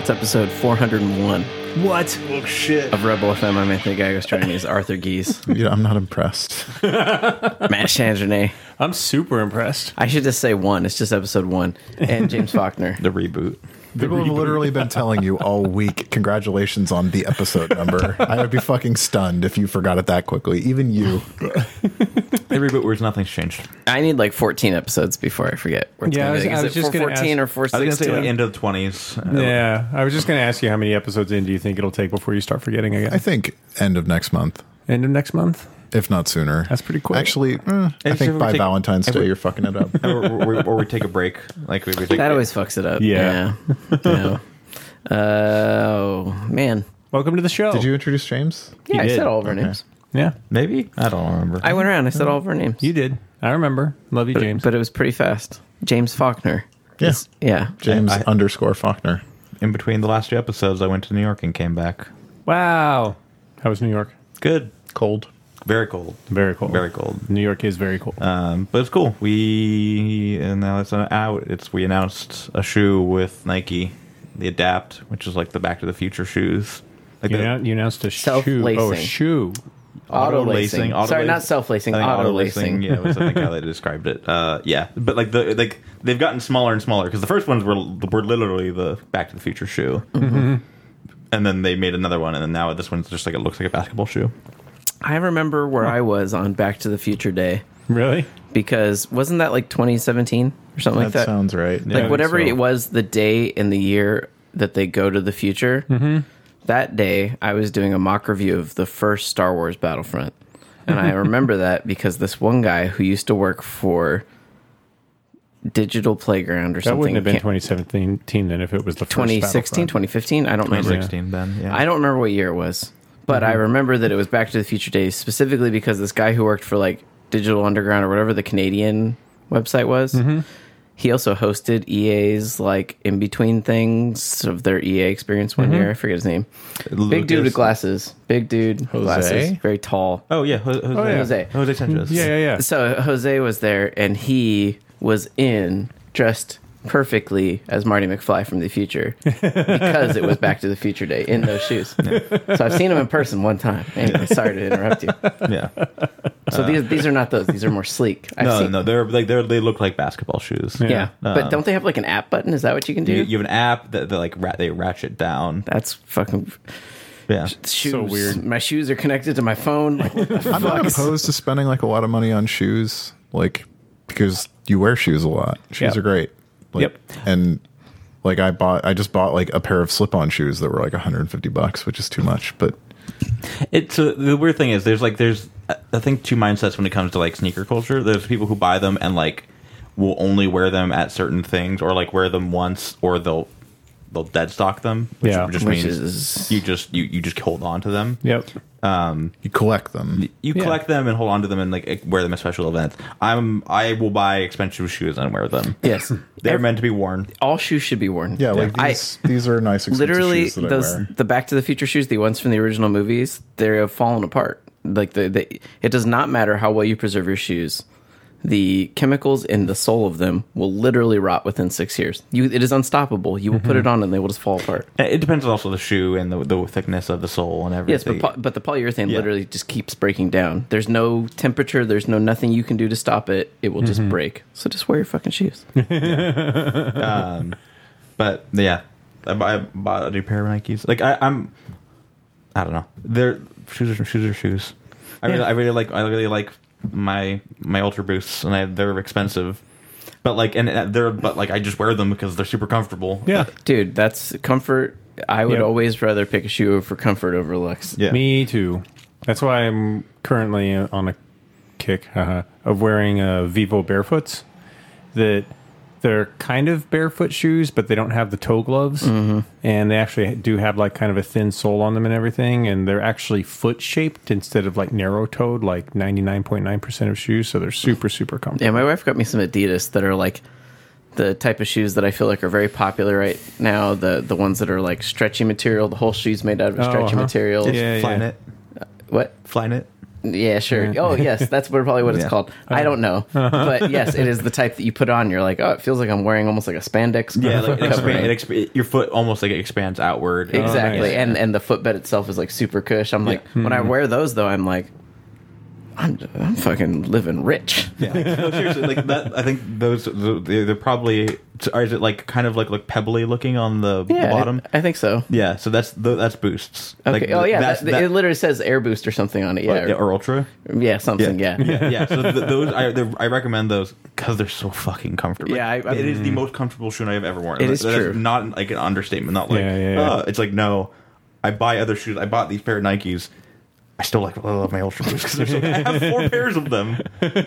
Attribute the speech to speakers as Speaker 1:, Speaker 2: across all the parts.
Speaker 1: It's episode 401
Speaker 2: What?
Speaker 3: Oh shit.
Speaker 1: of Rebel FM. I'm Anthony Gagos. Joining me is Arthur Geese,
Speaker 4: Yeah, I'm not impressed.
Speaker 1: Matt Chandranay.
Speaker 2: I'm super impressed.
Speaker 1: I should just say one. It's just episode one. And James Faulkner.
Speaker 5: the reboot.
Speaker 4: People have literally been telling you all week, congratulations on the episode number. I would be fucking stunned if you forgot it that quickly. Even you.
Speaker 5: The reboot where nothing's changed.
Speaker 1: I need like 14 episodes before I forget. Where it's
Speaker 2: Yeah,
Speaker 1: gonna
Speaker 2: I was-
Speaker 1: be. Is
Speaker 2: I was
Speaker 1: it
Speaker 2: just gonna
Speaker 1: 414 or
Speaker 5: I was gonna say
Speaker 1: 416?
Speaker 5: like end of the twenties.
Speaker 2: Yeah, I was just going to ask you how many episodes in do you think it'll take before you start forgetting
Speaker 4: I
Speaker 2: again?
Speaker 4: think end of next month,
Speaker 2: End of next month?
Speaker 4: if not sooner.
Speaker 2: That's pretty quick.
Speaker 4: Actually, eh, I
Speaker 5: Actually,
Speaker 4: think
Speaker 5: we
Speaker 4: by
Speaker 5: take-
Speaker 4: Valentine's
Speaker 5: every-
Speaker 4: Day, you're fucking it up.
Speaker 5: Uh, or, or- or we take a break. Like we, we take
Speaker 1: that always fucks it up.
Speaker 2: Yeah.
Speaker 1: Yeah. Yeah. Oh, man.
Speaker 2: Welcome to the show.
Speaker 4: Did you introduce James?
Speaker 1: Yeah, I
Speaker 2: did.
Speaker 1: said all of our names.
Speaker 2: Yeah,
Speaker 5: maybe I don't remember.
Speaker 1: I went around. I said all of our names.
Speaker 2: you did. I remember. Love you, James.
Speaker 1: But it was pretty fast. James Faulkner.
Speaker 4: Yeah.
Speaker 1: Yeah.
Speaker 4: James
Speaker 5: I-
Speaker 4: underscore Faulkner.
Speaker 5: In between the last two episodes, I went to New York and came back.
Speaker 2: wow. How was New York?
Speaker 5: Good,
Speaker 4: Cold.
Speaker 5: very cold,
Speaker 2: Very cold. Uh,
Speaker 5: very cold.
Speaker 2: New York is very cold.
Speaker 5: Um, but it's cool. We and now it's out. It's we announced a shoe with Nike, the Adapt, which is like the Back to the Future shoes. Like
Speaker 2: you,
Speaker 5: the-
Speaker 2: annou- you announced a shoe.
Speaker 1: Self-lacing.
Speaker 2: Oh, a shoe.
Speaker 1: Auto lacing.
Speaker 5: auto
Speaker 1: Sorry,
Speaker 5: lac-
Speaker 1: not self lacing.
Speaker 5: I think
Speaker 1: Auto lacing.
Speaker 5: Yeah, was I think how they described it. Uh, yeah, but like the like they've gotten smaller and smaller because the first ones were were literally the Back to the Future shoe, and then they made another one, and then now this one's just like it looks like a basketball shoe.
Speaker 1: I remember where I was on Back to the Future Day
Speaker 2: Really?
Speaker 1: because wasn't that like 2017 or something like
Speaker 4: that
Speaker 1: that?
Speaker 4: sounds right.
Speaker 1: like
Speaker 2: um, think
Speaker 1: whatever
Speaker 2: so.
Speaker 1: it was, the day and the year that they go to the future.
Speaker 2: Mm-hmm.
Speaker 1: That day, I was doing a mock review of the first Star Wars Battlefront, and I remember that because this one guy who used to work for Digital Playground or
Speaker 2: That
Speaker 1: something
Speaker 2: wouldn't have been
Speaker 1: can't-
Speaker 2: 2017 then if it was the first
Speaker 1: 2016, 2015. I don't remember.
Speaker 5: 2016, then yeah,
Speaker 1: I don't remember what year it was, but I remember that it was Back to the Future Days specifically because this guy who worked for like Digital Underground or whatever the Canadian website was, he also hosted EA's like in between things of their EA experience one year. I forget his name. Big dude with
Speaker 5: Lucas-
Speaker 1: glasses. Big dude. with Glasses. Very tall.
Speaker 5: Oh yeah, Jose. Oh,
Speaker 2: yeah.
Speaker 1: Jose.
Speaker 5: Jose Sanchez.
Speaker 2: Hmm. Yeah, yeah, yeah.
Speaker 1: So Jose was there and he was in dressed perfectly as Marty McFly from the future because it was Back to the Future Day in those shoes. So I've seen him in person one time. Anyway, sorry to interrupt you.
Speaker 5: yeah.
Speaker 1: So these these are not those. These are more sleek. I've
Speaker 5: Uh, No,
Speaker 1: seen,
Speaker 5: no, they're like they're they look like basketball shoes.
Speaker 1: Yeah. but
Speaker 5: Um,
Speaker 1: don't they have like an app button? Is that what you can do?
Speaker 5: You, you have an app that, that like ra- they ratchet down.
Speaker 1: That's fucking
Speaker 5: Yeah,
Speaker 1: shoes.
Speaker 2: weird.
Speaker 1: My shoes are connected to my phone. Like, what the
Speaker 4: I'm not
Speaker 1: fuck?
Speaker 4: opposed to spending like a lot of money on shoes, like because you wear shoes a lot. Shoes
Speaker 2: Yeah.
Speaker 4: are great. Like,
Speaker 2: Yep.
Speaker 4: And like I bought, I just bought like a pair of slip-on shoes that were like 150 bucks, which is too much. But
Speaker 5: It's uh, the weird thing is there's like there's uh, I think two mindsets when it comes to like sneaker culture. There's people who buy them and like will only wear them at certain things or like wear them once or they'll they'll dead stock them, which
Speaker 2: Yeah.
Speaker 5: just
Speaker 1: Which
Speaker 5: means
Speaker 1: is-
Speaker 5: you just you, you just hold on to them.
Speaker 2: Yep.
Speaker 4: you collect them.
Speaker 5: You
Speaker 2: Yeah.
Speaker 5: collect them and hold on to them and like e, wear them at special events. I'm I will buy expensive shoes and wear them.
Speaker 1: Yes.
Speaker 5: They're
Speaker 1: Every-
Speaker 5: meant to be worn.
Speaker 1: all shoes should be worn.
Speaker 4: Yeah, like
Speaker 1: I-
Speaker 4: these. these are nice. Expensive
Speaker 1: literally
Speaker 4: shoes that I
Speaker 1: those
Speaker 4: wear.
Speaker 1: the Back to the Future shoes, the ones from the original movies, they have fallen apart. Like the, the it does not matter how well you preserve your shoes. The chemicals in the sole of them will literally rot within six years. You, it is unstoppable. You will put it
Speaker 4: Mm-hmm.
Speaker 1: on and they will just fall apart.
Speaker 5: It depends on also the shoe and the, the thickness of the sole and
Speaker 1: Yes,
Speaker 5: everything.
Speaker 1: but poly, but the polyurethane
Speaker 5: Yeah.
Speaker 1: literally just keeps breaking down. There's no temperature. There's no nothing you can do to stop it. It will
Speaker 4: Mm-hmm.
Speaker 1: just break. So just wear your fucking shoes.
Speaker 5: But yeah, I, bu- I bought a new pair of Nikes. Like I, I'm, I don't know. They're shoes are shoes are shoes. I really,
Speaker 1: Yeah.
Speaker 5: I really like, I really like my my Ultra Boosts, and I, they're expensive. But like, and uh, they're but like, I just wear them because they're super comfortable.
Speaker 2: Yeah.
Speaker 1: Dude, that's comfort. I would
Speaker 2: Yep.
Speaker 1: always rather pick a shoe for comfort over looks.
Speaker 5: yeah.
Speaker 2: Me too. That's why I'm currently on a kick haha, of wearing uh, Vivo barefoots. That they're kind of barefoot shoes, but they don't have the toe gloves, and they actually do have like kind of a thin sole on them and everything. And they're actually foot shaped instead of like narrow toed, like 99.9 percent of shoes. So they're super super comfortable.
Speaker 1: Yeah, my wife got me some Adidas that are like the type of shoes that I feel like are very popular right now. The the ones that are like stretchy material. The whole shoe's made out of a
Speaker 2: Oh,
Speaker 1: stretchy
Speaker 2: uh-huh.
Speaker 1: material.
Speaker 2: Yeah,
Speaker 5: Fly
Speaker 2: yeah.
Speaker 5: knit,
Speaker 1: What?
Speaker 5: fly knit.
Speaker 1: Yeah, sure. Oh, yes, that's what- probably what it's
Speaker 5: Yeah.
Speaker 1: called. I don't know, but yes, it is the type that you put on. You're like, oh, it feels like I'm wearing almost like a spandex.
Speaker 5: Yeah, like it
Speaker 1: covering.
Speaker 5: expa- it exp- your foot almost like it expands outward.
Speaker 1: exactly.
Speaker 2: Oh, nice.
Speaker 1: And and the footbed itself is like super cush. I'm like, when I wear those though, I'm like, I'm I'm fucking living rich.
Speaker 5: Yeah. no, seriously, like that. I think those the- they're, they're probably. Or is it like kind of like like pebbly looking on the, the
Speaker 1: Yeah, I-
Speaker 5: bottom?
Speaker 1: I, think so.
Speaker 5: yeah. So that's the, that's boosts.
Speaker 1: Okay.
Speaker 5: Like,
Speaker 1: oh yeah,
Speaker 5: that's-
Speaker 1: that, it literally says air boost or something on it. Yeah.
Speaker 5: yeah, or ultra.
Speaker 1: yeah, something. Yeah. Yeah.
Speaker 5: yeah, so th- those I they're- I recommend those because they're so fucking comfortable.
Speaker 1: Yeah, I- I-
Speaker 5: it is the most comfortable shoe I've ever worn.
Speaker 1: Mm. It is
Speaker 5: That's
Speaker 1: true.
Speaker 5: Not like an understatement. Not like
Speaker 2: Yeah, yeah, yeah.
Speaker 5: "Uh," it's like no, I buy other shoes. I bought these pair of Nikes. I still like I love my ultra shoes because they're so. I have four pairs of them.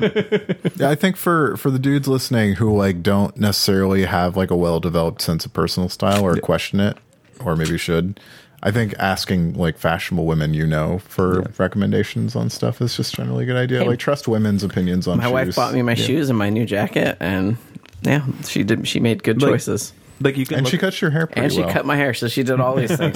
Speaker 4: Yeah, I think for for the dudes listening who like don't necessarily have like a well developed sense of personal style or question it, or maybe should, I think asking like fashionable women you know for recommendations on stuff is just generally a good idea. like trust women's opinions on
Speaker 1: My wife bought me my shoes and my new jacket, and yeah, she did. She made good
Speaker 5: Like-
Speaker 1: choices,
Speaker 5: Like you can.
Speaker 4: and
Speaker 5: look-
Speaker 4: she cuts your hair pretty
Speaker 1: and she
Speaker 4: well.
Speaker 1: cut my hair, so she did all these things.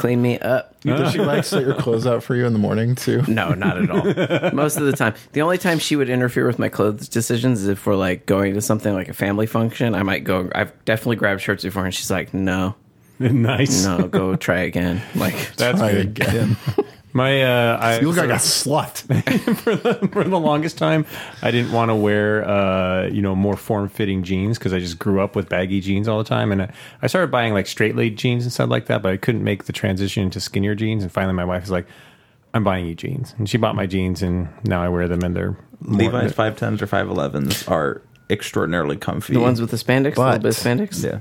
Speaker 1: Clean me up.
Speaker 4: Does she like set your clothes out for you in the morning too?
Speaker 1: No, not at all. Most of the time, the only time she would interfere with my clothes decisions is if we're like going to something like a family function. I might go. I've definitely grabbed shirts before, and she's like, "No,
Speaker 2: nice.
Speaker 1: no, go try again." Like,
Speaker 2: That's
Speaker 4: I
Speaker 2: good.
Speaker 4: again.
Speaker 2: My uh, I,
Speaker 4: You look
Speaker 2: for,
Speaker 4: like a slut.
Speaker 2: for the longest time, I didn't want to wear uh, you know more form fitting jeans because I just grew up with baggy jeans all the time, and I, I started buying like straight laid jeans and stuff like that. But I couldn't make the transition to skinnier jeans, and finally, my wife was like, "I'm buying you jeans," and she bought my jeans, and now I wear them, and they're more-
Speaker 5: Levi's five tens or five elevens are extraordinarily comfy.
Speaker 1: the ones with the spandex, the little
Speaker 4: But-
Speaker 1: bit of spandex.
Speaker 5: yeah.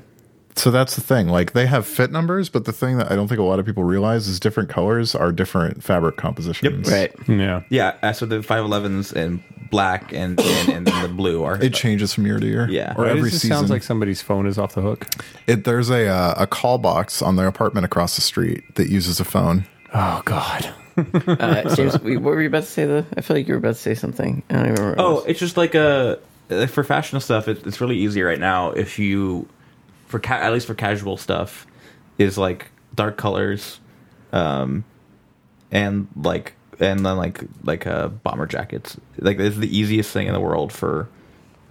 Speaker 4: So that's the thing. Like they have fit numbers, but the thing that I don't think a lot of people realize is different colors are different fabric compositions.
Speaker 1: Right.
Speaker 2: Yeah,
Speaker 5: Yeah, uh, so the 511s in black and, and, and then the blue are
Speaker 4: It changes from year to year.
Speaker 5: Yeah.
Speaker 4: Or
Speaker 2: It
Speaker 4: every
Speaker 2: just
Speaker 4: season.
Speaker 2: sounds like somebody's phone is off the hook.
Speaker 4: It, there's a uh, a call box on their apartment across the street that uses a phone.
Speaker 2: Oh God.
Speaker 1: Uh, James, we- what were you about to say? Though I feel like you were about to say something. I don't even remember.
Speaker 5: Oh, it's just like a like for fashion stuff. It, it's really easy right now if you for ca- at least for casual stuff is like dark colors, um, and like and then like like uh bomber jackets. Like it's the easiest thing in the world for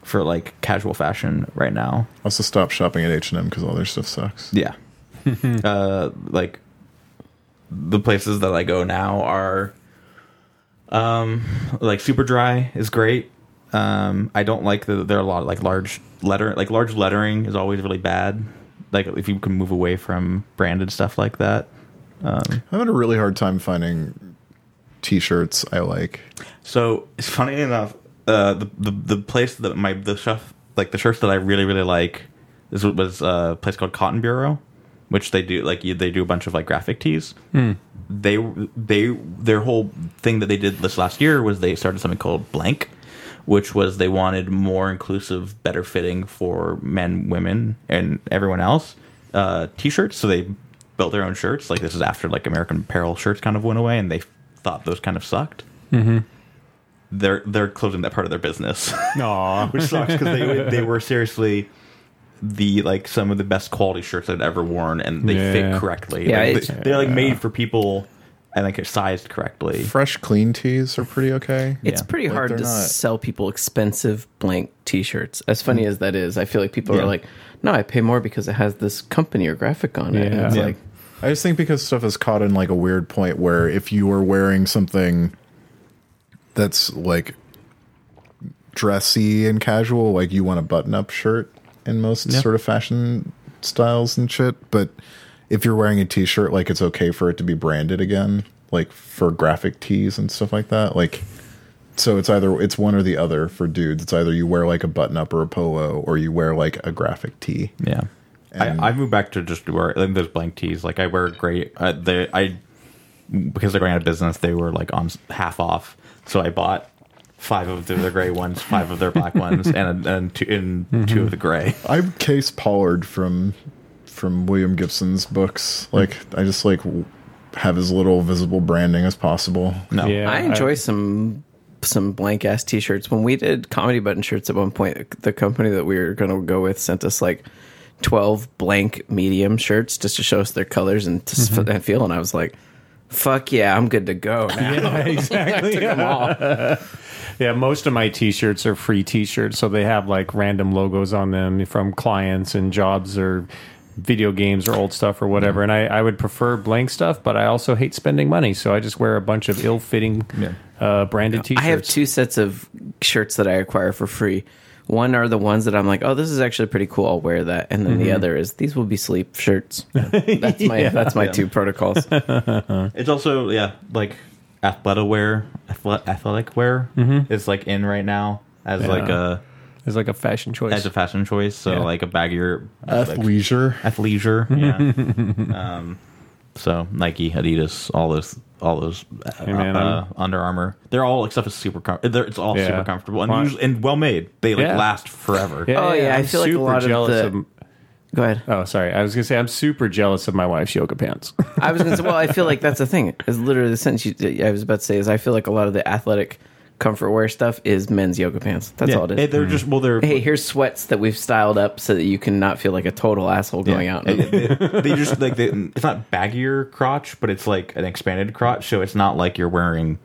Speaker 5: for like casual fashion right now.
Speaker 4: Also, stop shopping at H and M because all their stuff sucks.
Speaker 5: Yeah. uh, like the places that I go now are um like super dry is great. Um I don't like the there are a lot of like large letter like large lettering is always really bad. Like if you can move away from branded stuff like that.
Speaker 4: I'm having a really hard time finding t-shirts I like.
Speaker 5: So it's funny enough, uh, the, the the place that my the chef like the shirts that I really really like is was uh, a place called Cotton Bureau, which they do like you- they do a bunch of like graphic tees. They they their whole thing that they did this last year was they started something called Blank, which was they wanted more inclusive, better fitting for men, women, and everyone else uh, t-shirts. So they built their own shirts. Like this is after like American Apparel shirts kind of went away, and they thought those kind of sucked
Speaker 2: Mm-hmm.
Speaker 5: they're they're closing that part of their business,
Speaker 2: Aw.
Speaker 5: which sucks because they they were seriously the like some of the best quality shirts I'd ever worn, and they
Speaker 2: Yeah.
Speaker 5: fit correctly.
Speaker 1: Yeah,
Speaker 5: like,
Speaker 1: it's-
Speaker 5: they, they're like made for people, and like they're sized correctly.
Speaker 4: Fresh, clean tees are pretty okay.
Speaker 1: It's
Speaker 5: Yeah.
Speaker 1: pretty
Speaker 4: Like,
Speaker 1: hard
Speaker 4: they're
Speaker 1: to
Speaker 4: not-
Speaker 1: sell people expensive blank T-shirts. As funny as that is, I feel like people
Speaker 5: Yeah.
Speaker 1: are like, "No, I pay more because it has this company or graphic on it." And it's
Speaker 2: Yeah.
Speaker 1: like,
Speaker 4: I just think because stuff is caught in like a weird point where if you are wearing something that's like dressy and casual, like you want a button up shirt in most sort of fashion styles and shit. But if you're wearing a t shirt, like it's okay for it to be branded again, like for graphic tees and stuff like that. Like, so it's either it's one or the other for dudes. It's either you wear like a button up or a polo, or you wear like a graphic tee.
Speaker 5: Yeah, I, I moved back to just wear like those blank tees. Like I wear gray. Uh, they I because they're going out of business, they were like on s- half off. So I bought five of their gray ones, five of their black ones, and and two, and two of the gray.
Speaker 4: I'm Case Pollard from from William Gibson's books. Like I just like w- have as little visible branding as possible.
Speaker 5: No,
Speaker 2: Yeah,
Speaker 1: I enjoy some some blank ass T-shirts. When we did comedy button shirts at one point, the company that we were going to go with sent us like twelve blank medium shirts just to show us their colors and to s- and feel. And I was like, fuck yeah, I'm good to go now.
Speaker 2: Yeah, exactly.
Speaker 1: Took 'em all.
Speaker 2: Yeah, most of my T-shirts are free T-shirts, so they have like random logos on them from clients and jobs or video games or old stuff or whatever. And I, I would prefer blank stuff, but I also hate spending money, so I just wear a bunch of ill-fitting uh, branded T-shirts.
Speaker 1: I have two sets of shirts that I acquire for free. One are the ones that I'm like, oh, this is actually pretty cool. I'll wear that. And then the other is these will be sleep shirts. That's my that's my two protocols.
Speaker 5: It's also yeah, like athletic wear, athle- athletic wear is like in right now as like a
Speaker 2: It's like a fashion choice.
Speaker 5: as a fashion choice. So like a baggier like,
Speaker 4: Athleisure.
Speaker 5: athleisure, yeah. um, so Nike, Adidas, all those, all those uh,
Speaker 2: Hey, man,
Speaker 5: uh,
Speaker 2: I'm-
Speaker 5: Under Armour. They're all like stuff is super. Com- they're, it's all
Speaker 2: Yeah.
Speaker 5: super comfortable and
Speaker 2: Why-
Speaker 5: usually, and well made. They like
Speaker 2: Yeah.
Speaker 5: last forever.
Speaker 1: Oh, yeah, I feel like a
Speaker 2: super
Speaker 1: lot of
Speaker 2: jealous
Speaker 1: the- Go ahead.
Speaker 2: Oh, sorry. I was gonna say I'm super jealous of my wife's yoga pants.
Speaker 1: I was gonna say, well, I feel like that's the thing. Is literally the sentence you, I was about to say is I feel like a lot of the athletic comfort wear stuff is men's yoga pants. That's
Speaker 5: Yeah,
Speaker 1: all it
Speaker 5: eh,
Speaker 1: is.
Speaker 5: They're just well. They're
Speaker 1: hey, here's sweats that we've styled up so that you can not feel like a total asshole going out.
Speaker 5: Eh, they, they just like they, it's not baggier crotch, but it's like an expanded crotch. So it's not like you're wearing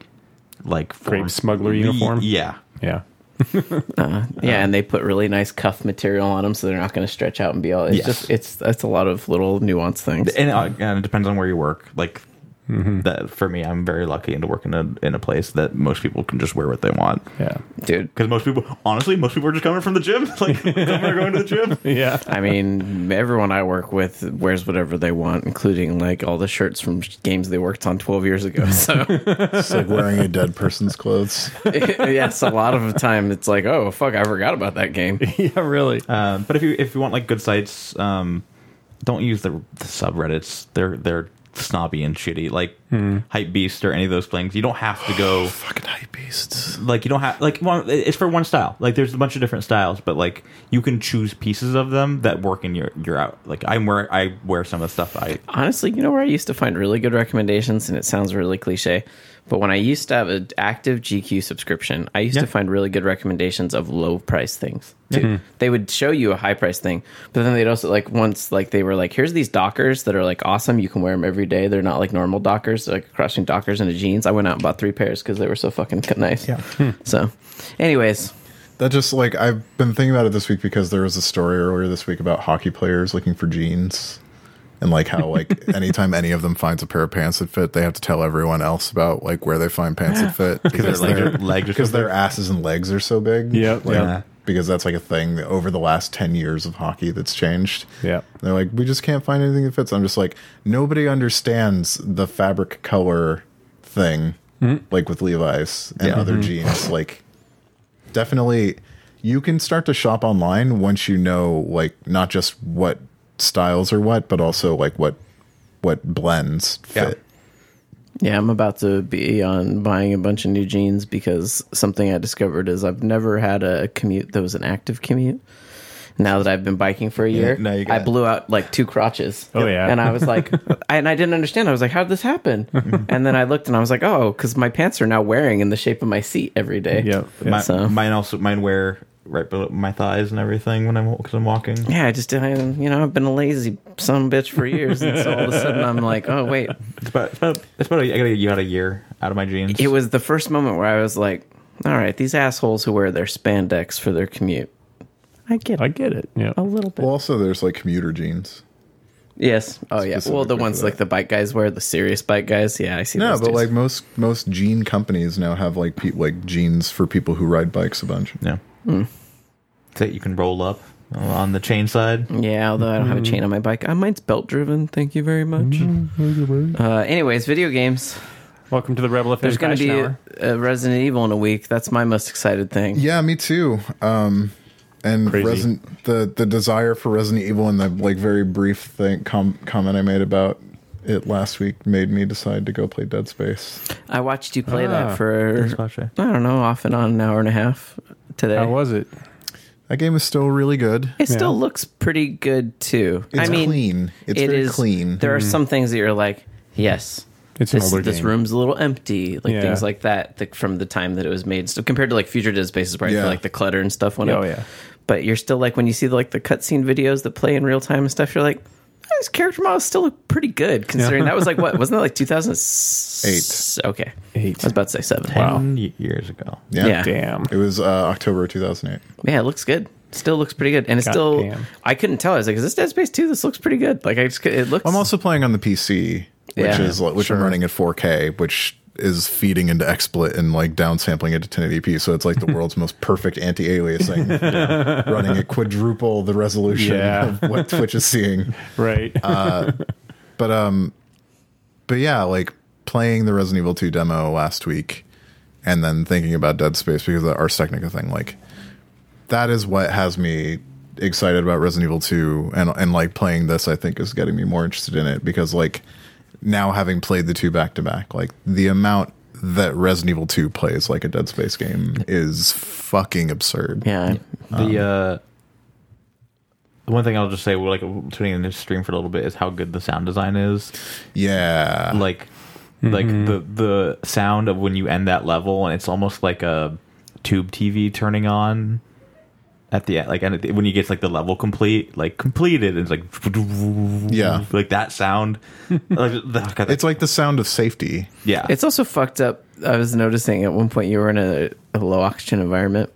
Speaker 5: like form-
Speaker 2: smuggler uniform?
Speaker 5: Yeah,
Speaker 2: yeah.
Speaker 1: yeah, and they put really nice cuff material on them so they're not going to stretch out and be all. It's
Speaker 5: Yes.
Speaker 1: just it's that's a lot of little nuanced things.
Speaker 5: and, uh, and it depends on where you work. Like
Speaker 2: Mm-hmm.
Speaker 5: that for me, I'm very lucky and to work in a in a place that most people can just wear what they want.
Speaker 2: Yeah.
Speaker 1: Dude,
Speaker 5: Because most people, honestly, most people are just coming from the gym. Like some are going to the gym.
Speaker 2: Yeah.
Speaker 1: I mean, everyone I work with wears whatever they want, including like all the shirts from games they worked on 12 years ago. So,
Speaker 4: It's like wearing a dead person's clothes.
Speaker 1: yes, a lot of the time it's like, oh, fuck, I forgot about that game.
Speaker 2: yeah, really.
Speaker 5: Um, but if you if you want like good sites, um, don't use the, the subreddits. They're they're snobby and shitty. Like Hypebeast or any of those things. You don't have to go.
Speaker 4: Fucking hype beasts.
Speaker 5: like you don't have like one it's for one style like there's a bunch of different styles but like you can choose pieces of them that work in your your out like i wear i wear some of the stuff i
Speaker 1: Honestly, you know where I used to find really good recommendations, and it sounds really cliche, but when I used to have an active GQ subscription, I used to find really good recommendations of low price things. too. They would show you a high price thing, but then they'd also like once like they were like, here's these Dockers that are like awesome. You can wear them every day. They're not like normal Dockers, they're, like crossing Dockers into jeans. I went out and bought three pairs because they were so fucking nice. Yeah. So, anyways,
Speaker 4: That just like I've been thinking about it this week because there was a story earlier this week about hockey players looking for jeans and like how like anytime any of them finds a pair of pants that fit, they have to tell everyone else about like where they find pants that fit because
Speaker 5: their leg-
Speaker 4: their
Speaker 5: legs are so
Speaker 4: because their asses and legs are so big.
Speaker 2: Yep.
Speaker 4: Like,
Speaker 5: Yeah.
Speaker 4: Because that's like a thing that over the last ten years of hockey that's changed.
Speaker 2: Yeah.
Speaker 4: And they're like, we just can't find anything that fits. I'm just like, nobody understands the fabric color thing,
Speaker 5: Mm-hmm.
Speaker 4: like with Levi's and other jeans. Like, definitely, you can start to shop online once you know, like, not just what styles are what, but also like what what blends
Speaker 5: Yeah.
Speaker 4: fit.
Speaker 1: Yeah, I'm about to be on buying a bunch of new jeans because something I discovered is I've never had a commute that was an active commute. Now that I've been biking for a year,
Speaker 4: now you got
Speaker 1: I
Speaker 4: it.
Speaker 1: blew out like two crotches.
Speaker 2: Oh, yeah.
Speaker 1: and I was like, I, and I didn't understand. I was like, how did this happen? and then I looked and I was like, oh, because my pants are now wearing in the shape of my seat every day.
Speaker 2: Yeah.
Speaker 5: my,
Speaker 1: So-
Speaker 5: mine also mine wear right below my thighs and everything when i'm because i'm walking
Speaker 1: Yeah, I just didn't, you know, I've been a lazy some bitch for years. And so all of a sudden I'm like, oh, wait,
Speaker 5: it's about it's about, it's about a, I got a, you got a year out of my jeans
Speaker 1: it was the first moment where I was like, all right, these assholes who wear their spandex for their commute. I get
Speaker 2: I
Speaker 1: it
Speaker 2: get it. Yeah.
Speaker 1: a little bit.
Speaker 4: Well, also, there's like commuter jeans.
Speaker 1: yes. Oh, yeah. Well,
Speaker 4: specifically
Speaker 1: the
Speaker 4: for
Speaker 1: ones
Speaker 4: that.
Speaker 1: like the bike guys wear, the serious bike guys. Yeah, I see.
Speaker 4: No,
Speaker 1: those
Speaker 4: but
Speaker 1: dudes.
Speaker 4: like most most jean companies now have like pe- like jeans for people who ride bikes a bunch.
Speaker 5: yeah that you can roll up on the chain side
Speaker 1: yeah. Although I don't have a
Speaker 4: mm-hmm.
Speaker 1: chain on my bike, uh, mine's belt driven. Thank you very much. Uh, anyways, video games.
Speaker 2: Welcome to the Rebel FM
Speaker 1: There's going to
Speaker 2: Fashion
Speaker 1: be
Speaker 2: Hour.
Speaker 1: a, a Resident Evil in a week. That's my most excited thing.
Speaker 4: Yeah, me too. Um, and
Speaker 2: Crazy.
Speaker 4: Resident, the the desire for Resident Evil and the like very brief thing com- comment I made about it last week made me decide to go play Dead Space.
Speaker 1: I watched you play
Speaker 2: Ah,
Speaker 1: that for
Speaker 5: Sasha.
Speaker 1: I don't know, off and on an hour and a half today.
Speaker 2: How was it?
Speaker 4: That game is still really good.
Speaker 1: It still looks pretty good too. I
Speaker 4: It's
Speaker 1: mean,
Speaker 4: clean. It's
Speaker 1: it
Speaker 4: very
Speaker 1: is-
Speaker 4: clean.
Speaker 1: There are some things that you're like, yes,
Speaker 2: Mm-hmm. It's an
Speaker 1: this,
Speaker 2: older
Speaker 1: this
Speaker 2: game.
Speaker 1: room's a little empty, like
Speaker 2: Yeah.
Speaker 1: things like that, like from the time that it was made. So compared to like future Dead Spaces, where I
Speaker 4: Yeah.
Speaker 1: feel like the clutter and stuff went
Speaker 2: Oh,
Speaker 1: up.
Speaker 2: yeah.
Speaker 1: But you're still like when you see like the cutscene videos that play in real time and stuff, you're like, his character models still look pretty good considering that was like what wasn't that like 2008? Okay,
Speaker 2: Eight.
Speaker 1: I was about to say seven.
Speaker 5: Ten y- years ago.
Speaker 4: Yeah.
Speaker 1: Yeah.
Speaker 2: Damn.
Speaker 4: It was uh, October 2008.
Speaker 1: Yeah, it looks good. Still looks pretty good, and it's still.
Speaker 2: Goddamn.
Speaker 1: I couldn't tell. I was like, "Is this Dead Space 2? This looks pretty good." Like I just, cou- it looks.
Speaker 4: I'm also playing on the PC, which
Speaker 1: Yeah,
Speaker 4: is like- which I'm running at 4K, which is feeding into XSplit and like downsampling it to 1080p. So it's like the world's most perfect anti-aliasing, running at quadruple the resolution
Speaker 2: Yeah.
Speaker 4: of what Twitch is seeing.
Speaker 2: Right.
Speaker 4: uh, But um, but yeah, like playing the Resident Evil 2 demo last week, and then thinking about Dead Space because of the Ars Technica thing, like that is what has me excited about Resident Evil 2, and and like playing this, I think is getting me more interested in it because like now having played the two back to back, like the amount that Resident Evil 2 plays like a Dead Space game is fucking absurd.
Speaker 1: yeah,
Speaker 5: The uh, the one thing I'll just say, we're like tuning in this stream for a little bit, is how good the sound design is.
Speaker 4: Yeah.
Speaker 5: Like, like
Speaker 2: Mm-hmm.
Speaker 5: the the sound of when you end that level, and it's almost like a tube TV turning on at the like and it- when you get like the level complete, like completed, and it's like
Speaker 4: Yeah.
Speaker 5: like that sound. like, the- God,
Speaker 4: It's like the sound of safety.
Speaker 5: yeah,
Speaker 1: it's also fucked up. I was noticing at one point you were in a, a low oxygen environment,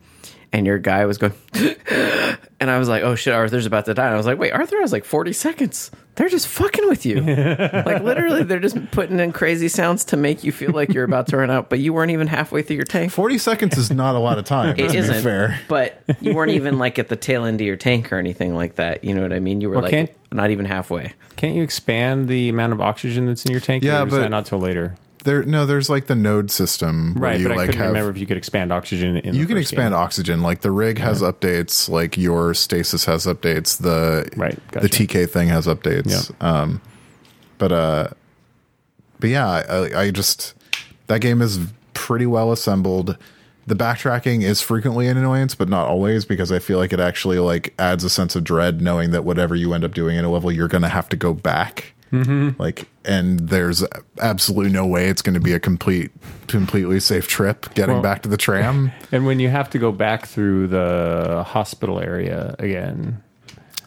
Speaker 1: and your guy was going, and I was like, "Oh shit, Arthur's about to die." And I was like, "Wait, Arthur has like 40 seconds. They're just fucking with you. like literally, they're just putting in crazy sounds to make you feel like you're about to run out, but you weren't even halfway through your tank."
Speaker 4: 40 seconds is not a lot of time.
Speaker 1: It
Speaker 4: to be
Speaker 1: isn't
Speaker 4: fair.
Speaker 1: but you weren't even like at the tail end of your tank or anything like that. You know what I mean? You were
Speaker 2: Okay.
Speaker 1: like not even halfway.
Speaker 2: Can't you expand the amount of oxygen that's in your tank?
Speaker 4: Yeah,
Speaker 2: or is
Speaker 4: but-
Speaker 2: that not till later.
Speaker 4: There, no, there's like the node system where
Speaker 2: Right,
Speaker 4: you
Speaker 2: but I
Speaker 4: like
Speaker 2: couldn't
Speaker 4: have
Speaker 2: remember if you could expand oxygen. In
Speaker 4: you
Speaker 2: the
Speaker 4: can
Speaker 2: first
Speaker 4: expand
Speaker 2: game.
Speaker 4: oxygen. Like the rig has updates, like your stasis has updates, the
Speaker 2: Right, gotcha.
Speaker 4: the TK thing has updates. Um, but uh, but yeah, I, I just that game is pretty well assembled. The backtracking is frequently an annoyance, but not always, because I feel like it actually like adds a sense of dread knowing that whatever you end up doing in a level, you're going to have to go back. Like, and there's absolutely no way it's going to be a complete, completely safe trip getting back to the tram.
Speaker 2: And when you have to go back through the hospital area again,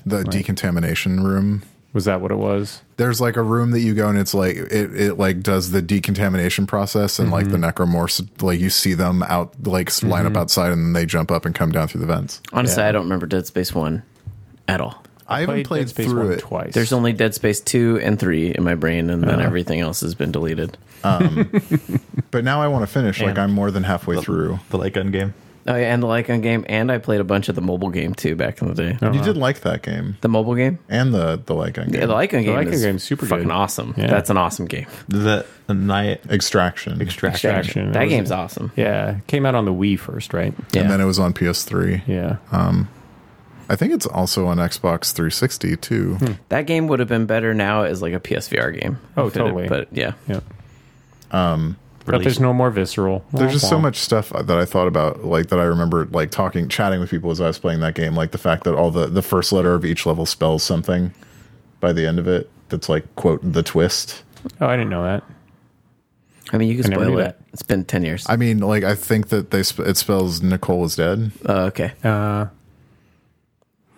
Speaker 4: the decontamination room.
Speaker 2: was that what it was?
Speaker 4: There's like a room that you go and it's like it, it like does the decontamination process and like the necromorphs like you see them out like s- line up outside and then they jump up and come down through the vents.
Speaker 1: Honestly,
Speaker 2: Yeah.
Speaker 1: I don't remember Dead Space One at all.
Speaker 4: I haven't played,
Speaker 2: Dead Space
Speaker 4: through
Speaker 2: 1
Speaker 4: it.
Speaker 2: twice.
Speaker 1: There's only Dead Space Two and Three in my brain, and
Speaker 2: Oh.
Speaker 1: then everything else has been deleted.
Speaker 4: but now I want to finish. Like
Speaker 5: And-
Speaker 4: I'm more than halfway through.
Speaker 5: the light gun game.
Speaker 1: Oh yeah, and the Lycan game, and I played a bunch of the mobile game too back in the day.
Speaker 2: Oh.
Speaker 4: You did like that game
Speaker 1: The mobile game,
Speaker 4: and the the like game.
Speaker 1: yeah, the Lycan game,
Speaker 2: Lycan
Speaker 1: is
Speaker 2: game's super
Speaker 1: fucking
Speaker 2: good.
Speaker 1: awesome.
Speaker 2: Yeah.
Speaker 1: That's an awesome game.
Speaker 5: The, the night
Speaker 4: Extraction.
Speaker 5: extraction.
Speaker 2: Extraction.
Speaker 1: That
Speaker 2: That was
Speaker 1: game's
Speaker 2: it.
Speaker 1: awesome.
Speaker 2: Yeah, it came out on the Wii first, right?
Speaker 1: Yeah,
Speaker 4: And then it was on PS3.
Speaker 2: Yeah.
Speaker 4: I think it's also on Xbox 360 too.
Speaker 1: that game would have been better now as like a PSVR game.
Speaker 2: Oh,
Speaker 1: If it had-
Speaker 2: totally.
Speaker 1: But yeah,
Speaker 2: yeah. But
Speaker 5: Released
Speaker 2: there's no more visceral.
Speaker 4: um, There's just so much stuff uh, that I thought about, like that I remember, like talking, chatting with people as I was playing that game, like the fact that all the the first letter of each level spells something by the end of it. That's like quote the twist.
Speaker 2: Oh, I didn't know that.
Speaker 1: I mean you can
Speaker 2: I never
Speaker 1: spoil
Speaker 2: knew
Speaker 1: it.
Speaker 2: that.
Speaker 1: It's been ten years.
Speaker 4: I mean, like I think that they sp- it spells Nicole is dead,
Speaker 1: oh, okay.
Speaker 2: Uh,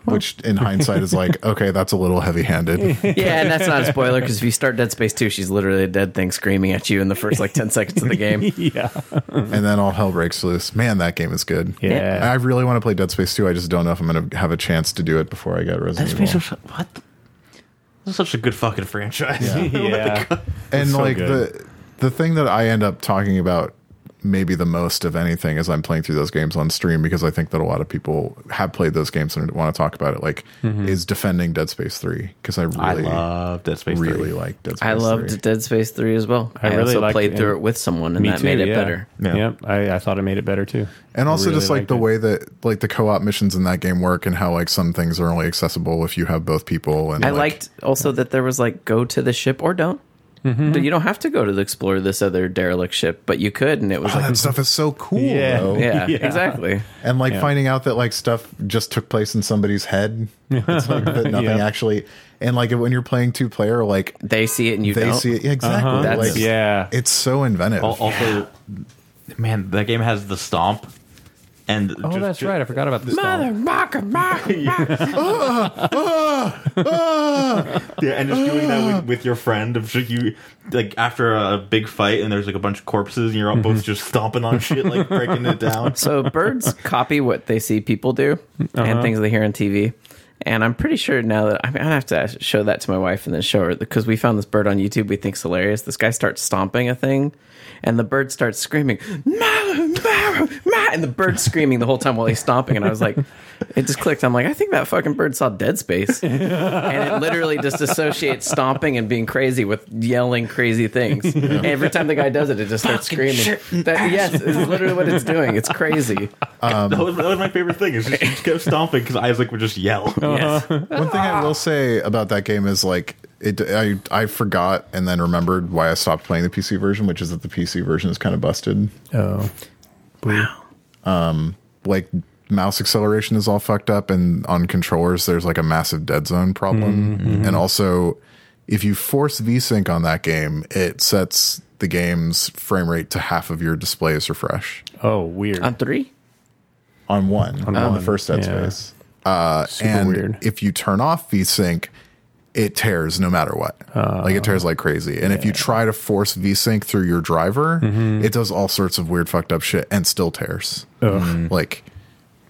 Speaker 4: which in hindsight is like okay, that's a little heavy handed.
Speaker 1: Yeah, and that's not a spoiler because if you start Dead Space 2, she's literally a dead thing screaming at you in the first like 10 seconds of the game.
Speaker 2: yeah.
Speaker 4: and then all hell breaks loose. Man, that game is good. I
Speaker 2: Yeah.
Speaker 4: really want to play Dead Space 2. I just don't know if I'm going to have a chance to do it before I get Resident
Speaker 5: Dead
Speaker 4: Evil.
Speaker 5: Space was what? the- This is such a good fucking franchise.
Speaker 2: yeah.
Speaker 4: and
Speaker 2: so
Speaker 4: like
Speaker 2: good.
Speaker 4: the the thing that I end up talking about maybe the most of anything is I'm playing through those games on stream because I think that a lot of people have played those games and want to talk about it. Like, is defending Dead Space Three because I
Speaker 5: I
Speaker 4: really,
Speaker 5: love Dead Space.
Speaker 4: really
Speaker 5: 3.
Speaker 4: like Dead Space.
Speaker 1: I loved
Speaker 4: 3.
Speaker 1: Dead Space 3 as well. I,
Speaker 2: I really
Speaker 1: also
Speaker 2: liked
Speaker 1: played
Speaker 2: it,
Speaker 1: through
Speaker 2: and-
Speaker 1: it with someone, and
Speaker 2: Me
Speaker 1: that
Speaker 2: too,
Speaker 1: made it
Speaker 2: yeah.
Speaker 1: better.
Speaker 5: Yeah.
Speaker 2: Yep. I, I thought it made it better too.
Speaker 4: and also
Speaker 2: really
Speaker 4: just like
Speaker 2: liked
Speaker 4: the
Speaker 2: it.
Speaker 4: way that like the co-op missions in that game work and how like some things are only accessible if you have both people. And
Speaker 1: I liked also that there was like go to the ship or don't.
Speaker 2: Mm-hmm.
Speaker 1: But You don't have to go to explore this other derelict ship, but you could, and it was
Speaker 4: Oh,
Speaker 1: like,
Speaker 4: that stuff is so cool.
Speaker 2: Yeah.
Speaker 4: though.
Speaker 1: yeah,
Speaker 2: Oh, Yeah.
Speaker 1: exactly.
Speaker 4: and like finding out that like stuff just took place in somebody's head it's like that nothing
Speaker 2: Yeah.
Speaker 4: actually and like when you're playing two player like
Speaker 1: They see it and you
Speaker 4: they
Speaker 1: don't.
Speaker 4: see it yeah, exactly
Speaker 1: That's-
Speaker 4: like
Speaker 2: Uh-huh. Yeah.
Speaker 4: it's so inventive
Speaker 5: Al- Also, man, that game has the stomp and
Speaker 2: Oh,
Speaker 5: just-
Speaker 2: that's
Speaker 5: ju-
Speaker 2: right. I forgot about this.
Speaker 1: Mother, mocker, mocker, mocker.
Speaker 4: Ah!
Speaker 5: Yeah, and just doing that with, with your friend of just you like after a big fight and there's like a bunch of corpses and you're all
Speaker 4: Mm-hmm.
Speaker 5: both just stomping on shit like breaking it down.
Speaker 1: So birds copy what they see people do and things they hear on TV. And I'm pretty sure now that I mean, I have to ask- show that to my wife and then show her because we found this bird on YouTube we think's hilarious. This guy starts stomping a thing, and the bird starts screaming, "Ma, ma, ma," and the bird's screaming the whole time while he's stomping. And I was like, it just clicked. I'm like, I think that fucking bird saw Dead Space, and it literally just associates stomping and being crazy with yelling crazy things. And every time the guy does it, it just starts screaming. That, yes, it's literally what it's doing. It's crazy.
Speaker 5: that, was, that was my favorite thing. Is just, just kept stomping because Isaac would just yell.
Speaker 1: Yes.
Speaker 4: One thing I will say about that game is like it. I I forgot and then remembered why I stopped playing the PC version, which is that the PC version is kind of busted.
Speaker 2: Oh,
Speaker 4: Like mouse acceleration is all fucked up, and on controllers there's like a massive dead zone problem. And also, if you force VSync on that game, it sets the game's frame rate to half of your display's refresh
Speaker 2: oh, weird.
Speaker 1: On three?
Speaker 4: on one on, the
Speaker 2: one,
Speaker 4: first Dead
Speaker 2: yeah.
Speaker 4: Space. Uh,
Speaker 2: Super
Speaker 4: and
Speaker 2: weird.
Speaker 4: if you turn off VSync, it tears no matter what.
Speaker 2: Uh,
Speaker 4: like it tears like crazy. And if you try to force VSync through your driver,
Speaker 2: Mm-hmm.
Speaker 4: it does all sorts of weird fucked up shit and still tears. Like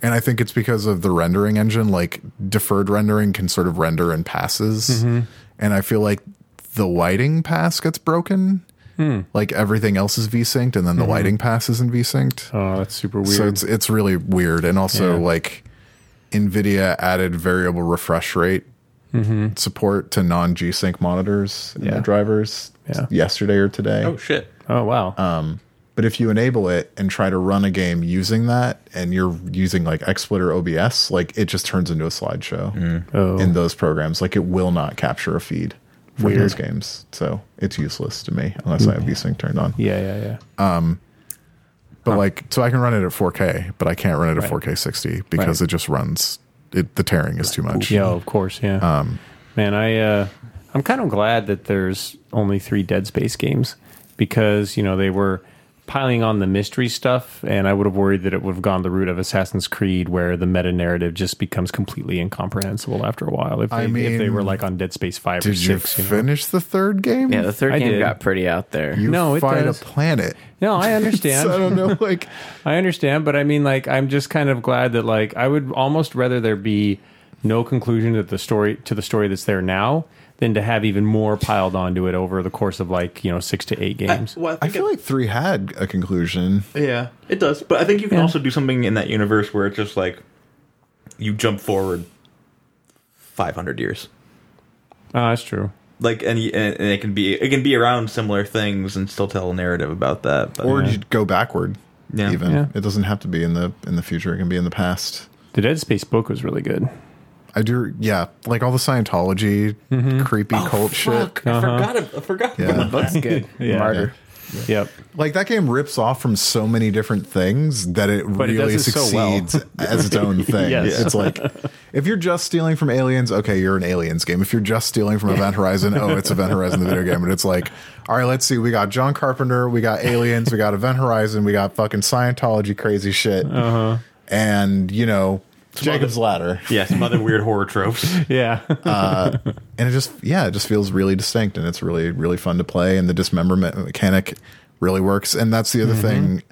Speaker 4: and I think it's because of the rendering engine, like deferred rendering can sort of render in passes.
Speaker 2: Mm-hmm.
Speaker 4: And I feel like the lighting pass gets broken.
Speaker 2: Hmm.
Speaker 4: Like everything else is V-synced and
Speaker 2: Mm-hmm.
Speaker 4: then the lighting pass isn't V-synced.
Speaker 2: oh, that's super weird.
Speaker 4: So it's it's really weird, and also
Speaker 2: Yeah.
Speaker 4: like NVIDIA added variable refresh rate support to non G Sync monitors in
Speaker 2: Mm-hmm. Yeah.
Speaker 4: the drivers
Speaker 2: Yeah.
Speaker 4: yesterday or today.
Speaker 5: shit!
Speaker 2: oh, wow.
Speaker 4: uh, But if you enable it and try to run a game using that, and you're using like XSplit or OBS, like it just turns into a slideshow
Speaker 2: Oh.
Speaker 4: in those programs. Like it will not capture a feed for those games, so it's useless to me
Speaker 2: Mm.
Speaker 4: unless I have VSync turned on.
Speaker 2: yeah, yeah, yeah.
Speaker 4: But like, so I can run it at 4K, but I can't run it at 4K 60 because
Speaker 2: Right.
Speaker 4: it just runs. It, the tearing is too much.
Speaker 2: Yeah, oh, of course. Yeah.
Speaker 4: um,
Speaker 2: Man, I uh, I'm kind of glad that there's only three Dead Space games because you know they were piling on the mystery stuff, and I would have worried that it would have gone the route of Assassin's Creed, where the meta narrative just becomes completely incomprehensible after a while. If they,
Speaker 4: I
Speaker 2: if they
Speaker 4: mean,
Speaker 2: were like on Dead Space five or
Speaker 4: Did you
Speaker 2: six, you know?
Speaker 4: finish the third game?
Speaker 1: Yeah, the third
Speaker 2: I
Speaker 1: game
Speaker 2: did.
Speaker 1: got pretty out there.
Speaker 4: you
Speaker 2: No, it
Speaker 4: fight
Speaker 2: does.
Speaker 4: a planet.
Speaker 2: no, I understand.
Speaker 4: So I don't know. Like,
Speaker 2: I understand, but I mean, like, I'm just kind of glad that, like, I would almost rather there be no conclusion to the story to the story that's there now than to have even more piled onto it over the course of like you know six to eight games.
Speaker 5: Well,
Speaker 4: I feel like three had a conclusion.
Speaker 5: yeah, it does. But I think you can also do something in that universe where it's just like you jump forward five hundred years.
Speaker 2: Oh, that's true.
Speaker 5: Like and, you- and and it can be it can be around similar things and still tell a narrative about that. But,
Speaker 4: Or you go backward.
Speaker 5: Yeah.
Speaker 4: Even
Speaker 2: Yeah.
Speaker 4: it doesn't have to be in the in the future. It can be in the past.
Speaker 2: The Dead Space book was really good.
Speaker 4: I do. Yeah, like all the Scientology
Speaker 2: Mm-hmm.
Speaker 4: creepy
Speaker 2: Oh,
Speaker 4: cult shit.
Speaker 5: I forgot.
Speaker 4: uh-huh.
Speaker 5: ab- I forgot.
Speaker 4: Yeah.
Speaker 5: about
Speaker 1: That's good.
Speaker 2: Yeah.
Speaker 1: Martyr.
Speaker 2: Yep.
Speaker 4: Like that game rips off from so many different things that it
Speaker 2: it
Speaker 4: really
Speaker 2: does it so well.
Speaker 4: succeeds as its own thing.
Speaker 2: Yes.
Speaker 4: It's like if you're just stealing from Aliens, okay, you're an Aliens game. If you're just stealing from Event Horizon, oh, it's Event Horizon the video game. But it's like, all right, let's see. We got John Carpenter, we got Aliens, we got Event Horizon, we got fucking Scientology crazy shit,
Speaker 2: Uh-huh.
Speaker 4: and you know Jacob's Ladder.
Speaker 5: Yeah, some other weird horror tropes.
Speaker 2: Yeah.
Speaker 4: and it just yeah it just feels really distinct and it's really really fun to play and the dismemberment mechanic really works and that's the other thing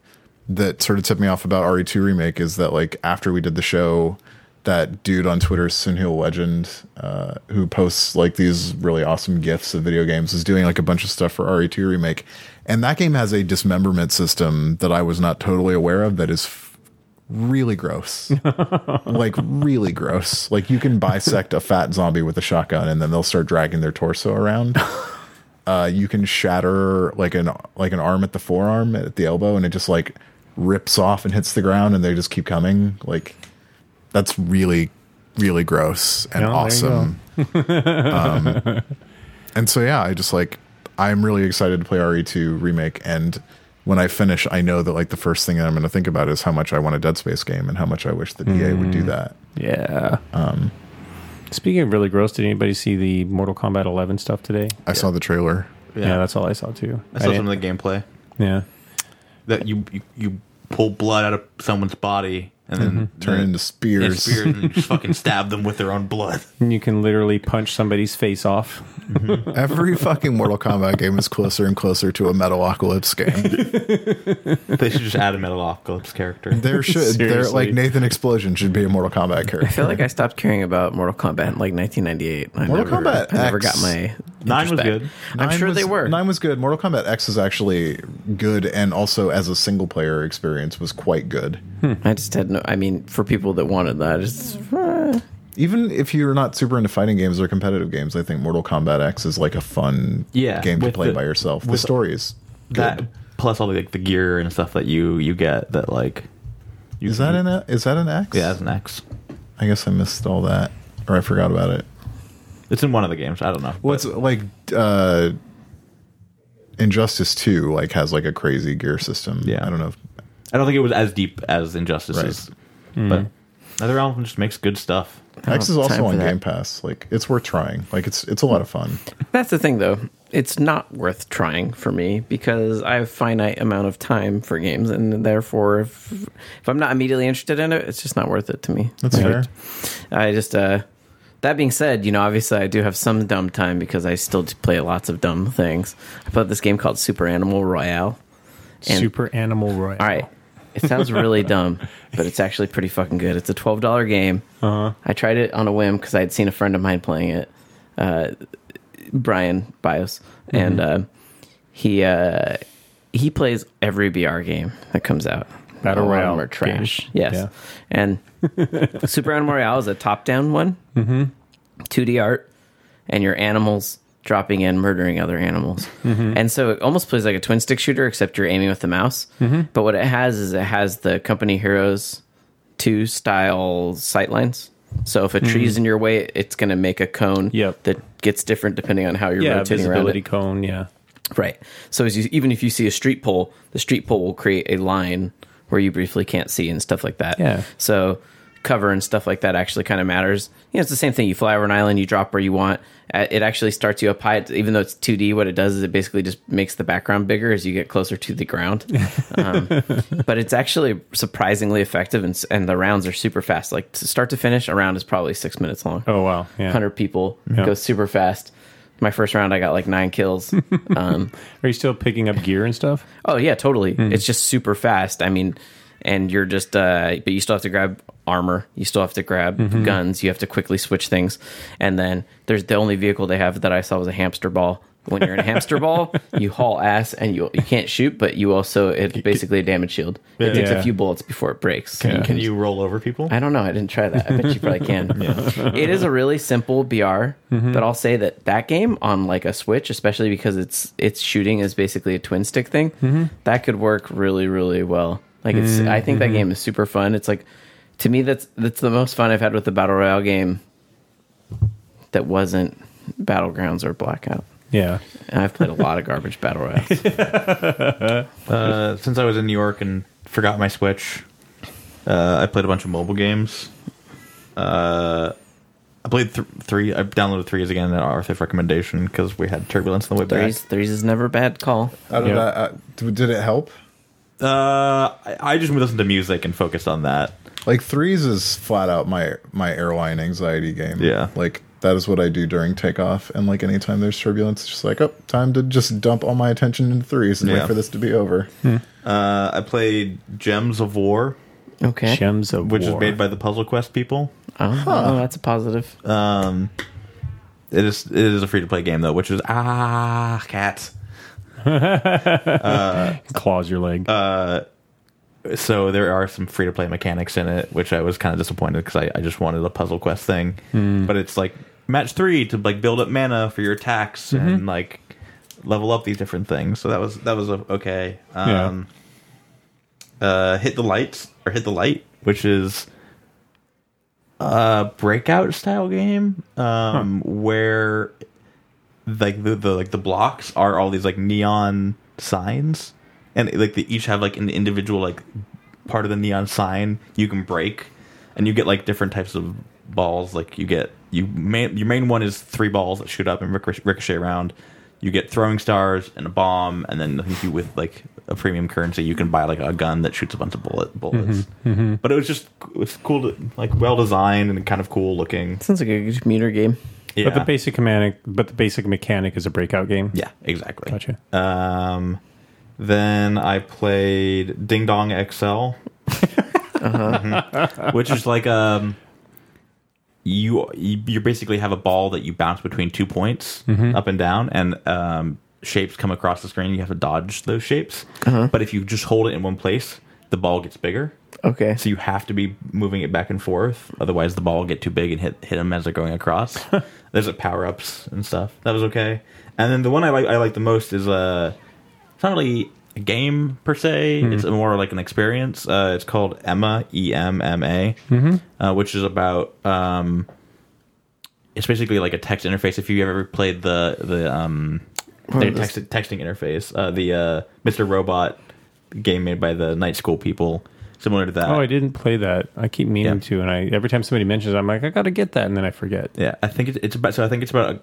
Speaker 4: that sort of tipped me off about re2 remake is that like after we did the show that dude on twitter sunil legend uh, who posts like these really awesome gifs of video games is doing like a bunch of stuff for re2 remake and that game has a dismemberment system that i was not totally aware of that is f- really gross like really gross. Like you can bisect a fat zombie with a shotgun, and then they'll start dragging their torso around. Uh, you can shatter like an like an arm at the forearm at the elbow, and it just like rips off and hits the ground, and they just keep coming. Like that's really really gross and
Speaker 2: Yeah, there you
Speaker 4: awesome. um, and so yeah, I just like I'm really excited to play RE2 remake and. When I finish, I know that like the first thing that I'm going to think about is how much I want a Dead Space game and how much I wish that EA would
Speaker 2: Mm.
Speaker 4: do that.
Speaker 2: yeah. Um. Speaking of really gross, did anybody see the Mortal Kombat 11 stuff today?
Speaker 4: I saw the trailer.
Speaker 2: Yeah, that's all I saw too.
Speaker 5: I saw some
Speaker 2: didn't-
Speaker 5: of the gameplay
Speaker 2: Yeah.
Speaker 5: that you, you you pull blood out of someone's body and then
Speaker 4: turn into
Speaker 5: and
Speaker 4: spears.
Speaker 5: spear and just fucking stab them with their own blood.
Speaker 2: And you can literally punch somebody's face off.
Speaker 4: Every fucking Mortal Kombat game is closer and closer to a Metalocalypse game.
Speaker 5: They should just add a Metalocalypse character.
Speaker 4: There should, there
Speaker 2: Seriously.
Speaker 4: like Nathan Explosion should be a Mortal Kombat
Speaker 1: I
Speaker 4: character.
Speaker 1: feel like I stopped caring about Mortal Kombat in like 1998. I
Speaker 4: Mortal
Speaker 1: never,
Speaker 4: Kombat
Speaker 1: I never
Speaker 4: X.
Speaker 1: got my
Speaker 5: Nine was
Speaker 1: interest back.
Speaker 5: good.
Speaker 1: I'm
Speaker 4: Nine
Speaker 1: sure
Speaker 4: was-
Speaker 1: they were.
Speaker 4: Nine was good. Mortal Kombat X is actually good, and also as a single player experience was quite good.
Speaker 1: I just had no. I mean, for people that wanted that, it's eh,
Speaker 4: Even if you're not super into fighting games or competitive games, I think Mortal Kombat X is like a fun
Speaker 5: Yeah,
Speaker 4: game to
Speaker 5: with
Speaker 4: play
Speaker 5: the-
Speaker 4: by yourself. The
Speaker 5: with-
Speaker 4: story is good.
Speaker 5: That plus all the like, the gear and stuff that you you get that like you
Speaker 4: Is that
Speaker 5: can-
Speaker 4: an is that an X?
Speaker 5: yeah that's an X.
Speaker 4: I guess I missed all that, or I forgot about it.
Speaker 5: It's in one of the games. I don't know.
Speaker 4: Well, it's like uh, Injustice Two, like has like a crazy gear system.
Speaker 5: Yeah.
Speaker 4: I don't know. If,
Speaker 5: I don't think it was as deep as Injustices, but Other Realm just makes good stuff.
Speaker 4: X is
Speaker 1: have
Speaker 4: also
Speaker 1: Oh, time
Speaker 4: on
Speaker 1: for that.
Speaker 4: Game Pass. Like it's worth trying. Like it's it's a lot of fun.
Speaker 1: that's the thing though. It's not worth trying for me because I have finite amount of time for games, and therefore, if, if I'm not immediately interested in it, it's just not worth it to me.
Speaker 4: That's fair.
Speaker 1: I just uh that being said, you know, obviously I do have some dumb time because I still do play lots of dumb things. I played this game called Super Animal Royale. And-
Speaker 2: Super Animal Royale.
Speaker 1: All right. It sounds really dumb, but it's actually pretty fucking good. It's a $12 game.
Speaker 2: Uh-huh.
Speaker 1: I tried it on a whim because I had seen a friend of mine playing it, uh, Brian Bios.
Speaker 2: Mm-hmm.
Speaker 1: And uh, he uh, he plays every BR game that comes out.
Speaker 2: Battle
Speaker 1: All of
Speaker 2: Royale
Speaker 1: them are trash.
Speaker 2: games.
Speaker 1: Yes.
Speaker 2: Yeah.
Speaker 1: And Super Animal Royale is a top down one, mm-hmm. 2D art, and your animals dropping in, murdering other animals.
Speaker 2: Mm-hmm.
Speaker 1: And so it almost plays like a twin stick shooter, except you're aiming with the mouse.
Speaker 2: Mm-hmm.
Speaker 1: But what it has is it has the Company Heroes 2 style sightlines. So if a tree's in your way, it's going to make a cone
Speaker 2: Mm-hmm. Yep.
Speaker 1: that gets different depending on how you're
Speaker 2: Yeah,
Speaker 1: rotating around.
Speaker 2: visibility
Speaker 1: It.
Speaker 2: cone. Yeah.
Speaker 1: Right. So as you, even if you see a street pole, the street pole will create a line where you briefly can't see and stuff like that.
Speaker 2: Yeah.
Speaker 1: So cover and stuff like that actually kind of matters. You know, it's the same thing. You fly over an island, you drop where you want. Uh, It actually starts you up high, It's- even though it's 2D. What it does is it basically just makes the background bigger as you get closer to the ground. Um, but it's actually surprisingly effective, and, s- and the rounds are super fast. Like to start to finish, a round is probably six minutes long
Speaker 2: Oh wow. Yeah.
Speaker 1: hundred people. It goes super fast. My first round, I got like nine kills. um,
Speaker 2: Are you still picking up gear and stuff?
Speaker 1: oh yeah, totally. It's just super fast. I mean, and you're just, uh, but you still have to grab armor. You still have to grab guns. You have to quickly switch things. And then there's the only vehicle they have that I saw was a hamster ball. When you're in a hamster ball, you haul ass and you you can't shoot, but you also it's basically a damage shield. It takes
Speaker 2: Yeah.
Speaker 1: a few bullets before it breaks. You
Speaker 5: Can you roll over people?
Speaker 1: I don't know. I didn't try that. I bet you probably can. It is a really simple BR, but I'll say that that game on like a Switch, especially because it's its shooting is basically a twin stick thing, that could work really, really well. Like it's, I think that game is super fun. It's like, to me, that's that's the most fun I've had with the battle royale game that wasn't Battlegrounds or Blackout.
Speaker 2: Yeah.
Speaker 1: And I've played a lot of garbage battle royales.
Speaker 5: Uh, since I was in New York and forgot my Switch, uh, I played a bunch of mobile games. Uh, I played th- three. I downloaded threes again at Arthur's recommendation because we had turbulence on the way
Speaker 1: Threes, threes is never a bad call.
Speaker 4: Out of
Speaker 2: Yeah.
Speaker 4: that, uh, did did it help?
Speaker 5: back. Uh, I, I just listened to music and focused on that.
Speaker 4: Like threes is flat out my my airline anxiety game.
Speaker 5: Yeah.
Speaker 4: like that is what I do during takeoff, and like anytime there's turbulence, it's just like oh, time to just dump all my attention into threes and
Speaker 5: Yeah.
Speaker 4: wait for this to be over.
Speaker 5: Uh, I played Gems of War,
Speaker 1: Okay.
Speaker 2: Gems of
Speaker 5: which
Speaker 2: War.
Speaker 5: is made by the Puzzle Quest people.
Speaker 1: Oh, oh, that's a positive.
Speaker 5: Um, it is it is a free to play game though, which is ah cats.
Speaker 2: claws your leg.
Speaker 5: so there are some free to play mechanics in it, which I was kind of disappointed because I, I just wanted a puzzle quest thing. But it's like match three to like build up mana for your attacks and like level up these different things. So that was that was o- okay.
Speaker 2: Yeah.
Speaker 5: Um, uh, hit the lights or hit the light, which is a breakout style game um, where like the, the like the blocks are all these like neon signs and like they each have like an individual like part of the neon sign you can break and you get like different types of balls like you get you main your main one is three balls that shoot up and ricoch- ricochet around you get throwing stars and a bomb and then i think you with like a premium currency, you can buy like a gun that shoots a bunch of bullet bullets.
Speaker 2: Mm-hmm.
Speaker 5: But it was just it was cool, to, like well designed and kind of cool looking.
Speaker 1: Sounds like a commuter game.
Speaker 5: Yeah,
Speaker 2: But the basic mechanic, but the basic mechanic is a breakout game.
Speaker 5: yeah, exactly.
Speaker 2: Gotcha.
Speaker 5: Um, then I played Ding Dong XL, Mhm. which is like um, you you basically have a ball that you bounce between two points up and down, and um, shapes come across the screen. You have to dodge those shapes, but if you just hold it in one place, the ball gets bigger.
Speaker 1: Okay.
Speaker 5: So you have to be moving it back and forth, otherwise the ball will get too big and hit hit them as they're going across. There's like power ups and stuff. That was okay. And then the one I like I like the most is uh, it's not really a game per se.
Speaker 1: Hmm.
Speaker 5: It's more like an experience. Uh, it's called Emma E M M A,
Speaker 1: Mm-hmm.
Speaker 5: uh, which is about um, it's basically like a text interface. If you have ever played the the um, their
Speaker 1: is
Speaker 5: text, texting interface, uh, the uh, Mr. Robot game made by the night school people, similar to that.
Speaker 2: Oh, I didn't play that. I keep meaning
Speaker 5: Yeah.
Speaker 2: to, and I every time somebody mentions, it, I'm like, I gotta get that, and then I forget.
Speaker 5: Yeah, I think it's, it's about. So I think it's about a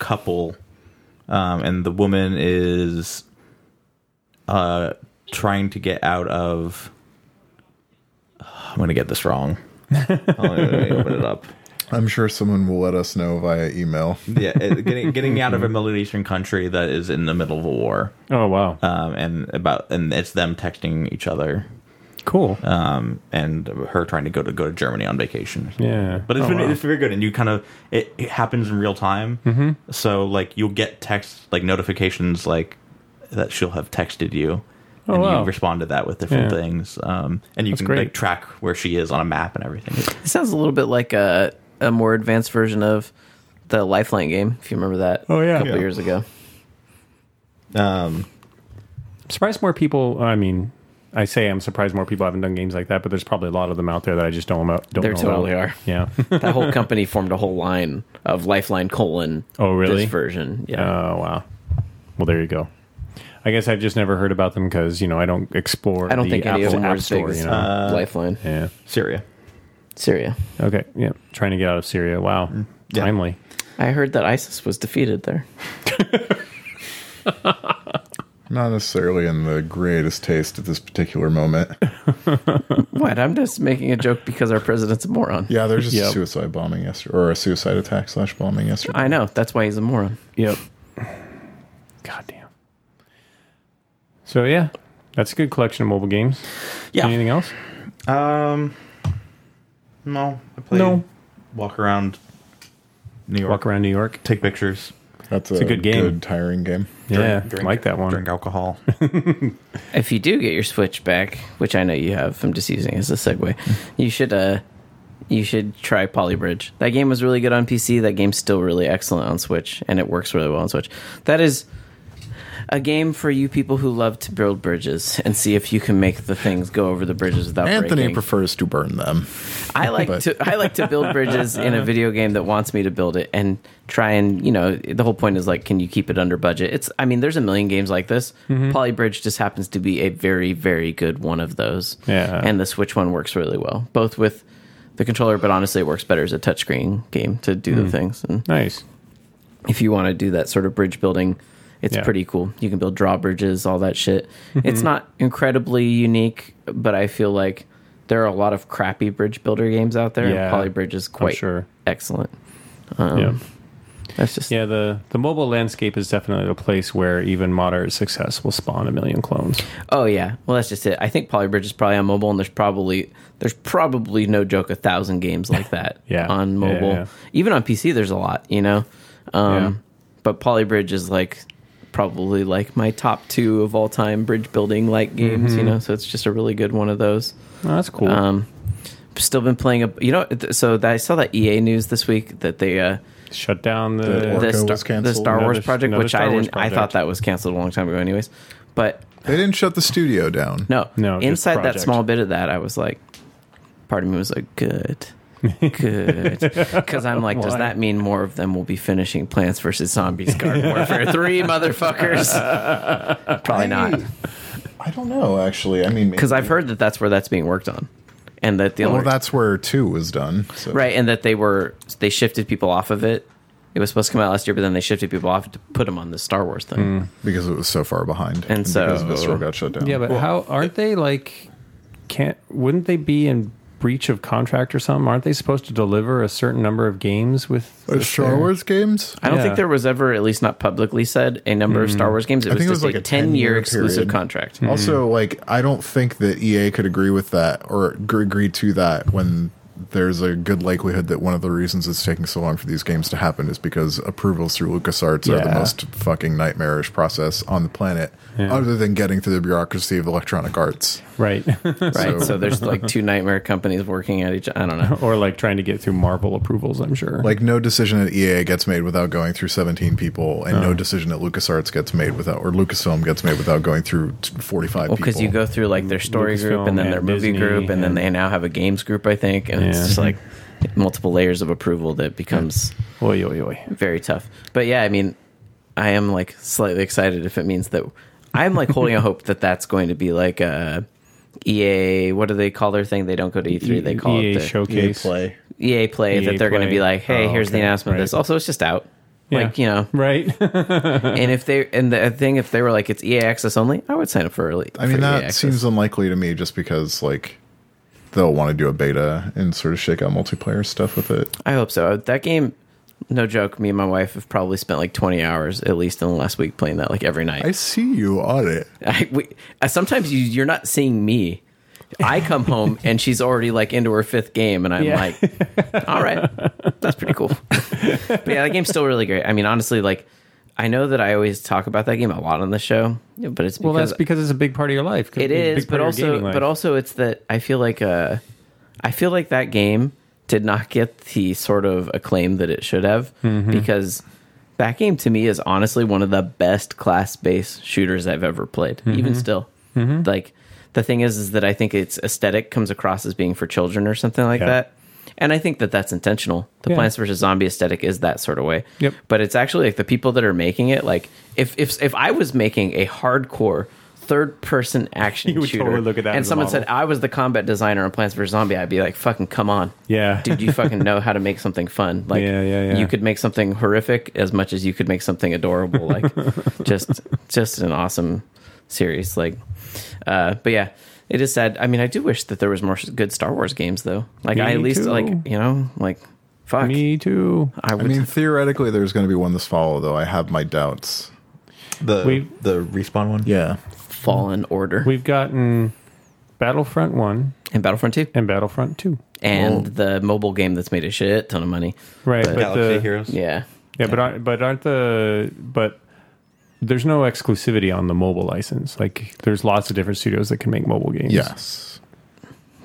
Speaker 5: couple, um, and the woman is uh, trying to get out of. I'm gonna get this wrong. Oh, let me open it up.
Speaker 4: I'm sure someone will let us know via email.
Speaker 5: Yeah, it- getting getting out of a Middle Eastern country that is in the middle of a war,
Speaker 2: Oh wow,
Speaker 5: um, and about and it's them texting each other,
Speaker 2: cool.
Speaker 5: um, and her trying to go to go to Germany on vacation.
Speaker 2: yeah,
Speaker 5: But it's
Speaker 2: Oh,
Speaker 5: been,
Speaker 2: wow.
Speaker 5: it's very good, and you kind of it, it happens in real time. Mm-hmm. So like you'll get text like notifications like that she'll have texted you,
Speaker 2: Oh,
Speaker 5: and
Speaker 2: wow.
Speaker 5: you respond to that with different
Speaker 2: Yeah.
Speaker 5: things. Um, and you
Speaker 2: That's
Speaker 5: can
Speaker 2: great.
Speaker 5: like track where she is on a map and everything.
Speaker 1: It sounds a little bit like a, a more advanced version of the Lifeline game, if you remember that.
Speaker 2: Oh, yeah.
Speaker 1: A couple
Speaker 2: Yeah.
Speaker 1: years ago.
Speaker 5: Um,
Speaker 2: I'm surprised more people. I mean, I say I'm surprised more people haven't done games like that, but there's probably a lot of them out there that I just don't know. Don't
Speaker 1: There
Speaker 2: know
Speaker 1: totally
Speaker 2: about.
Speaker 1: are.
Speaker 2: Yeah.
Speaker 1: That whole company formed a whole line of Lifeline colon.
Speaker 2: Oh, really?
Speaker 1: This version. Yeah.
Speaker 2: Oh wow. Well, there you go. I guess I've just never heard about them because you know I don't explore.
Speaker 1: I don't
Speaker 2: the
Speaker 1: think any
Speaker 2: Apple
Speaker 1: of them were
Speaker 2: App
Speaker 1: as big
Speaker 2: Store.
Speaker 1: as uh,
Speaker 2: You know.
Speaker 1: Lifeline.
Speaker 2: yeah.
Speaker 5: Syria.
Speaker 1: Syria.
Speaker 2: Okay. Yeah. Trying to get out of Syria. Wow.
Speaker 1: Mm,
Speaker 5: Yeah.
Speaker 2: Timely.
Speaker 1: I heard that ISIS was defeated there.
Speaker 4: Not necessarily in the greatest taste at this particular moment.
Speaker 2: Hmm.
Speaker 1: What? I'm just making a joke because our president's a moron.
Speaker 4: Yeah, there's just
Speaker 2: Yep.
Speaker 4: a suicide bombing yesterday, or a suicide attack slash bombing yesterday.
Speaker 1: I know. That's why he's a moron.
Speaker 2: Yep. Goddamn. So yeah, that's a good collection of mobile games.
Speaker 5: Yeah.
Speaker 2: Anything else?
Speaker 5: Um, no, I played.
Speaker 2: No.
Speaker 5: Walk around New York.
Speaker 2: Walk around New York.
Speaker 5: Take pictures.
Speaker 4: That's
Speaker 2: a good game.
Speaker 4: tiring game.
Speaker 2: yeah.
Speaker 5: drink-
Speaker 2: like that one.
Speaker 5: Drink alcohol.
Speaker 1: If you do get your Switch back, which I know you have, I'm just using it as a segue. You should uh, you should try Polybridge. That game was really good on PC. That game's still really excellent on Switch, and it works really well on Switch. That is a game for you people who love to build bridges and see if you can make the things go over the bridges without
Speaker 4: Anthony
Speaker 1: breaking.
Speaker 4: prefers to burn them.
Speaker 1: I like
Speaker 4: But-
Speaker 1: to I like to build bridges in a video game that wants me to build it and try and you know the whole point is like can you keep it under budget? It's I mean there's a million games like this. Polybridge just happens to be a very very good one of those.
Speaker 2: Yeah.
Speaker 1: And the Switch one works really well, both with the controller, but honestly it works better as a touchscreen game to do the things. And
Speaker 2: Nice.
Speaker 1: if you want to do that sort of bridge building, it's
Speaker 2: Yeah. Mhm.
Speaker 1: pretty cool. You can build drawbridges, all that shit. It's not incredibly unique, but I feel like there are a lot of crappy bridge builder games out there.
Speaker 2: Yeah,
Speaker 1: and Polybridge is quite Uh-huh.
Speaker 2: sure.
Speaker 1: excellent.
Speaker 2: yeah.
Speaker 1: That's just
Speaker 2: Yeah, the, the mobile landscape is definitely a place where even moderate success will spawn a million clones.
Speaker 1: oh yeah. Well, that's just it. I think Polybridge is probably on mobile, and there's probably there's probably no joke a thousand games like that
Speaker 2: Yeah.
Speaker 1: on
Speaker 2: Yeah, yeah,
Speaker 1: mobile.
Speaker 2: yeah.
Speaker 1: Even on PC, there's a lot, you know. Um,
Speaker 2: Yeah.
Speaker 1: But Polybridge is like probably like my top two of all time bridge building like games,
Speaker 2: Mm-hmm.
Speaker 1: you know. So it's just a really good one of those.
Speaker 2: Oh, that's cool.
Speaker 1: Um, still been playing a you know. th- So that, I saw that EA news this week that they uh,
Speaker 2: Shut down the.
Speaker 4: The orc-
Speaker 1: the, Star,
Speaker 4: Orca was
Speaker 1: the
Speaker 4: canceled.
Speaker 1: Star Wars
Speaker 2: Another-
Speaker 1: project,
Speaker 2: another
Speaker 1: which
Speaker 2: Star
Speaker 1: I
Speaker 2: Wars
Speaker 1: didn't. I thought
Speaker 2: project.
Speaker 1: that was canceled a long time ago, anyways. But
Speaker 4: They didn't shut the studio down.
Speaker 1: no,
Speaker 2: No, just
Speaker 1: Inside that
Speaker 2: project.
Speaker 1: small bit of that, I was like, part of me was like, good, good, because I'm like, does
Speaker 2: Why?
Speaker 1: that mean more of them will be finishing Plants vs Zombies Garden Warfare Three, motherfuckers? Probably not,
Speaker 4: I don't know, actually. I mean,
Speaker 1: because I've heard that that's where that's being worked on, and that the
Speaker 4: well,
Speaker 1: only
Speaker 4: that's where two was done. So.
Speaker 1: right, and that they were they shifted people off of it It was supposed to come out last year, but then they shifted people off to put them on the Star Wars thing.
Speaker 4: because it was so far behind,
Speaker 1: And so-
Speaker 4: because Visceral got shut down.
Speaker 2: Yeah, but how aren't they like? Can't wouldn't they be in breach of contract or something? Aren't they supposed to deliver a certain number of games with,
Speaker 4: Uh,
Speaker 2: with
Speaker 4: Star
Speaker 2: their-
Speaker 4: Wars games.
Speaker 1: I don't
Speaker 2: Yeah.
Speaker 1: think there was ever, at least not publicly said, a number of Star Wars games. It was,
Speaker 4: think it
Speaker 1: just
Speaker 4: was like
Speaker 1: a
Speaker 4: a
Speaker 1: 10 year
Speaker 4: 10-year
Speaker 1: exclusive
Speaker 4: period.
Speaker 1: contract.
Speaker 4: Also, like I don't think that EA could agree with that or gr- agree to that when there's a good likelihood that one of the reasons it's taking so long for these games to happen is because approvals through LucasArts are the
Speaker 2: Yeah.
Speaker 4: most fucking nightmarish process on the planet,
Speaker 2: Yeah.
Speaker 4: other than getting through the bureaucracy of Electronic Arts.
Speaker 2: right?
Speaker 1: Right.
Speaker 4: So-
Speaker 1: So there's like two nightmare companies working at each I don't know.
Speaker 2: or like trying to get through Marvel approvals? I'm sure.
Speaker 4: Like no decision at EA gets made without going through 17 people, and no decision at LucasArts gets made without or Lucasfilm gets made without going through t- 45
Speaker 1: Well,
Speaker 4: people.
Speaker 1: because you go through like their story group and
Speaker 2: Lucasfilm
Speaker 1: then
Speaker 2: and
Speaker 1: their movie
Speaker 2: Disney
Speaker 1: group, and, then
Speaker 2: and-
Speaker 1: they now have a games group, I think. And it's
Speaker 2: Yeah.
Speaker 1: just like multiple layers of approval that becomes
Speaker 2: oi, oi, oi.
Speaker 1: very tough. But yeah, I mean, I am like slightly excited if it means that I'm like holding a hope that that's going to be like a EA. What do they call their thing? They don't go to E3.
Speaker 2: E
Speaker 1: they call
Speaker 2: EA
Speaker 1: it the
Speaker 2: showcase.
Speaker 4: E play.
Speaker 1: EA Play.
Speaker 2: EA
Speaker 1: that they're going to
Speaker 2: E Play.
Speaker 1: be like, hey,
Speaker 2: Oh,
Speaker 1: here's the
Speaker 2: okay,
Speaker 1: announcement. of
Speaker 2: right.
Speaker 1: This also it's just out.
Speaker 2: Yeah.
Speaker 1: Like you know,
Speaker 2: Right.
Speaker 1: and if they and the thing if they were like it's EA access only, I would sign up for early.
Speaker 4: I mean,
Speaker 1: for EA
Speaker 4: that
Speaker 1: access.
Speaker 4: seems unlikely to me just because, like, they'll want to do a beta and sort of shake out multiplayer stuff with it.
Speaker 1: I hope so. That game, no joke. Me and my wife have probably spent like twenty hours at least in the last week playing that like every night.
Speaker 4: I see you on it.
Speaker 1: I, we, uh, sometimes you, you're not seeing me. I come home and she's already like into her fifth game, and I'm
Speaker 2: Yeah.
Speaker 1: like, all right, that's pretty cool. but yeah, that game's still really great. I mean, honestly, like, I know that I always talk about that game a lot on the show, but it's
Speaker 2: well,
Speaker 1: because
Speaker 2: that's because it's a big part of your life.
Speaker 1: it is, but also, but also, it's that I feel like uh, I feel like that game did not get the sort of acclaim that it should have
Speaker 2: Mm-hmm.
Speaker 1: because that game to me is honestly one of the best class-based shooters I've ever played,
Speaker 2: Mm-hmm.
Speaker 1: even still. Like the thing is, is that I think its aesthetic comes across as being for children or something like
Speaker 2: Yeah.
Speaker 1: that. And I think that that's intentional. The
Speaker 2: Yeah.
Speaker 1: Plants vs Zombie aesthetic is that sort of way.
Speaker 2: Yep.
Speaker 1: But it's actually like the people that are making it. Like if if if I was making a hardcore third person action
Speaker 2: You would
Speaker 1: shooter,
Speaker 2: totally look at that
Speaker 1: and
Speaker 2: as a
Speaker 1: someone
Speaker 2: model.
Speaker 1: said I was the combat designer on Plants vs Zombie, I'd be like, fucking come on,
Speaker 2: Yeah.
Speaker 1: dude, you fucking know how to make something fun. Like
Speaker 2: Yeah, yeah, yeah.
Speaker 1: you could make something horrific as much as you could make something adorable. Like just just an awesome series. Like, uh, but yeah. It is sad. I mean, I do wish that there was more good Star Wars games, though. Like,
Speaker 2: Me
Speaker 1: I at least
Speaker 2: too.
Speaker 1: like you know, like fuck.
Speaker 2: me too.
Speaker 1: I
Speaker 4: I
Speaker 1: would.
Speaker 4: mean, theoretically, there's going to be one this fall, though I have my doubts.
Speaker 5: The
Speaker 2: We-
Speaker 5: the respawn one.
Speaker 4: Yeah.
Speaker 1: Fallen Order
Speaker 2: We've gotten Battlefront One
Speaker 1: and Battlefront 2
Speaker 2: and Battlefront Two.
Speaker 1: and the mobile game that's made a shit ton of money.
Speaker 2: Right,
Speaker 1: But-
Speaker 2: but uh,
Speaker 5: Galaxy
Speaker 2: the-
Speaker 5: Heroes.
Speaker 1: Yeah.
Speaker 2: Yeah, but aren't, but aren't the but there's no exclusivity on the mobile license. Like there's lots of different studios that can make mobile games.
Speaker 4: Yes.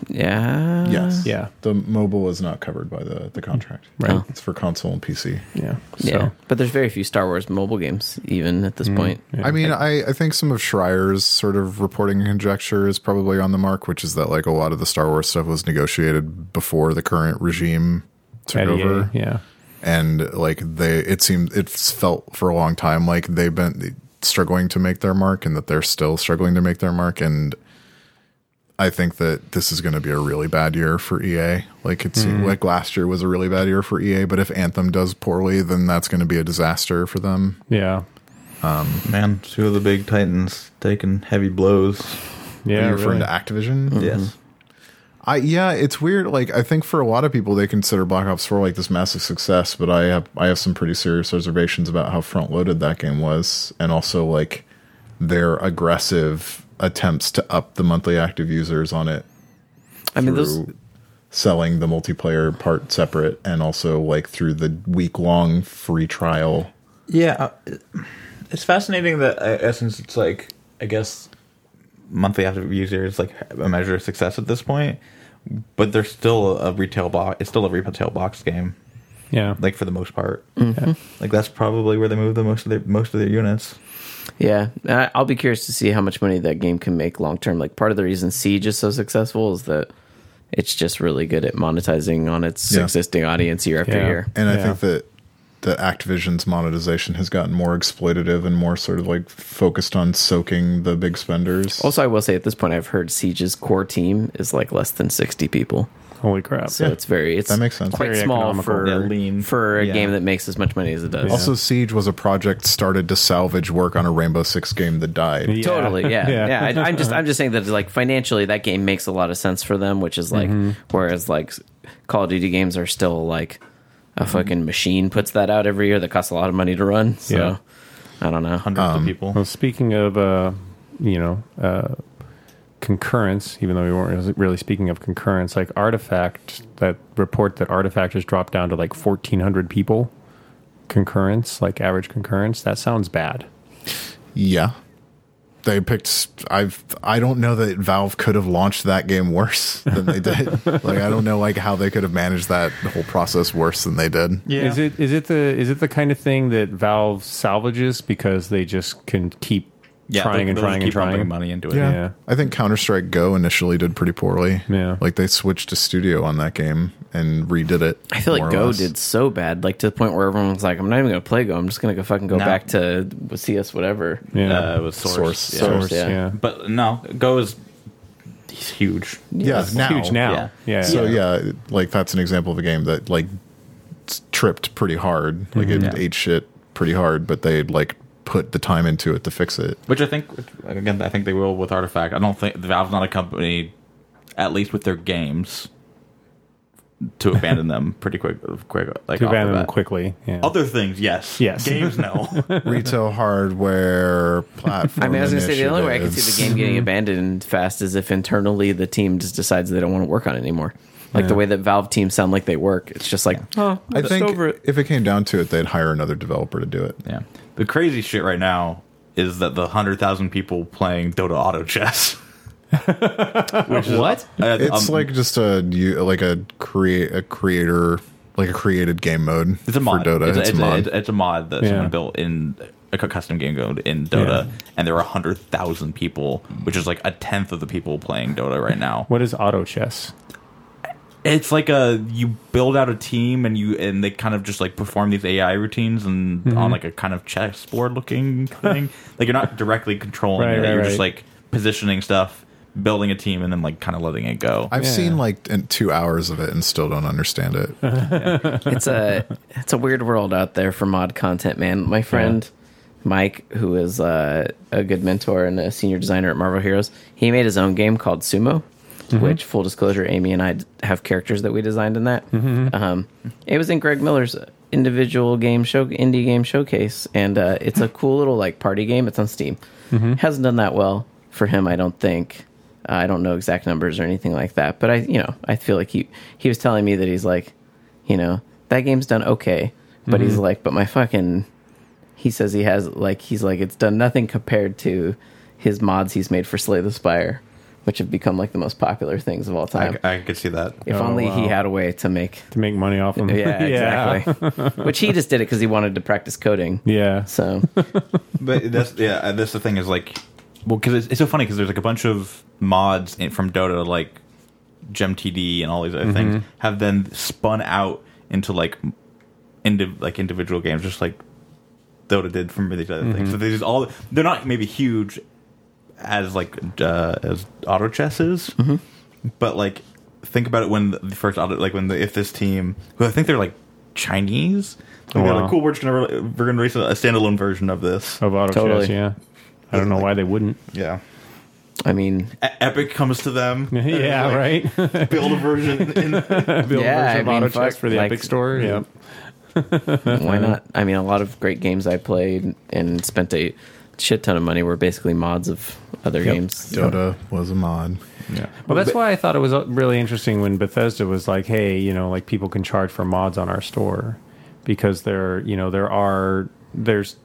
Speaker 1: Yeah.
Speaker 4: Yes.
Speaker 2: Uh. Yeah.
Speaker 4: The mobile is not covered by the, the contract.
Speaker 2: Right.
Speaker 1: Oh.
Speaker 4: It's for console and PC.
Speaker 2: Yeah. So Mm-hmm.
Speaker 1: Yeah. But there's very few Star Wars mobile games even at this point.
Speaker 4: I mean, I, I think some of Schreier's sort of reporting and conjecture is probably on the mark, which is that like a lot of the Star Wars stuff was negotiated before the current regime took
Speaker 2: at EA,
Speaker 4: over.
Speaker 2: E yeah.
Speaker 4: and like they it seemed it's felt for a long time like they've been struggling to make their mark and that they're still struggling to make their mark and i think that this is going to be a really bad year for ea like it's
Speaker 2: Mm.
Speaker 4: like last year was a really bad year for ea but if anthem does poorly then that's going to be a disaster for them
Speaker 2: Yeah.
Speaker 5: Man, two of the big titans taking heavy blows.
Speaker 2: Yeah.
Speaker 4: Are you referring
Speaker 2: Really.
Speaker 4: to activision
Speaker 5: Yes.
Speaker 4: I yeah, it's weird. Like I think for a lot of people, they consider Black Ops Four like this massive success, but I have I have some pretty serious reservations about how front loaded that game was, and also like their aggressive attempts to up the monthly active users on it
Speaker 1: I mean, those
Speaker 4: through selling the multiplayer part separate, and also like through the week long free trial.
Speaker 5: Yeah, uh, it's fascinating that uh, since it's like I guess monthly active users like a measure of success at this point, but they're still a retail box. It's still a retail box game,
Speaker 2: Yeah.
Speaker 5: like for the most part.
Speaker 2: Mm-hmm.
Speaker 5: Like that's probably where they move the most of their most of their units.
Speaker 1: Yeah, I- I'll be curious to see how much money that game can make long term. Like part of the reason Siege is so successful is that it's just really good at monetizing on its
Speaker 4: Yeah.
Speaker 1: existing audience year after
Speaker 2: Yeah.
Speaker 1: year.
Speaker 4: And I
Speaker 2: Yeah.
Speaker 4: think that that Activision's monetization has gotten more exploitative and more sort of like focused on soaking the big spenders.
Speaker 1: Also, I will say at this point, I've heard Siege's core team is like less than sixty people,
Speaker 2: Holy crap!
Speaker 1: so it's very it's
Speaker 4: That makes sense.
Speaker 1: quite
Speaker 2: Very
Speaker 1: small
Speaker 2: economical.
Speaker 1: for
Speaker 5: Yeah, lean.
Speaker 1: for a
Speaker 5: Yeah.
Speaker 1: game that makes as much money as it does.
Speaker 4: Also, Siege was a project started to salvage work on a Rainbow Six game that died.
Speaker 2: Yeah.
Speaker 1: Totally, yeah,
Speaker 2: Yeah.
Speaker 1: yeah. I, I'm just, I'm just saying that like financially, that game makes a lot of sense for them, which is like, whereas like Call of Duty games are still like a
Speaker 4: Mm-hmm.
Speaker 1: fucking machine puts that out every year that costs a lot of money to run. So
Speaker 2: Yeah.
Speaker 1: I don't know.
Speaker 5: hundreds of people.
Speaker 2: Well, speaking of, uh, you know, uh, concurrence, even though we weren't really speaking of concurrence, like Artifact, that report that Artifact has dropped down to like 1,400 people concurrence, like average concurrence, that sounds bad.
Speaker 4: Yeah. They picked I've I don't know that Valve could have launched that game worse than they did. like I don't know like how they could have managed that whole process worse than they did.
Speaker 5: Yeah.
Speaker 2: Is it is it the is it the kind of thing that Valve salvages because they just can keep
Speaker 5: Yeah,
Speaker 2: trying
Speaker 5: they-
Speaker 2: and
Speaker 5: they'll
Speaker 2: trying
Speaker 5: just
Speaker 2: and
Speaker 5: keep pumping
Speaker 2: trying?
Speaker 5: money into it.
Speaker 2: Yeah.
Speaker 4: I think Counter-Strike Go initially did pretty poorly.
Speaker 2: Yeah.
Speaker 4: Like they switched to studio on that game and redid it.
Speaker 1: I feel
Speaker 4: more
Speaker 1: like
Speaker 4: or
Speaker 1: Go
Speaker 4: less.
Speaker 1: did so bad, like to the point where everyone was like, "I'm not even gonna play Go. I'm just gonna go fucking go
Speaker 5: No.
Speaker 1: back to CS whatever."
Speaker 2: Yeah.
Speaker 5: Uh, it was source.
Speaker 4: Source,
Speaker 5: yeah.
Speaker 4: Source,
Speaker 1: yeah.
Speaker 2: yeah.
Speaker 5: But no, Go is he's huge.
Speaker 4: Yeah, now.
Speaker 2: Huge now. Yeah.
Speaker 5: Yeah.
Speaker 4: So yeah. like that's an example of a game that like s- tripped pretty hard. Like it
Speaker 5: Mm-hmm. Yeah.
Speaker 4: ate shit pretty hard, but they like put the time into it to fix it.
Speaker 5: Which I think, again, I think they will with Artifact. I don't think Valve's not a company, at least with their games, to abandon them pretty quick. Quick, like
Speaker 2: To
Speaker 5: off the
Speaker 2: abandon them
Speaker 5: bat.
Speaker 2: quickly. Yeah.
Speaker 5: Other things, yes,
Speaker 2: Yes.
Speaker 5: Games, no.
Speaker 4: retail hardware platform.
Speaker 1: I mean, I was going to say the only way I could see the game getting abandoned fast is if internally the team just decides they don't want to work on it anymore. Like the way that Valve teams sound like they work, it's just like, oh,
Speaker 4: I
Speaker 1: just
Speaker 4: think
Speaker 1: over it.
Speaker 4: if it came down to it, they'd hire another developer to do it.
Speaker 5: yeah. The crazy shit right now is that the hundred thousand people playing Dota Auto Chess. Which is,
Speaker 1: What?
Speaker 5: Uh,
Speaker 4: It's
Speaker 5: um,
Speaker 4: like just a you- like a create a creator like a created game mode
Speaker 5: It's a mod.
Speaker 4: for Dota.
Speaker 5: It's,
Speaker 4: It's,
Speaker 5: a, it's,
Speaker 4: a mod.
Speaker 5: A, it's a mod that
Speaker 2: Yeah.
Speaker 5: someone built in a cu- custom game code in Dota,
Speaker 2: Yeah.
Speaker 5: and there are hundred thousand people, which is like a tenth of the people playing Dota right now.
Speaker 2: What is auto chess?
Speaker 5: It's like a you build out a team and you and they kind of just like perform these AI routines and
Speaker 2: Mm-hmm.
Speaker 5: on like a kind of chessboard looking thing. like you're not directly controlling
Speaker 2: Right,
Speaker 5: it.
Speaker 2: right,
Speaker 5: you're just
Speaker 2: right.
Speaker 5: like positioning stuff, building a team, and then like kind of letting it go.
Speaker 4: I've
Speaker 2: Yeah.
Speaker 4: seen like in two hours of it and still don't understand it.
Speaker 1: it's a it's a weird world out there for mod content, man. My friend Mike, who is uh, a good mentor and a senior designer at Marvel Heroes, he made his own game called Sumo, which full disclosure, Amy and I d- have characters that we designed in that. Um, it was in Greg Miller's individual game show indie game showcase, and uh, it's a cool little like party game. It's on Steam.
Speaker 5: Mm-hmm.
Speaker 1: Hasn't done that well for him, I don't think. Uh, I don't know exact numbers or anything like that, but I, you know, I feel like he he was telling me that he's like, you know, that game's done okay. But
Speaker 5: Mm-hmm.
Speaker 1: he's like, but my fucking, he says he has, like, he's like, it's done nothing compared to his mods he's made for Slay the Spire, which have become like the most popular things of all time.
Speaker 5: I, I could see that.
Speaker 1: if
Speaker 2: Oh,
Speaker 1: only
Speaker 2: wow.
Speaker 1: he had a way to make.
Speaker 2: To make money off them.
Speaker 1: Yeah, exactly. which he just did it because he wanted to practice coding.
Speaker 2: Yeah.
Speaker 1: So,
Speaker 5: But that's yeah. uh, That's the thing is like, well, because it's, it's so funny because there's like a bunch of mods in, from Dota like GemTD and all these other things have then spun out into like indiv- like individual games, just like Dota did from these other things. So they just all they're not maybe huge as like uh, as auto chess is, but like think about it when the first auto like when the if this team who I think they're like Chinese. Like, They're
Speaker 2: Wow.
Speaker 5: like, cool. We're just gonna re- we're gonna release a a standalone version of this.
Speaker 2: Of auto
Speaker 1: Totally.
Speaker 2: chess, yeah. I don't know why they wouldn't.
Speaker 5: Yeah.
Speaker 1: I mean,
Speaker 5: E- Epic comes to them.
Speaker 2: yeah,
Speaker 5: Like,
Speaker 2: right.
Speaker 5: Build a version. In-
Speaker 1: Yeah,
Speaker 2: Build version
Speaker 1: I
Speaker 2: of
Speaker 1: mean,
Speaker 2: auto chess
Speaker 1: fuck,
Speaker 2: for the
Speaker 1: like-
Speaker 2: Epic Store. Yeah.
Speaker 1: why not? I mean, a lot of great games I played and spent a shit ton of money were basically mods of other games.
Speaker 4: Dota was a mod.
Speaker 5: yeah.
Speaker 2: Well, that's why I thought it was uh, really interesting when Bethesda was like, "Hey, you know, like people can charge for mods on our store because there, you know, there are there's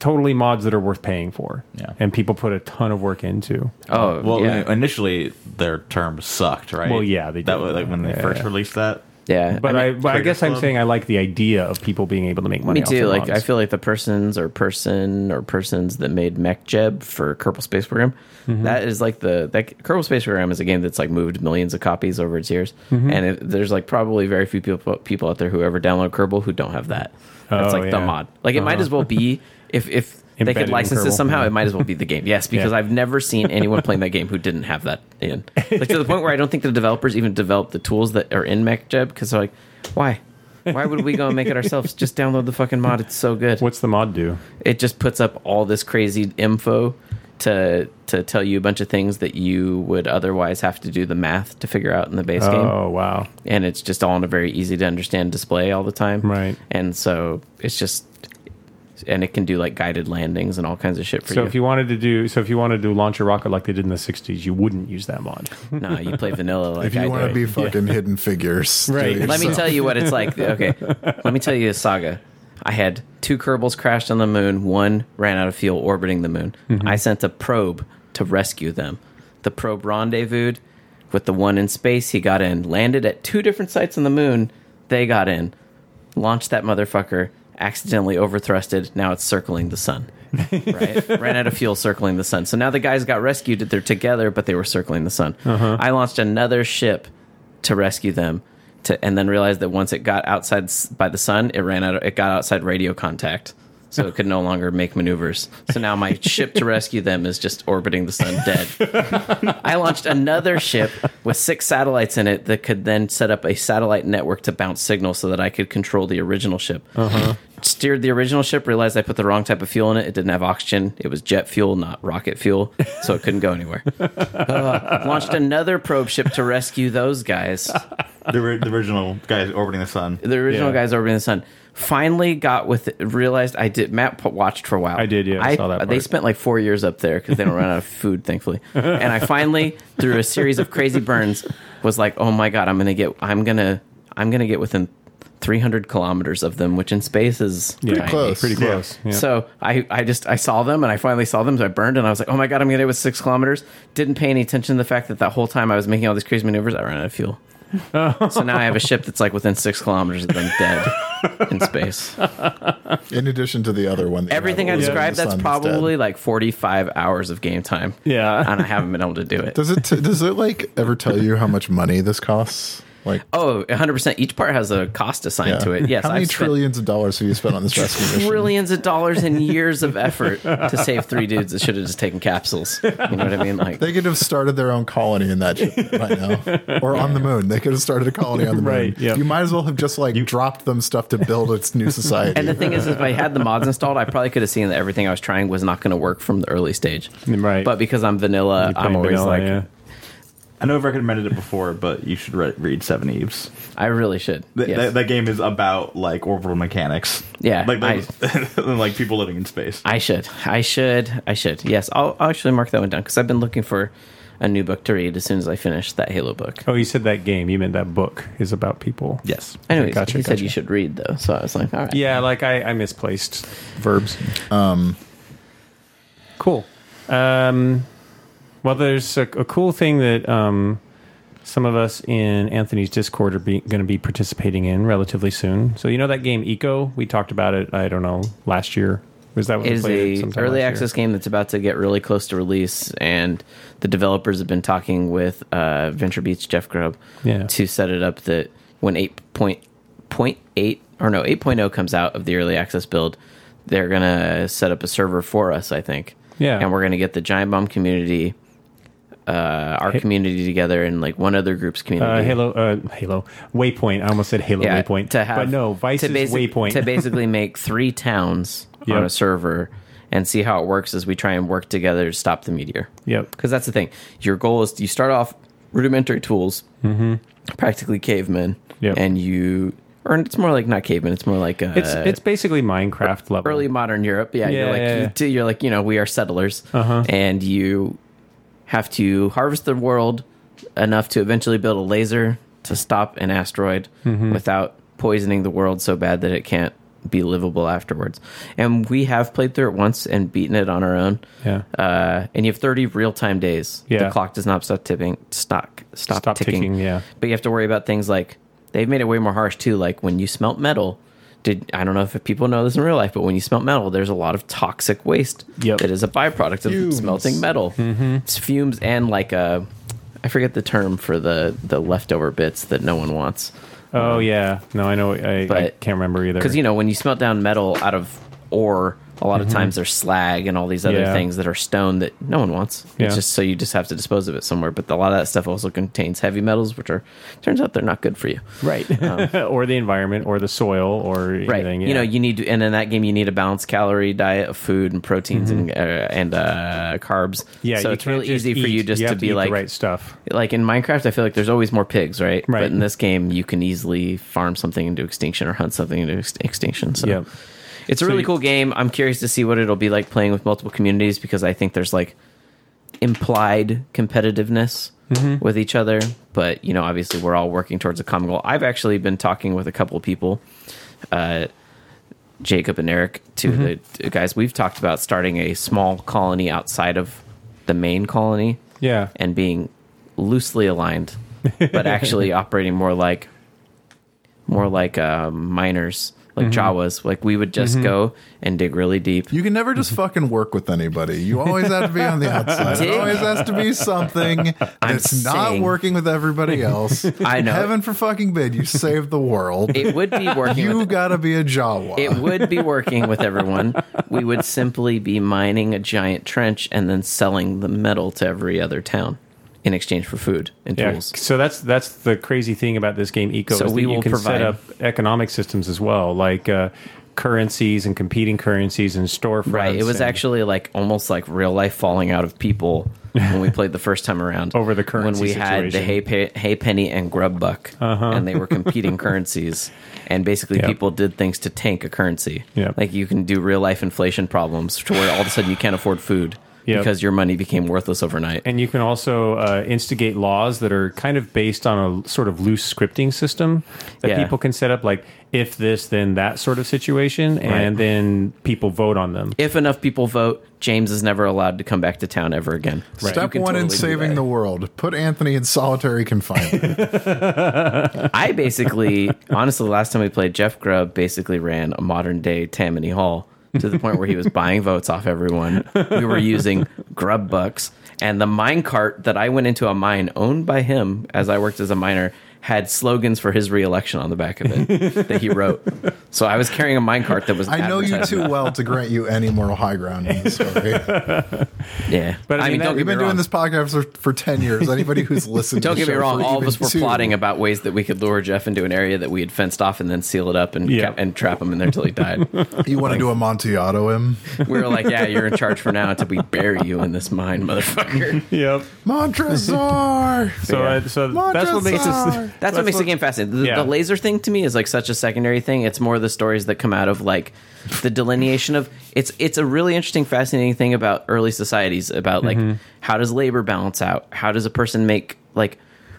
Speaker 2: totally mods that are worth paying for,
Speaker 5: Yeah.
Speaker 2: and people put a ton of work into."
Speaker 1: Oh,
Speaker 5: Well,
Speaker 1: yeah.
Speaker 5: initially their term sucked, right?
Speaker 2: Well, yeah, they
Speaker 5: that
Speaker 2: did.
Speaker 5: was like when they
Speaker 2: Yeah,
Speaker 5: first
Speaker 2: yeah.
Speaker 5: released that.
Speaker 1: Yeah,
Speaker 2: But I,
Speaker 1: mean,
Speaker 2: but I
Speaker 5: Creative
Speaker 2: guess I'm
Speaker 5: Club.
Speaker 2: saying I like the idea of people being able to make money.
Speaker 1: me
Speaker 2: off
Speaker 1: too.
Speaker 2: their
Speaker 1: Like I
Speaker 2: models.
Speaker 1: feel like the persons or person or persons that made MechJeb for Kerbal Space Program.
Speaker 2: Mm-hmm.
Speaker 1: that is like the that Kerbal Space Program is a game that's like moved millions of copies over its years,
Speaker 2: Mm-hmm.
Speaker 1: and it, there's like probably very few people people out there who ever download Kerbal who don't have that. That's
Speaker 2: Oh,
Speaker 1: like the
Speaker 2: yeah.
Speaker 1: mod. Like it might as well be if if. they
Speaker 2: Embedded
Speaker 1: could
Speaker 2: in
Speaker 1: license this
Speaker 2: Kerbal,
Speaker 1: somehow.
Speaker 2: yeah.
Speaker 1: It might as well be the game, yes, because
Speaker 2: Yeah.
Speaker 1: I've never seen anyone playing that game who didn't have that in. Like to the point where I don't think the developers even developed the tools that are in MechJeb because they're like, why? Why would we go and make it ourselves? Just download the fucking mod. It's so good.
Speaker 2: what's the mod do?
Speaker 1: It just puts up all this crazy info to to tell you a bunch of things that you would otherwise have to do the math to figure out in the base game.
Speaker 2: Oh wow,
Speaker 1: And it's just all in a very easy to understand display all the time.
Speaker 2: Right.
Speaker 1: And so it's just and it can do like guided landings and all kinds of shit for
Speaker 2: So
Speaker 1: you.
Speaker 2: if you wanted to do, so if you wanted to launch a rocket like they did in the '60s, you wouldn't use that mod.
Speaker 1: nah, you play vanilla like
Speaker 4: If
Speaker 1: I
Speaker 4: you want
Speaker 1: do.
Speaker 4: to be fucking hidden figures, do it
Speaker 2: Right.
Speaker 1: Let me
Speaker 4: yourself.
Speaker 1: tell you what it's like. Okay, let me tell you a saga. I had two Kerbals crashed on the moon. One ran out of fuel orbiting the moon. I sent a probe to rescue them. The probe rendezvoused with the one in space. He got in, landed at two different sites on the moon. They got in, launched that motherfucker, accidentally overthrusted. Now it's circling the sun. right? Ran out of fuel circling the sun. So now the guys got rescued. They're together, but they were circling the sun. I launched another ship to rescue them, to, and then realized that once it got outside s- by the sun, it ran out. It got outside radio contact, so it could no longer make maneuvers. So now my ship to rescue them is just orbiting the sun dead. I launched another ship with six satellites in it that could then set up a satellite network to bounce signals so that I could control the original ship. Steered the original ship, realized I put the wrong type of fuel in it. It didn't have oxygen. It was jet fuel, not rocket fuel, so it couldn't go anywhere. Uh, launched another probe ship to rescue those guys.
Speaker 5: The, ri- the original guys orbiting the sun.
Speaker 1: The original
Speaker 2: Yeah.
Speaker 1: guys orbiting the sun. Finally got with realized I did. Matt p- watched for a while.
Speaker 2: I did, yeah, I saw that
Speaker 1: They
Speaker 2: part.
Speaker 1: spent like four years up there because they don't run out of food, thankfully. And I finally, through a series of crazy burns, was like, "Oh my god, I'm gonna get, I'm gonna, I'm gonna get within 300 kilometers of them, which in space is tiny.
Speaker 4: close.
Speaker 2: pretty
Speaker 4: Yeah.
Speaker 2: close. Yeah.
Speaker 1: So I, I just I saw them and I finally saw them. So I burned and I was like, oh my god, I'm gonna get with six kilometers. Didn't pay any attention to the fact that that whole time I was making all these crazy maneuvers, I ran out of fuel. so now I have a ship that's like within six kilometers of them dead in space.
Speaker 4: In addition to the other one, that you
Speaker 1: Everything I
Speaker 4: have,
Speaker 1: described,
Speaker 4: the
Speaker 1: that's
Speaker 4: sun is
Speaker 1: probably
Speaker 4: dead.
Speaker 1: like 45 hours of game time.
Speaker 2: Yeah.
Speaker 1: and I haven't been able to do it.
Speaker 4: Does it t- does it like ever tell you how much money this costs? Like
Speaker 1: Oh, 100%. Each part has a cost assigned
Speaker 4: yeah.
Speaker 1: to it. Yes,
Speaker 4: how many
Speaker 1: I've spent
Speaker 4: trillions of dollars have you spent on this rescue mission?
Speaker 1: trillions of dollars and years of effort to save three dudes that should have just taken capsules. You know what I mean? Like,
Speaker 4: They could have started their own colony in that ship right now, or on the moon. They could have started a colony on the moon.
Speaker 2: Right, yeah.
Speaker 4: You might as well have just like dropped them stuff to build its new society.
Speaker 1: And the thing is, if I had the mods installed, I probably could have seen that everything I was trying was not going to work from the early stage.
Speaker 2: Right.
Speaker 1: But because I'm vanilla,
Speaker 2: Plain
Speaker 1: I'm always
Speaker 2: vanilla,
Speaker 1: like,
Speaker 2: yeah.
Speaker 5: I know I've recommended it before, but you should re- read Seven Eves.
Speaker 1: I really should.
Speaker 5: Th-
Speaker 1: Yes.
Speaker 5: that, that game is about like orbital mechanics.
Speaker 1: Yeah,
Speaker 5: like those- like people living in space.
Speaker 1: I should. I should. I should. Yes, I'll, I'll actually mark that one down because I've been looking for a new book to read as soon as I finish that Halo book.
Speaker 2: Oh, you said that game. You meant that book is about people.
Speaker 5: yes,
Speaker 1: I know he-
Speaker 2: Gotcha,
Speaker 1: he said
Speaker 2: gotcha.
Speaker 1: you should read though, so I was like, all right.
Speaker 2: Yeah, like I, I misplaced verbs. Um, cool. Um, well, there's a, a cool thing that um, some of us in Anthony's Discord are be, going to be participating in relatively soon. So you know that game Eco? We talked about it. I don't know last year. Was that when
Speaker 1: It
Speaker 2: we
Speaker 1: is
Speaker 2: played it
Speaker 1: a
Speaker 2: sometime
Speaker 1: early
Speaker 2: last year?
Speaker 1: access game that's about to get really close to release, and the developers have been talking with uh, Venture Beats Jeff Grubb
Speaker 2: Yeah.
Speaker 1: to set it up that when 8.8 or no 8.0 comes out of the early access build, they're gonna set up a server for us, I think.
Speaker 2: Yeah.
Speaker 1: and we're gonna get the Giant Bomb community, uh, our community together, and like one other group's community.
Speaker 2: Uh, Halo, uh, Halo, Waypoint. I almost said Halo Waypoint.
Speaker 1: To have,
Speaker 2: but no, Vice's
Speaker 1: to basic-
Speaker 2: Waypoint.
Speaker 1: To basically make three towns
Speaker 2: Yep.
Speaker 1: on a server and see how it works as we try and work together to stop the meteor.
Speaker 2: yep.
Speaker 1: Because that's the thing. Your goal is you start off rudimentary tools, practically cavemen,
Speaker 2: Mm-hmm. Yep.
Speaker 1: and you, or it's more like not cavemen, it's more like uh,
Speaker 2: It's it's basically Minecraft level.
Speaker 1: early modern Europe. Yeah,
Speaker 2: Yeah,
Speaker 1: you're like
Speaker 2: yeah,
Speaker 1: you
Speaker 2: yeah. Uh-huh.
Speaker 1: do- you're like you know we are settlers, and you have to harvest the world enough to eventually build a laser to stop an asteroid
Speaker 2: Mm-hmm.
Speaker 1: without poisoning the world so bad that it can't be livable afterwards. And we have played through it once and beaten it on our own.
Speaker 2: Yeah.
Speaker 1: Uh, and you have 30 real time days.
Speaker 2: Yeah.
Speaker 1: The clock does not stop tipping. Stop, stop,
Speaker 2: Stop ticking, yeah.
Speaker 1: But you have to worry about things like They've made it way more harsh too. Like when you smelt metal, did I don't know if people know this in real life, but when you smelt metal, there's a lot of toxic waste
Speaker 2: Yep. Mm-hmm.
Speaker 1: that is a byproduct
Speaker 4: Fumes.
Speaker 1: of smelting metal. It's fumes and like a I forget the term for the the leftover bits that no one wants.
Speaker 2: Oh yeah, no, I know. I, I
Speaker 1: Um, But-
Speaker 2: can't remember either.
Speaker 1: Because you know when you smelt down metal out of ore, a lot of times there's slag and all these other
Speaker 2: Mm-hmm. Yeah.
Speaker 1: things that are stone that no one wants.
Speaker 2: Yeah.
Speaker 1: It's just so you just have to dispose of it somewhere. But a lot of that stuff also contains heavy metals, which are turns out they're not good for you.
Speaker 2: right, or the environment, or the soil, or
Speaker 1: um, Right.
Speaker 2: anything.
Speaker 1: You know
Speaker 2: yeah.
Speaker 1: you need to, and in that game you need a balanced calorie diet of food and proteins and uh, and uh, carbs.
Speaker 2: Mm-hmm. yeah.
Speaker 1: So
Speaker 2: you
Speaker 1: it's
Speaker 2: can't
Speaker 1: really easy for
Speaker 2: eat.
Speaker 1: you just
Speaker 2: have
Speaker 1: to be
Speaker 2: eat
Speaker 1: like
Speaker 2: the right stuff.
Speaker 1: like in Minecraft, I feel like there's always more pigs, right?
Speaker 2: Right.
Speaker 1: But in this game, you can easily farm something into extinction or hunt something into ex- extinction. So
Speaker 2: Yep.
Speaker 1: it's a really
Speaker 2: you-
Speaker 1: cool game. I'm curious to see what it'll be like playing with multiple communities because I think there's like implied competitiveness with each other. But, you know, obviously we're all working towards a common goal. I've actually been talking with a couple of people. Uh, Jacob and Eric, two of the two guys, we've talked about starting a small colony outside of the main colony
Speaker 2: Yeah,
Speaker 1: and being loosely aligned, but actually operating more like more like uh, miners, like Jawas. Like we would just go and dig really deep.
Speaker 4: Mm-hmm. You can never just fucking work with anybody. You always have to be on the outside. It
Speaker 1: Dig.
Speaker 4: always has to be something that's not
Speaker 1: saying-
Speaker 4: working with everybody else.
Speaker 1: I know.
Speaker 4: Heaven for fucking bid, you saved the world.
Speaker 1: It would be working.
Speaker 4: you
Speaker 1: with,
Speaker 4: gotta be a Jawa.
Speaker 1: it would be working with everyone. We would simply be mining a giant trench and then selling the metal to every other town in exchange for food and
Speaker 2: yeah.
Speaker 1: tools.
Speaker 2: So that's that's the crazy thing about this game, Eco.
Speaker 1: So
Speaker 2: is that
Speaker 1: we
Speaker 2: you
Speaker 1: will
Speaker 2: can set
Speaker 1: provide-
Speaker 2: up economic systems as well, like uh, currencies and competing currencies and storefronts.
Speaker 1: Right. It was
Speaker 2: and-
Speaker 1: actually like almost like real life falling out of people when we played the first time around
Speaker 2: Over the
Speaker 1: when
Speaker 2: currency
Speaker 1: we had the
Speaker 2: situation. Uh-huh.
Speaker 1: hey, Pe- hey penny and grub buck and they were competing currencies and basically
Speaker 2: Yep.
Speaker 1: people did things to tank a currency
Speaker 2: Yep.
Speaker 1: like you can do real life inflation problems to where all of a sudden you can't afford food
Speaker 2: Yep.
Speaker 1: because your money became worthless overnight
Speaker 2: And you can also uh, instigate laws that are kind of based on a sort of loose scripting system that
Speaker 1: Yeah.
Speaker 2: people can set up, like if this, then that sort of situation, and then people vote on them.
Speaker 1: if enough people vote James is never allowed to come back to town ever again You
Speaker 4: Step
Speaker 1: can
Speaker 4: one in
Speaker 1: totally do
Speaker 4: saving
Speaker 1: that.
Speaker 4: the world. Put Anthony in solitary confinement.
Speaker 1: I basically, honestly, last time we played, Jeff Grubb basically ran a modern day Tammany Hall to the point where he was buying votes off everyone. We were using Grub Bucks, and the mine cart that I went into a mine owned by him as I worked as a miner had slogans for his reelection on the back of it that he wrote. So I was carrying a mine cart that was.
Speaker 4: I know you
Speaker 1: advertisement.
Speaker 4: too well to grant you any moral high ground in this story.
Speaker 1: Yeah,
Speaker 2: But I mean, that-
Speaker 1: don't get
Speaker 4: We've
Speaker 1: me
Speaker 4: been doing
Speaker 1: wrong.
Speaker 4: this podcast for, for 10 years. Anybody who's listened
Speaker 1: Don't
Speaker 4: to the
Speaker 1: get me
Speaker 4: show
Speaker 1: wrong.
Speaker 4: for
Speaker 1: All of
Speaker 4: even
Speaker 1: us were
Speaker 4: two-
Speaker 1: plotting about ways that we could lure Jeff into an area that we had fenced off and then seal it up and
Speaker 2: Yeah.
Speaker 1: kept, and trap him in there until he died.
Speaker 4: You want to do a Montiato him?
Speaker 1: We were like, yeah, you're in charge for now until we bury you in this mine, motherfucker.
Speaker 2: Yep.
Speaker 4: Montrezor!
Speaker 2: So, uh, so that's what makes this.
Speaker 4: Montrezor!
Speaker 1: That's what makes the game fascinating. The,
Speaker 2: Yeah.
Speaker 1: the laser thing to me is like such a secondary thing. It's more the stories that come out of like the delineation of it's it's a really interesting fascinating thing about early societies about like how does labor balance out? How does a person make like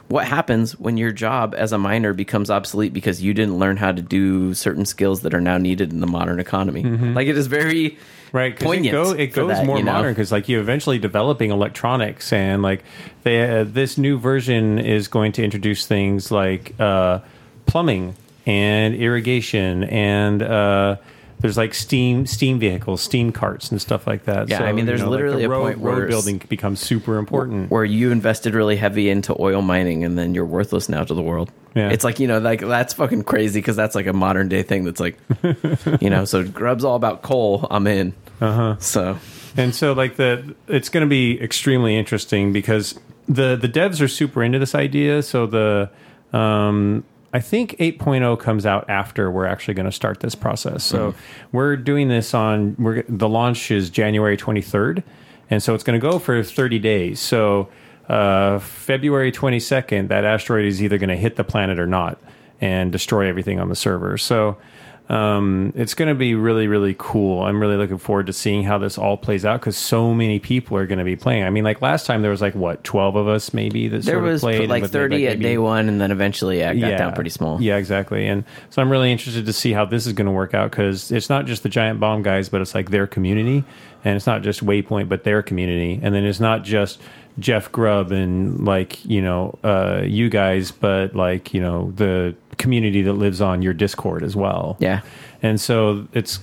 Speaker 1: what happens when your job as a miner becomes obsolete because you didn't learn how to do certain skills that are now needed in the modern economy? Like it is very
Speaker 2: Right, 'cause
Speaker 1: poignant.
Speaker 2: It, go, it
Speaker 1: for
Speaker 2: goes
Speaker 1: that,
Speaker 2: more
Speaker 1: you know?
Speaker 2: modern because, like, you're eventually developing electronics, and like, they, uh, this new version is going to introduce things like uh, plumbing and irrigation, and uh, there's like steam steam vehicles, steam carts, and stuff like that.
Speaker 1: Yeah, I mean, there's literally
Speaker 2: the
Speaker 1: a
Speaker 2: road,
Speaker 1: point where
Speaker 2: road
Speaker 1: s-
Speaker 2: building becomes super important.
Speaker 1: Mm. where you invested really heavy into oil mining and then you're worthless now to the world.
Speaker 2: Yeah.
Speaker 1: It's like, you know, like that's fucking crazy because that's like a modern day thing that's like, you know, so Grub's all about coal. I'm in. Uh-huh. So,
Speaker 2: and so like the it's going to be extremely interesting because the the devs are super into this idea so the um I think 8.0 comes out after we're actually going to start this process. So
Speaker 1: Mm-hmm.
Speaker 2: we're doing this on we're the launch is January 23rd and so it's going to go for 30 days. So uh, February 22nd that asteroid is either going to hit the planet or not and destroy everything on the server. So um, it's going to be really, really cool. I'm really looking forward to seeing how this all plays out because so many people are going to be playing. I mean, like last time there was like what 12 of us maybe that
Speaker 1: there
Speaker 2: sort of
Speaker 1: was
Speaker 2: played,
Speaker 1: like
Speaker 2: but they,
Speaker 1: 30 at
Speaker 2: maybe-
Speaker 1: day one and then eventually yeah, it got
Speaker 2: yeah.
Speaker 1: down pretty small.
Speaker 2: Yeah, exactly. And so I'm really interested to see how this is going to work out because it's not just the giant bomb guys, but it's like their community and it's not just Waypoint, but their community, and then it's not just Jeff Grubb and like you know uh, you guys, but like you know the community that lives on your Discord as well.
Speaker 1: Yeah.
Speaker 2: and so it's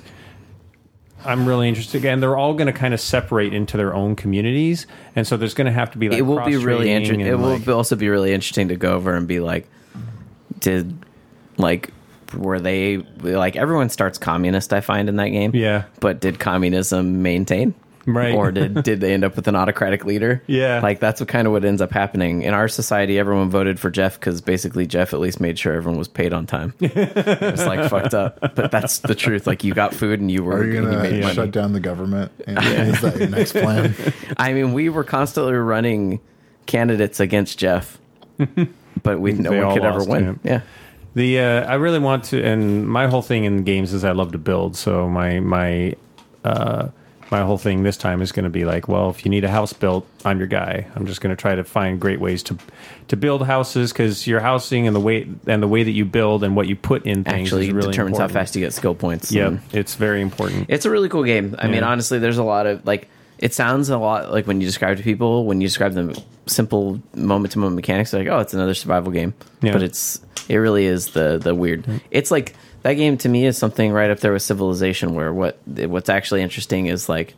Speaker 2: I'm really interested, and they're all going to kind of separate into their own communities, and so there's going to have to be like
Speaker 1: it will be really
Speaker 2: cross-training
Speaker 1: interesting.
Speaker 2: and,
Speaker 1: It will
Speaker 2: like-
Speaker 1: be- also be really interesting to go over and be like, did like were they like everyone starts communist? I find in that game,
Speaker 2: Yeah.
Speaker 1: But did communism maintain?
Speaker 2: Right.
Speaker 1: or did did they end up with an autocratic leader?
Speaker 2: Yeah.
Speaker 1: like that's what kind of what ends up happening in our society. Everyone voted for Jeff because basically Jeff at least made sure everyone was paid on time. it's like fucked up, but that's the truth. Like you got food and you were
Speaker 4: Are you
Speaker 1: and you
Speaker 4: gonna
Speaker 1: made money.
Speaker 4: shut down the government? And Is that your next plan?
Speaker 1: I mean, we were constantly running candidates against Jeff, but we no
Speaker 2: They all
Speaker 1: one could ever
Speaker 2: lost to
Speaker 1: win.
Speaker 2: him.
Speaker 1: Yeah,
Speaker 2: The uh, I really want to, and my whole thing in games is I love to build. So my my uh, my whole thing this time is going to be like, well, if you need a house built, I'm your guy. I'm just going to try to find great ways to to build houses because your housing and the way and the way that you build and what you put in things
Speaker 1: actually
Speaker 2: is really
Speaker 1: determines
Speaker 2: important.
Speaker 1: how fast you get skill points.
Speaker 2: Yep,
Speaker 1: And
Speaker 2: it's very important.
Speaker 1: it's a really cool game. I mean,
Speaker 2: Mm-hmm. Yeah.
Speaker 1: honestly, there's a lot of like. It sounds a lot like when you describe to people when you describe them simple moment to moment mechanics. They're like, oh, it's another survival game,
Speaker 2: Yeah. Mm-hmm.
Speaker 1: but it's it really is the the weird. It's like that game to me is something right up there with Civilization, where what what's actually interesting is like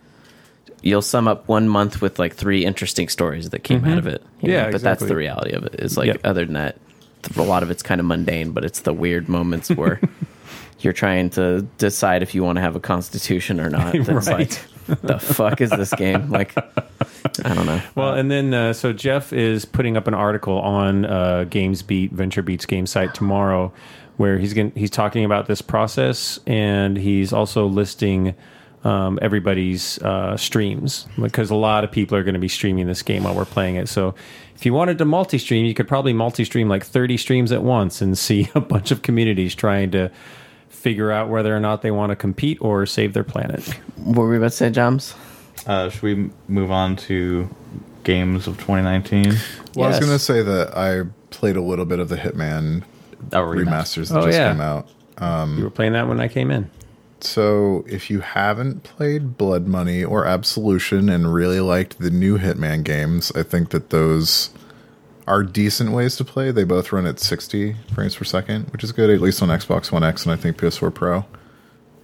Speaker 1: you'll sum up one month with like three interesting stories that came out of it. you
Speaker 2: Mm-hmm. Yeah,
Speaker 1: but that's
Speaker 2: exactly.
Speaker 1: the reality of it. Is like
Speaker 2: Yep.
Speaker 1: other than that, th- a lot of it's kind of mundane, but it's the weird moments where you're trying to decide if you want to have a constitution or not. That's
Speaker 2: Right.
Speaker 1: like the fuck is this game? Like I don't know.
Speaker 2: Well, and then uh, so Jeff is putting up an article on uh, GamesBeat, VentureBeat's game site tomorrow, where he's going he's talking about this process, and he's also listing um, everybody's uh, streams because a lot of people are going to be streaming this game while we're playing it. So if you wanted to multi-stream, you could probably multi-stream like thirty streams at once and see a bunch of communities trying to figure out whether or not they want to compete or save their planet.
Speaker 1: What were we about to say, Joms?
Speaker 5: Uh, should we m- move on to games of 2019?
Speaker 4: Well, I
Speaker 1: Yes.
Speaker 4: was gonna say that I played a little bit of the Hitman
Speaker 5: Oh, remaster.
Speaker 4: remasters that
Speaker 2: Oh,
Speaker 4: just
Speaker 2: yeah.
Speaker 4: came out.
Speaker 2: you were playing that when I came in.
Speaker 4: So, if you haven't played Blood Money or Absolution and really liked the new Hitman games, I think that those are decent ways to play. They both run at 60 frames per second, which is good, at least on Xbox One X and I think PS4 Pro.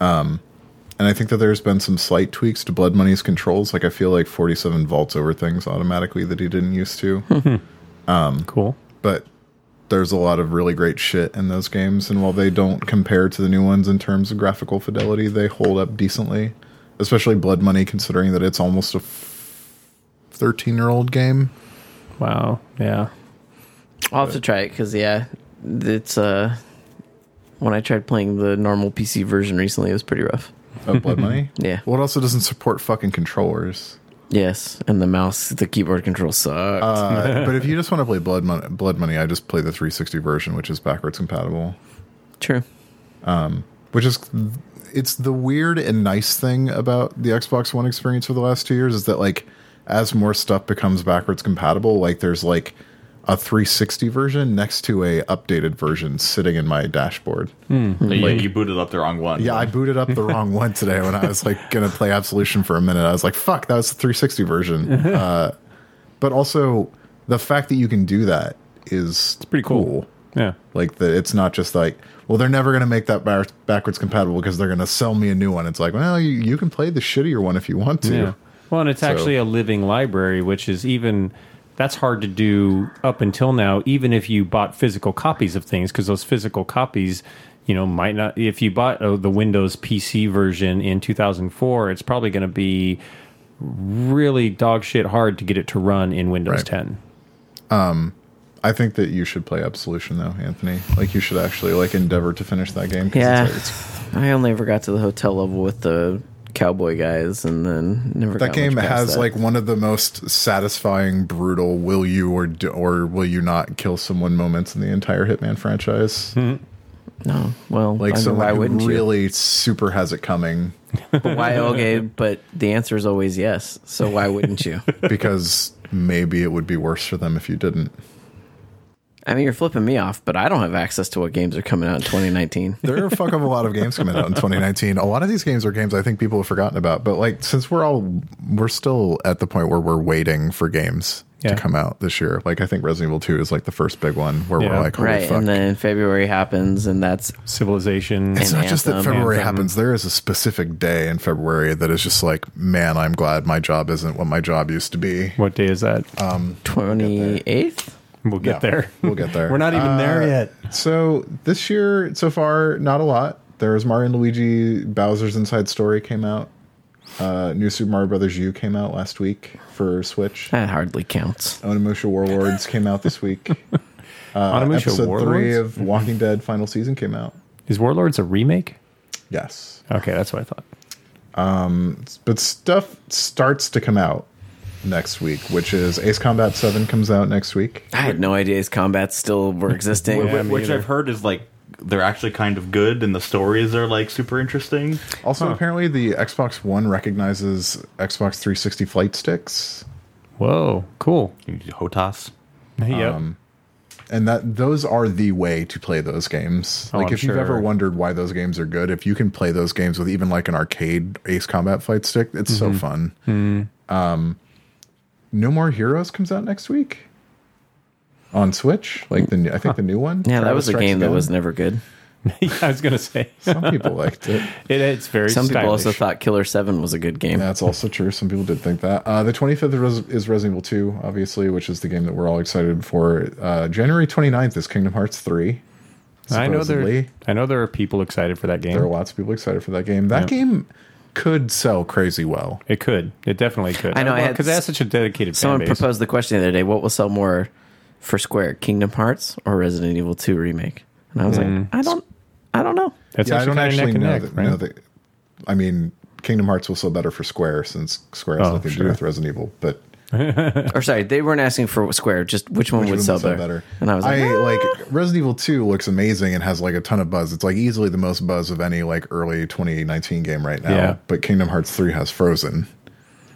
Speaker 4: Um, and I think that there's been some slight tweaks to Blood Money's controls. Like, I feel like 47 vaults over things automatically that he didn't used to.
Speaker 2: Cool.
Speaker 4: but there's a lot of really great shit in those games and while they don't compare to the new ones in terms of graphical fidelity they hold up decently especially blood money considering that it's almost a 13 year old game
Speaker 2: Wow. Yeah.
Speaker 1: I'll have to try it because yeah, it's uh when I tried playing the normal PC version recently, it was pretty rough.
Speaker 4: of blood money
Speaker 1: Yeah.
Speaker 4: well it also doesn't support fucking controllers
Speaker 1: Yes, and the mouse, the keyboard control sucked.
Speaker 4: uh, but if you just want to play blood money blood money i just play the 360 version which is backwards compatible
Speaker 1: True.
Speaker 4: which is it's the weird and nice thing about the Xbox One experience for the last two years is that like as more stuff becomes backwards compatible, like there's like a 360 version next to a updated version sitting in my dashboard.
Speaker 2: Hmm.
Speaker 5: You, you booted up the wrong one.
Speaker 4: Yeah, I booted up the wrong one today when I was like gonna play Absolution for a minute. I was like, fuck, that was the 360 version. Uh, but also the fact that you can do that is
Speaker 2: pretty cool. Yeah.
Speaker 4: Like the, it's not just like, well, they're never going to make that bar- backwards compatible because they're going to sell me a new one. It's like, well, you, you can play the shittier one if you want to.
Speaker 2: Yeah. Well, and it's actually a living library, which is even that's hard to do up until now, even if you bought physical copies of things, because those physical copies, you know, might not. If you bought uh, the Windows PC version in 2004, it's probably going to be really dog shit hard to get it to run in Windows
Speaker 4: Right.
Speaker 2: 10.
Speaker 4: I think that you should play Absolution though, Anthony. Like you should actually like endeavor to finish that game. 'cause
Speaker 1: Yeah,
Speaker 4: it's, it's,
Speaker 1: I only ever got to the hotel level with the cowboy guys, and then never.
Speaker 4: that
Speaker 1: got
Speaker 4: game
Speaker 1: much past
Speaker 4: has
Speaker 1: that.
Speaker 4: like one of the most satisfying, brutal "will you or do, or will you not kill someone" moments in the entire Hitman franchise.
Speaker 1: no. Well,
Speaker 4: Like
Speaker 1: I mean,
Speaker 4: someone
Speaker 1: why
Speaker 4: who
Speaker 1: wouldn't really?
Speaker 4: really super has it coming
Speaker 1: you? But why? Okay, but the answer is always yes. So why wouldn't you?
Speaker 4: because maybe it would be worse for them if you didn't.
Speaker 1: I mean, you're flipping me off, but I don't have access to what games are coming out in 2019.
Speaker 4: There are a fuck of a lot of games coming out in 2019. A lot of these games are games I think people have forgotten about. But like, since we're all we're still at the point where we're waiting for games
Speaker 2: Yeah.
Speaker 4: to come out this year. Like, I think Resident Evil 2 is like the first big one where
Speaker 2: Yeah.
Speaker 4: we're like, holy
Speaker 1: right.
Speaker 4: fuck.
Speaker 1: And then February happens, and that's
Speaker 2: Civilization.
Speaker 4: it's not just that
Speaker 1: Anthem,
Speaker 4: February
Speaker 2: Anthem.
Speaker 4: happens. There is a specific day in February that is just like, man, I'm glad my job isn't what my job used to be.
Speaker 2: what day is that?
Speaker 1: 28th?
Speaker 2: we'll get
Speaker 4: Yeah,
Speaker 2: there.
Speaker 4: Uh, we'll get there.
Speaker 2: We're not even there
Speaker 4: Uh,
Speaker 2: yet.
Speaker 4: So this year, so far, not a lot. There was Mario and Luigi Bowser's Inside Story came out. Uh, New Super Mario Brothers U came out last week for Switch.
Speaker 1: That hardly counts.
Speaker 4: Onimusha Warlords came out this week. Uh,
Speaker 2: Onimusha
Speaker 4: episode three
Speaker 2: Warlords?
Speaker 4: of Walking Dead final season came out.
Speaker 2: Is Warlords a remake?
Speaker 4: Yes,
Speaker 2: Okay, that's what I thought.
Speaker 4: but stuff starts to come out next week, which is Ace Combat Seven comes out next week.
Speaker 1: I had no idea his combats still were existing.
Speaker 2: Yeah,
Speaker 5: Wh-
Speaker 2: me
Speaker 5: which
Speaker 2: either.
Speaker 5: I've heard is like they're actually kind of good, and the stories are like super interesting.
Speaker 4: Also, apparently, the Xbox One recognizes Xbox 360 flight sticks.
Speaker 2: Whoa, cool.
Speaker 5: Hotas.
Speaker 4: Um,
Speaker 2: Yep.
Speaker 4: and that those are the way to play those games.
Speaker 2: Oh,
Speaker 4: like
Speaker 2: I'm
Speaker 4: if you've ever
Speaker 2: sure.
Speaker 4: wondered why those games are good, if you can play those games with even like an arcade Ace Combat Flight Stick, it's
Speaker 2: Mm-hmm.
Speaker 4: so fun. Um, no More Heroes comes out next week on Switch. Like the new- I think the new one.
Speaker 1: yeah, that
Speaker 4: Travis
Speaker 1: was a
Speaker 4: Strikes
Speaker 1: game that
Speaker 4: Again.
Speaker 1: was never good.
Speaker 2: I was gonna say it,
Speaker 4: Some people liked it.
Speaker 2: it's very.
Speaker 1: Some people also
Speaker 2: stylish.
Speaker 1: thought Killer 7 was a good game.
Speaker 4: That's also true. Some people did think that. Uh, the 25th is Res- is Resident Evil 2, obviously, which is the game that we're all excited for. Uh, January 29th is Kingdom Hearts 3.
Speaker 2: I know there.
Speaker 4: supposedly.
Speaker 2: I know there are people excited for that game.
Speaker 4: There are lots of people excited for that game. That game could sell crazy well.
Speaker 2: It could. It definitely could.
Speaker 1: I know, I had
Speaker 2: because it has such a dedicated fan
Speaker 1: Someone
Speaker 2: base.
Speaker 1: proposed the question the other day what will sell more for Square, Kingdom Hearts or Resident Evil 2 remake? And I was
Speaker 4: Hmm.
Speaker 1: like, I don't I don't know.
Speaker 2: That's
Speaker 4: yeah, I don't
Speaker 2: kinda
Speaker 4: actually know,
Speaker 2: neck and
Speaker 4: that,
Speaker 2: neck,
Speaker 4: know
Speaker 2: right?
Speaker 4: that. I mean, Kingdom Hearts will sell better for Square since Square has
Speaker 2: Oh,
Speaker 4: nothing to
Speaker 2: sure.
Speaker 4: do with Resident Evil. But
Speaker 1: Or sorry, they weren't asking for Square, just which one
Speaker 4: which
Speaker 1: would
Speaker 4: one
Speaker 1: sell,
Speaker 4: would sell
Speaker 1: better.
Speaker 4: better?
Speaker 1: And I was like,
Speaker 4: I
Speaker 1: "Ah."
Speaker 4: like Resident Evil Two looks amazing and has like a ton of buzz. It's like easily the most buzz of any like early 2019 game right now.
Speaker 2: Yeah.
Speaker 4: But Kingdom Hearts Three has Frozen.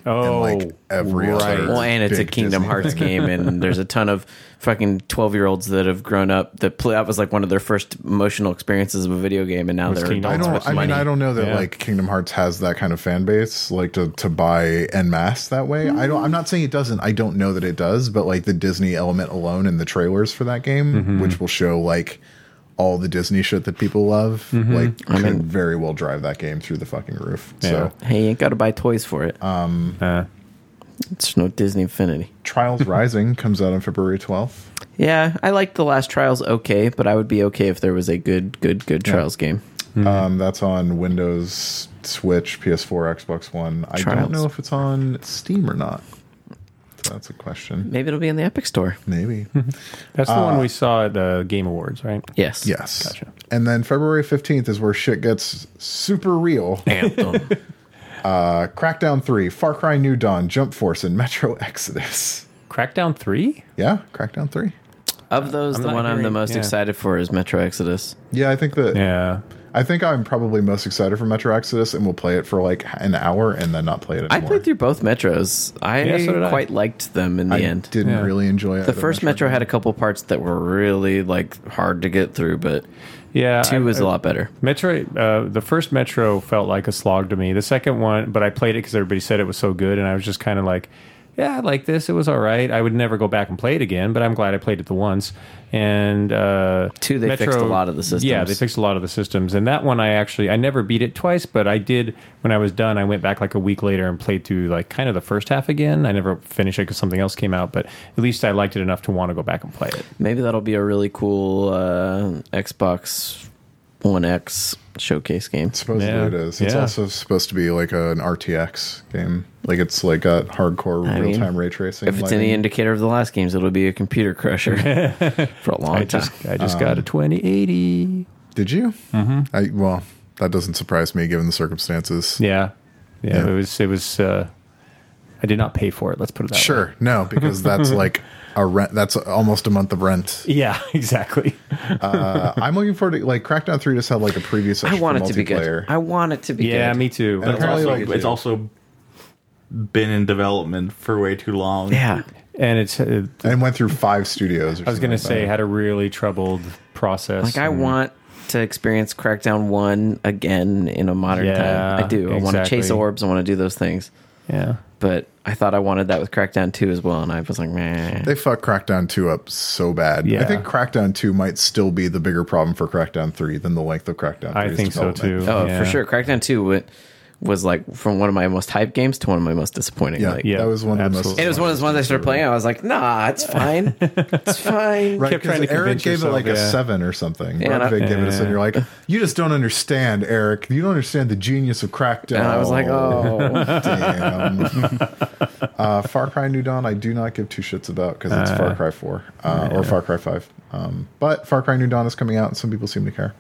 Speaker 2: Oh,
Speaker 4: like, every
Speaker 2: right.
Speaker 4: other-
Speaker 1: well, and it's a
Speaker 4: big
Speaker 1: Kingdom
Speaker 4: Disney
Speaker 1: Hearts game, and there's a ton of fucking twelve year olds that have grown up. That play that was like one of their first emotional experiences of a video game, and now they're
Speaker 2: Kingdom
Speaker 4: I
Speaker 1: adults
Speaker 4: don't.
Speaker 1: with
Speaker 4: I mean,
Speaker 1: money.
Speaker 4: I don't know that
Speaker 2: Yeah.
Speaker 4: like Kingdom Hearts has that kind of fan base, like to to buy en masse that way. I don't. I'm not saying it doesn't. I don't know that it does, but like the Disney element alone in the trailers for that game,
Speaker 1: Mm-hmm.
Speaker 4: which will show like all the Disney shit that people love,
Speaker 1: Mm-hmm.
Speaker 4: like could very well drive that game through the fucking roof. So
Speaker 1: hey, you ain't got to buy toys for it.
Speaker 4: Um,
Speaker 2: Uh,
Speaker 1: it's no Disney Infinity. Mm-hmm.
Speaker 4: Trials Rising comes out on February 12th.
Speaker 1: Yeah, I liked the last Trials okay, but I would be okay if there was a good, good, good Trials game.
Speaker 4: Um, that's on Windows, Switch, PS4, Xbox One. I
Speaker 1: Trials.
Speaker 4: don't know if it's on Steam or not. So that's a question.
Speaker 1: Maybe it'll be in the Epic Store.
Speaker 4: Maybe.
Speaker 2: that's the one we saw at uh, Game Awards, right?
Speaker 1: Yes.
Speaker 4: Yes.
Speaker 2: Gotcha.
Speaker 4: And then February 15th is where shit gets super real.
Speaker 1: Anthem.
Speaker 4: Uh, Crackdown 3, Far Cry New Dawn, Jump Force, and Metro Exodus.
Speaker 2: Crackdown Three.
Speaker 4: Yeah, Crackdown 3.
Speaker 1: of those, the
Speaker 2: not
Speaker 1: one I'm the
Speaker 2: hearing-
Speaker 1: most
Speaker 2: yeah.
Speaker 1: excited for is Metro Exodus.
Speaker 4: Yeah, I think that
Speaker 2: Yeah,
Speaker 4: I think I'm probably most excited for Metro Exodus and will play it for like an hour and then not play it
Speaker 1: I
Speaker 4: anymore.
Speaker 1: played through both Metros. I
Speaker 2: Yeah, so did I.
Speaker 1: quite liked them in the
Speaker 4: I
Speaker 1: end.
Speaker 4: didn't
Speaker 2: Yeah.
Speaker 4: really enjoy it.
Speaker 1: The first Metro had a couple parts that were really like hard to get through, but
Speaker 2: yeah.
Speaker 1: two
Speaker 2: I-
Speaker 1: was
Speaker 2: I-
Speaker 1: a lot better.
Speaker 2: Metro, uh, the first Metro felt like a slog to me. The second one, but I played it because everybody said it was so good, and I was just kind of like, yeah, I like this. It was all right. I would never go back and play it again, but I'm glad I played it the once. And uh,
Speaker 1: Two, they fixed a lot of the systems.
Speaker 2: Yeah, they fixed a lot of the systems. And that one, I actually, I never beat it twice, but I did when I was done. I went back like a week later and played through like kind of the first half again. I never finished it because something else came out, but at least I liked it enough to want to go back and play it.
Speaker 1: Maybe that'll be a really cool uh, Xbox One X showcase game.
Speaker 4: Supposedly
Speaker 2: Yeah.
Speaker 4: it is. It's
Speaker 2: Yeah.
Speaker 4: also supposed to be like an RTX game. Like it's like got hardcore
Speaker 1: I mean,
Speaker 4: real time ray tracing.
Speaker 1: If it's any
Speaker 4: lighting.
Speaker 1: indicator of the last games, it'll be a computer crusher for a long
Speaker 2: I
Speaker 1: time.
Speaker 2: just, I just
Speaker 1: Uh-huh.
Speaker 2: got a 2080.
Speaker 4: Did you? Mm-hmm. I, well, that doesn't surprise me given the circumstances.
Speaker 2: Yeah. yeah,
Speaker 4: Yeah.
Speaker 2: It was. It was. Uh, I did not pay for it. Let's put it that way.
Speaker 4: Sure, no, because that's like a rent. That's almost a month of rent.
Speaker 2: Yeah. Exactly.
Speaker 4: Uh, I'm looking forward to like Crackdown Three just had like a preview session.
Speaker 1: I want
Speaker 4: for
Speaker 1: it to be good.
Speaker 4: multiplayer.
Speaker 1: I want it to be
Speaker 2: Yeah.
Speaker 1: good.
Speaker 2: Me too.
Speaker 4: And
Speaker 5: It's
Speaker 4: Apparently,
Speaker 5: also,
Speaker 4: like,
Speaker 5: it's also been in development for way too long.
Speaker 1: Yeah.
Speaker 2: and it's uh,
Speaker 4: and went through five studios.
Speaker 2: I was going to say had a really troubled process.
Speaker 1: Like I
Speaker 2: and-
Speaker 1: want to experience Crackdown One again in a modern
Speaker 2: Yeah,
Speaker 1: time. I do. I want to chase
Speaker 2: exactly.
Speaker 1: orbs. I want to do those things.
Speaker 2: yeah.
Speaker 1: But I thought I wanted that with Crackdown Two as well, and I was like, man,
Speaker 4: they fucked Crackdown two up so bad.
Speaker 2: Yeah.
Speaker 4: I think Crackdown two might still be the bigger problem for Crackdown three than the length of Crackdown.
Speaker 2: I
Speaker 4: 3's
Speaker 2: think so
Speaker 4: development.
Speaker 2: too.
Speaker 1: oh
Speaker 2: yeah.
Speaker 1: for sure, Crackdown Two wa- was like from one of my most hyped games to one of my most disappointing.
Speaker 4: Yeah,
Speaker 1: like,
Speaker 2: Yeah,
Speaker 4: that was one of the most.
Speaker 2: absolutely.
Speaker 1: It was one of those ones I started playing. I was like, nah, it's fine. it's fine.
Speaker 4: Right,
Speaker 2: Kept trying
Speaker 4: because
Speaker 2: to
Speaker 4: Eric
Speaker 2: convince
Speaker 4: gave it
Speaker 2: yourself,
Speaker 4: like
Speaker 2: yeah.
Speaker 4: a seven or something.
Speaker 1: Yeah, and I-
Speaker 4: Brad Vig gave it a seven.
Speaker 2: Yeah.
Speaker 4: You're like, you just don't understand, Eric. You don't understand the genius of Crackdown.
Speaker 1: And I was like, oh.
Speaker 4: Damn. uh, Far Cry New Dawn, I do not give two shits about because it's Far Cry 4 uh, or Far Cry 5. Um, but Far Cry New Dawn is coming out and some people seem to care.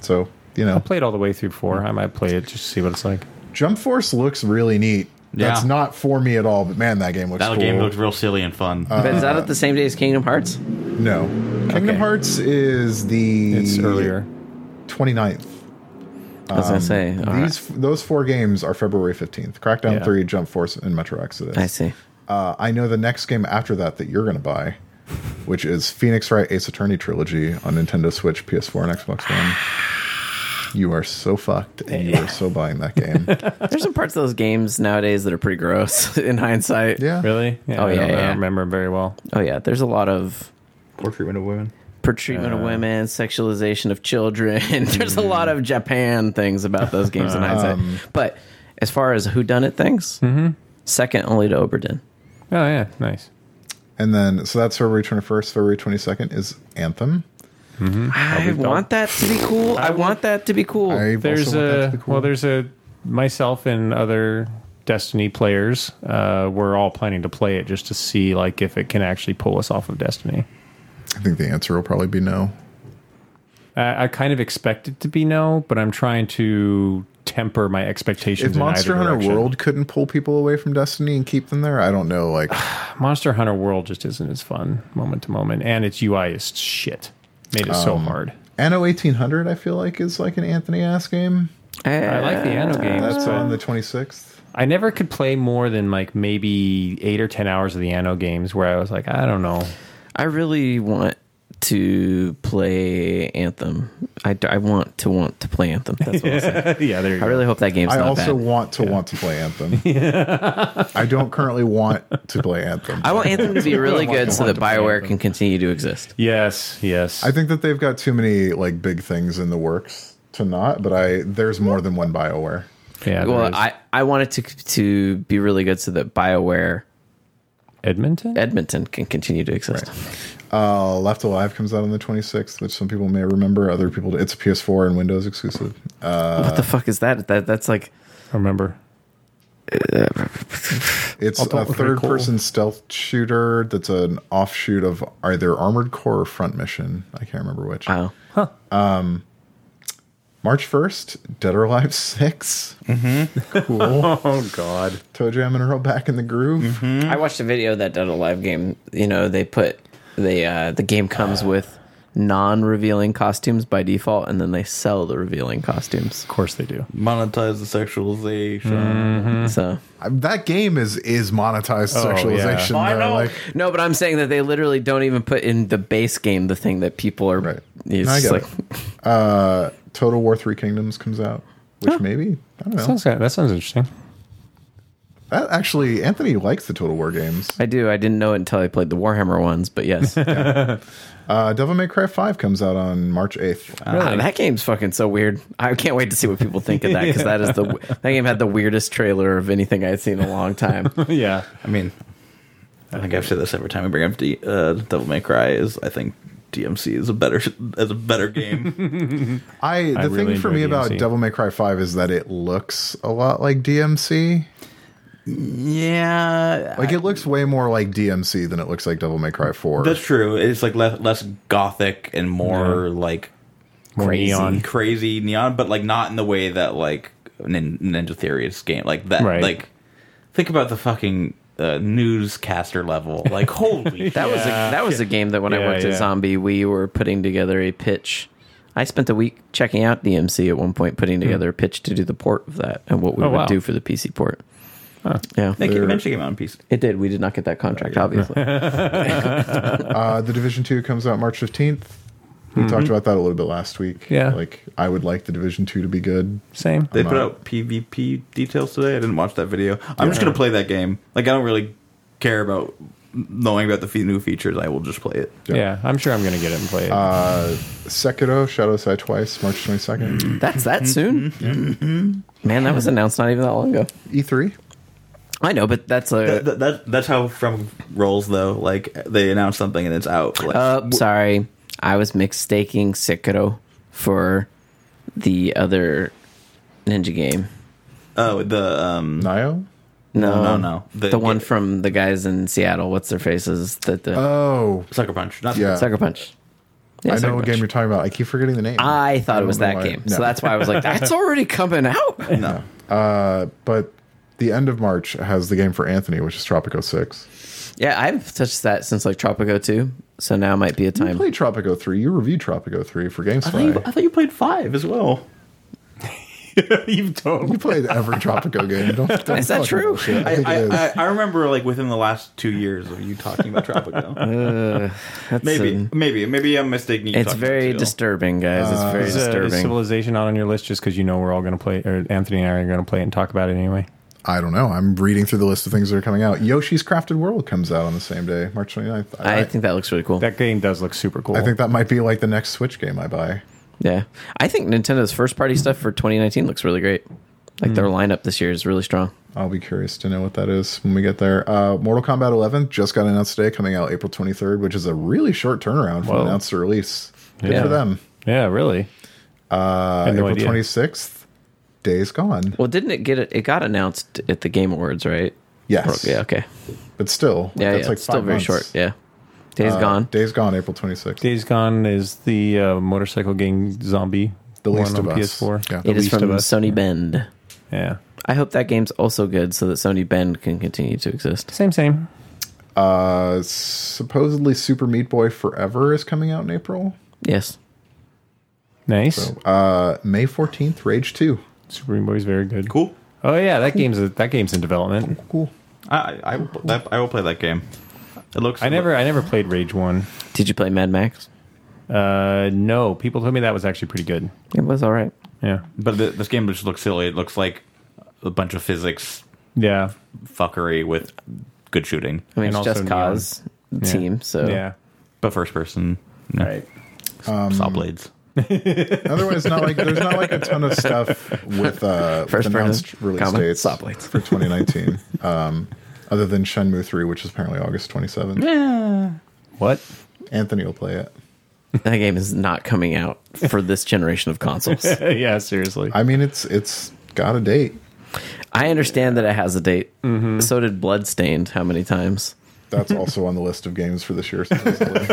Speaker 4: So, you
Speaker 2: I
Speaker 4: know,
Speaker 2: played all the way through four. I might play it just to see what it's like.
Speaker 4: Jump Force looks really neat. That's
Speaker 5: Yeah.
Speaker 4: not for me at all, but man, that game looks
Speaker 5: That
Speaker 4: cool.
Speaker 5: game looks real silly and fun.
Speaker 1: but is that at the same day as Kingdom Hearts?
Speaker 4: no. Kingdom
Speaker 1: Okay.
Speaker 4: Hearts is the
Speaker 2: It's earlier.
Speaker 4: 29th.
Speaker 1: I was gonna say. all right.
Speaker 4: Um, These those four games are February 15th. Crackdown
Speaker 2: Yeah.
Speaker 4: 3, Jump Force and Metro Exodus.
Speaker 1: I see.
Speaker 4: Uh, I know the next game after that that you're going to buy, which is Phoenix Wright Ace Attorney trilogy on Nintendo Switch, PS4, and Xbox One. You are so fucked, and you are so buying that game.
Speaker 1: There's some parts of those games nowadays that are pretty gross in hindsight.
Speaker 4: Yeah,
Speaker 2: Really?
Speaker 1: Oh,
Speaker 2: I
Speaker 1: yeah,
Speaker 2: don't know. I
Speaker 1: yeah.
Speaker 2: remember very well.
Speaker 1: Oh yeah, there's a lot of
Speaker 5: Poor treatment of women.
Speaker 1: poor treatment of women, sexualization of children. there's a lot of Japan things about those games in hindsight. But as far as who done it things, second only to Oberdin.
Speaker 2: Oh yeah, nice.
Speaker 4: And then so that's February 21st, February 22nd is Anthem.
Speaker 1: I want that to be cool. I want that to be cool.
Speaker 4: I
Speaker 2: There's
Speaker 4: also want that to
Speaker 2: a
Speaker 4: be cool.
Speaker 2: well, there's a myself and other Destiny players. Uh, we're all planning to play it just to see like if it can actually pull us off of Destiny.
Speaker 4: I think the answer will probably be no.
Speaker 2: I, I kind of expect it to be no, but I'm trying to temper my expectations.
Speaker 4: If
Speaker 2: in either
Speaker 4: Monster Hunter
Speaker 2: direction.
Speaker 4: World couldn't pull people away from Destiny and keep them there, I don't know. Like,
Speaker 2: Monster Hunter World just isn't as fun moment to moment, and its UI is shit. Made it so hard.
Speaker 4: Anno 1800, I feel like is like an Anthony ass game.
Speaker 2: I like the Anno games,
Speaker 4: That's on
Speaker 2: but
Speaker 4: the 26th.
Speaker 2: I never could play more than like maybe eight or ten hours of the Anno games, where I was like, I don't know.
Speaker 1: I really want to play Anthem. I, I want to want to play Anthem. That's what I'll say.
Speaker 2: yeah, there you
Speaker 1: I
Speaker 2: go.
Speaker 1: really hope that game's
Speaker 4: I
Speaker 1: not
Speaker 4: also
Speaker 1: bad.
Speaker 4: want to want to play Anthem. I don't currently want to play Anthem.
Speaker 1: I
Speaker 4: I,
Speaker 1: want Anthem to be really good so that BioWare can continue to exist.
Speaker 2: Yes, yes.
Speaker 4: think that they've got too many like big things in the works to not, but I there's more than one BioWare.
Speaker 2: yeah, there
Speaker 1: Well,
Speaker 2: is.
Speaker 1: I, I want it to to be really good so that BioWare
Speaker 2: Edmonton.
Speaker 1: Edmonton can continue to exist.
Speaker 4: Uh, Left Alive comes out on the 26th, which some people may remember. Other people, it's a PS4 and Windows exclusive.
Speaker 1: what the fuck is that? That that's like
Speaker 2: I remember.
Speaker 4: It's
Speaker 2: Although
Speaker 4: a
Speaker 2: very
Speaker 4: third-person stealth shooter that's an offshoot of either Armored Core or Front Mission. I can't remember which.
Speaker 1: wow.
Speaker 4: March 1st, Dead or Alive 6. Cool.
Speaker 2: Oh God.
Speaker 4: Toe Jam and Earl back in the groove.
Speaker 1: I watched a video of that Dead or Alive game. You know, they put they uh, the game comes with non-revealing costumes by default, and then they sell the revealing costumes.
Speaker 2: Of course they do.
Speaker 5: Monetize the sexualization.
Speaker 4: Hmm.
Speaker 1: So
Speaker 4: That game is is monetized
Speaker 2: Oh,
Speaker 4: sexualization.
Speaker 2: yeah.
Speaker 4: though, Like,
Speaker 1: no, but I'm saying that they literally don't even put in the base game the thing that people are.
Speaker 4: Right.
Speaker 1: It's
Speaker 4: No, I get
Speaker 1: like
Speaker 4: it. Uh, Total War Three Kingdoms comes out, which maybe I don't know.
Speaker 2: Sounds that sounds interesting.
Speaker 4: that actually, Anthony likes the Total War games.
Speaker 1: I do. I didn't know it until I played the Warhammer ones, but yes,
Speaker 4: Uh, Devil May Cry Five comes out on March eighth.
Speaker 1: Ah, that game's fucking so weird. I can't wait to see what people think of that because that is the that game had the weirdest trailer of anything I'd seen in a long time.
Speaker 2: yeah.
Speaker 5: I mean, I think I've said this every time we bring up D, uh, Devil May Cry. Is I think DMC is a better is a better game.
Speaker 4: I the
Speaker 2: I
Speaker 4: thing
Speaker 2: really
Speaker 4: for
Speaker 2: enjoy
Speaker 4: me about
Speaker 2: DMC.
Speaker 4: Devil May Cry Five is that it looks a lot like DMC.
Speaker 5: yeah,
Speaker 4: Like it looks way more like DMC than it looks like Devil May Cry Four.
Speaker 5: that's true. It's like less, less gothic and more like
Speaker 2: More
Speaker 1: Crazy.
Speaker 2: neon.
Speaker 5: crazy neon, but like not in the way that like nin- Ninja Theory's game, like that,
Speaker 2: Right.
Speaker 5: like think about the fucking uh, newscaster level, like holy,
Speaker 1: That was a,
Speaker 2: Yeah.
Speaker 1: that was a game that when I
Speaker 2: Yeah,
Speaker 1: worked at
Speaker 2: yeah.
Speaker 1: Zombie, we were putting together a pitch. I spent a week checking Hmm. out DMC at one point, putting together a pitch to do the port of that and what we
Speaker 2: Oh,
Speaker 1: would
Speaker 2: wow.
Speaker 1: do for the PC port. Yeah.
Speaker 5: They
Speaker 4: They're-
Speaker 5: eventually came out in peace.
Speaker 1: It did. We did not get that contract, obviously.
Speaker 4: Uh, the Division Two comes out March fifteenth. We talked about that a little bit last week.
Speaker 2: Mm-hmm. Yeah.
Speaker 4: like I would like the Division Two to be good.
Speaker 2: Same.
Speaker 5: They
Speaker 4: I'm
Speaker 5: put
Speaker 4: not-
Speaker 5: out PvP details today. I didn't watch that video. I'm just gonna play that game. Like I don't really care about knowing about the fe- new features. I will just play it.
Speaker 2: yeah. I'm sure I'm going to get it and play it.
Speaker 4: Sekiro: Shadow Side Twice, March twenty second.
Speaker 1: That's that soon? Man, that was announced not even that long ago.
Speaker 4: E three.
Speaker 1: I know, but that's a.
Speaker 5: That, that- that's how from rolls though. Like they announce something and it's out. Like,
Speaker 1: Uh, sorry. I was mistaking Sekiro for the other ninja game.
Speaker 5: oh, the um,
Speaker 4: Nio.
Speaker 1: No,
Speaker 5: no, no.
Speaker 1: oh, The, one from the guys in Seattle. What's their faces? That the
Speaker 4: Oh,
Speaker 5: Sucker Punch. Not
Speaker 4: Yeah.
Speaker 1: Sucker Punch. Yeah,
Speaker 4: I
Speaker 1: Sucker
Speaker 4: know what
Speaker 1: Punch.
Speaker 4: game you're talking about. I keep forgetting the name.
Speaker 1: I thought it
Speaker 4: don't
Speaker 1: was
Speaker 4: know
Speaker 1: that
Speaker 4: why.
Speaker 1: game,
Speaker 4: No.
Speaker 1: so that's why I was like, "That's already coming out."
Speaker 5: No.
Speaker 4: Uh, but the end of March has the game for Anthony, which is Tropico Six.
Speaker 1: Yeah, I've touched that since like Tropico Two, so now might be a
Speaker 4: You
Speaker 1: time.
Speaker 4: played Tropico Three. You reviewed Tropico Three for
Speaker 5: I thought, you,
Speaker 4: GameSpy.
Speaker 5: I thought you played five as well.
Speaker 2: you don't.
Speaker 4: You played every Tropico game. Don't, don't
Speaker 1: Is that
Speaker 4: fucking
Speaker 1: true?
Speaker 4: bullshit. I,
Speaker 5: I,
Speaker 4: think
Speaker 5: I,
Speaker 4: it is.
Speaker 5: I, I remember like within the last two years of you talking about Tropico.
Speaker 1: That's,
Speaker 5: maybe,
Speaker 1: um,
Speaker 5: maybe, maybe I'm mistaking. You
Speaker 1: it's
Speaker 5: talking about
Speaker 1: very
Speaker 5: two.
Speaker 1: disturbing, guys. It's very
Speaker 2: Is, uh, is
Speaker 1: disturbing.
Speaker 2: Civilization not on your list just because you know we're all going to play, or Anthony and I are going to play it and talk about it anyway?
Speaker 4: I don't know. I'm reading through the list of things that are coming out. Yoshi's Crafted World comes out on the same day, March 29th. I,
Speaker 1: I think that looks really cool.
Speaker 2: That game does look super cool.
Speaker 4: I think that might be like the next Switch game I buy.
Speaker 1: yeah, I think Nintendo's first party stuff for 2019 looks really great. Like their
Speaker 4: Hmm.
Speaker 1: lineup this year is really strong.
Speaker 4: I'll be curious to know what that is when we get there. Uh, Mortal Kombat 11 just got announced today, coming out April 23rd, which is a really short turnaround from
Speaker 2: Whoa.
Speaker 4: announced to release. Good
Speaker 2: Yeah.
Speaker 4: for them.
Speaker 2: Yeah, really.
Speaker 4: Uh,
Speaker 2: Had no
Speaker 4: April
Speaker 2: idea.
Speaker 4: 26th, Days Gone.
Speaker 1: Well, didn't it get it? It got announced at the Game Awards, right?
Speaker 4: Yes.
Speaker 1: Yeah. Okay.
Speaker 4: But still,
Speaker 1: Yeah.
Speaker 4: that's
Speaker 1: yeah.
Speaker 4: like
Speaker 1: it's still
Speaker 4: five
Speaker 1: very
Speaker 4: months.
Speaker 1: short. Yeah. Days
Speaker 4: Uh,
Speaker 1: gone.
Speaker 4: Days Gone, April 26th.
Speaker 2: Days Gone is the uh, motorcycle gang zombie.
Speaker 4: The
Speaker 2: one
Speaker 4: Least
Speaker 2: on
Speaker 4: of Us.
Speaker 2: PS4.
Speaker 4: Yeah.
Speaker 2: The
Speaker 1: it is
Speaker 2: Least
Speaker 1: from
Speaker 2: of Us.
Speaker 1: Sony Bend.
Speaker 2: Yeah.
Speaker 1: I hope that game's also good so that Sony Bend can continue to exist.
Speaker 2: Same, same.
Speaker 4: Uh, supposedly, Super Meat Boy Forever is coming out in April.
Speaker 1: Yes.
Speaker 2: Nice.
Speaker 4: Uh, May 14th, Rage 2.
Speaker 2: Super Meat Boy's very good.
Speaker 5: Cool.
Speaker 2: Oh yeah, that game's that game's in development.
Speaker 4: Cool.
Speaker 5: I, I, I will, that, I will play that game. It looks.
Speaker 2: I never I never played Rage One.
Speaker 1: Did you play Mad Max?
Speaker 2: Uh, no, people told me that was actually pretty good.
Speaker 1: It was all right.
Speaker 2: Yeah,
Speaker 5: But th this game just looks silly. It looks like a bunch of physics
Speaker 2: yeah,
Speaker 5: fuckery with good shooting,
Speaker 1: I mean,
Speaker 2: And
Speaker 1: it's
Speaker 2: also
Speaker 1: Just Cause team, so
Speaker 2: yeah.
Speaker 5: but first person. no.
Speaker 2: Right.
Speaker 5: saw blades.
Speaker 4: Otherwise, not like there's not like a ton of stuff with uh,
Speaker 1: First
Speaker 4: with announced
Speaker 1: person,
Speaker 4: release
Speaker 1: comma,
Speaker 4: dates
Speaker 1: saw blades.
Speaker 4: for 2019. um, other than Shenmue 3, which is apparently August 27th.
Speaker 2: What?
Speaker 4: Anthony will play it.
Speaker 1: that game is not coming out for this generation of consoles.
Speaker 2: yeah, seriously.
Speaker 4: I mean, it's it's got a date.
Speaker 1: I understand that it has a date.
Speaker 2: Mm-hmm.
Speaker 1: So did Bloodstained. How many times?
Speaker 4: That's also on the list of games for this year. supposedly.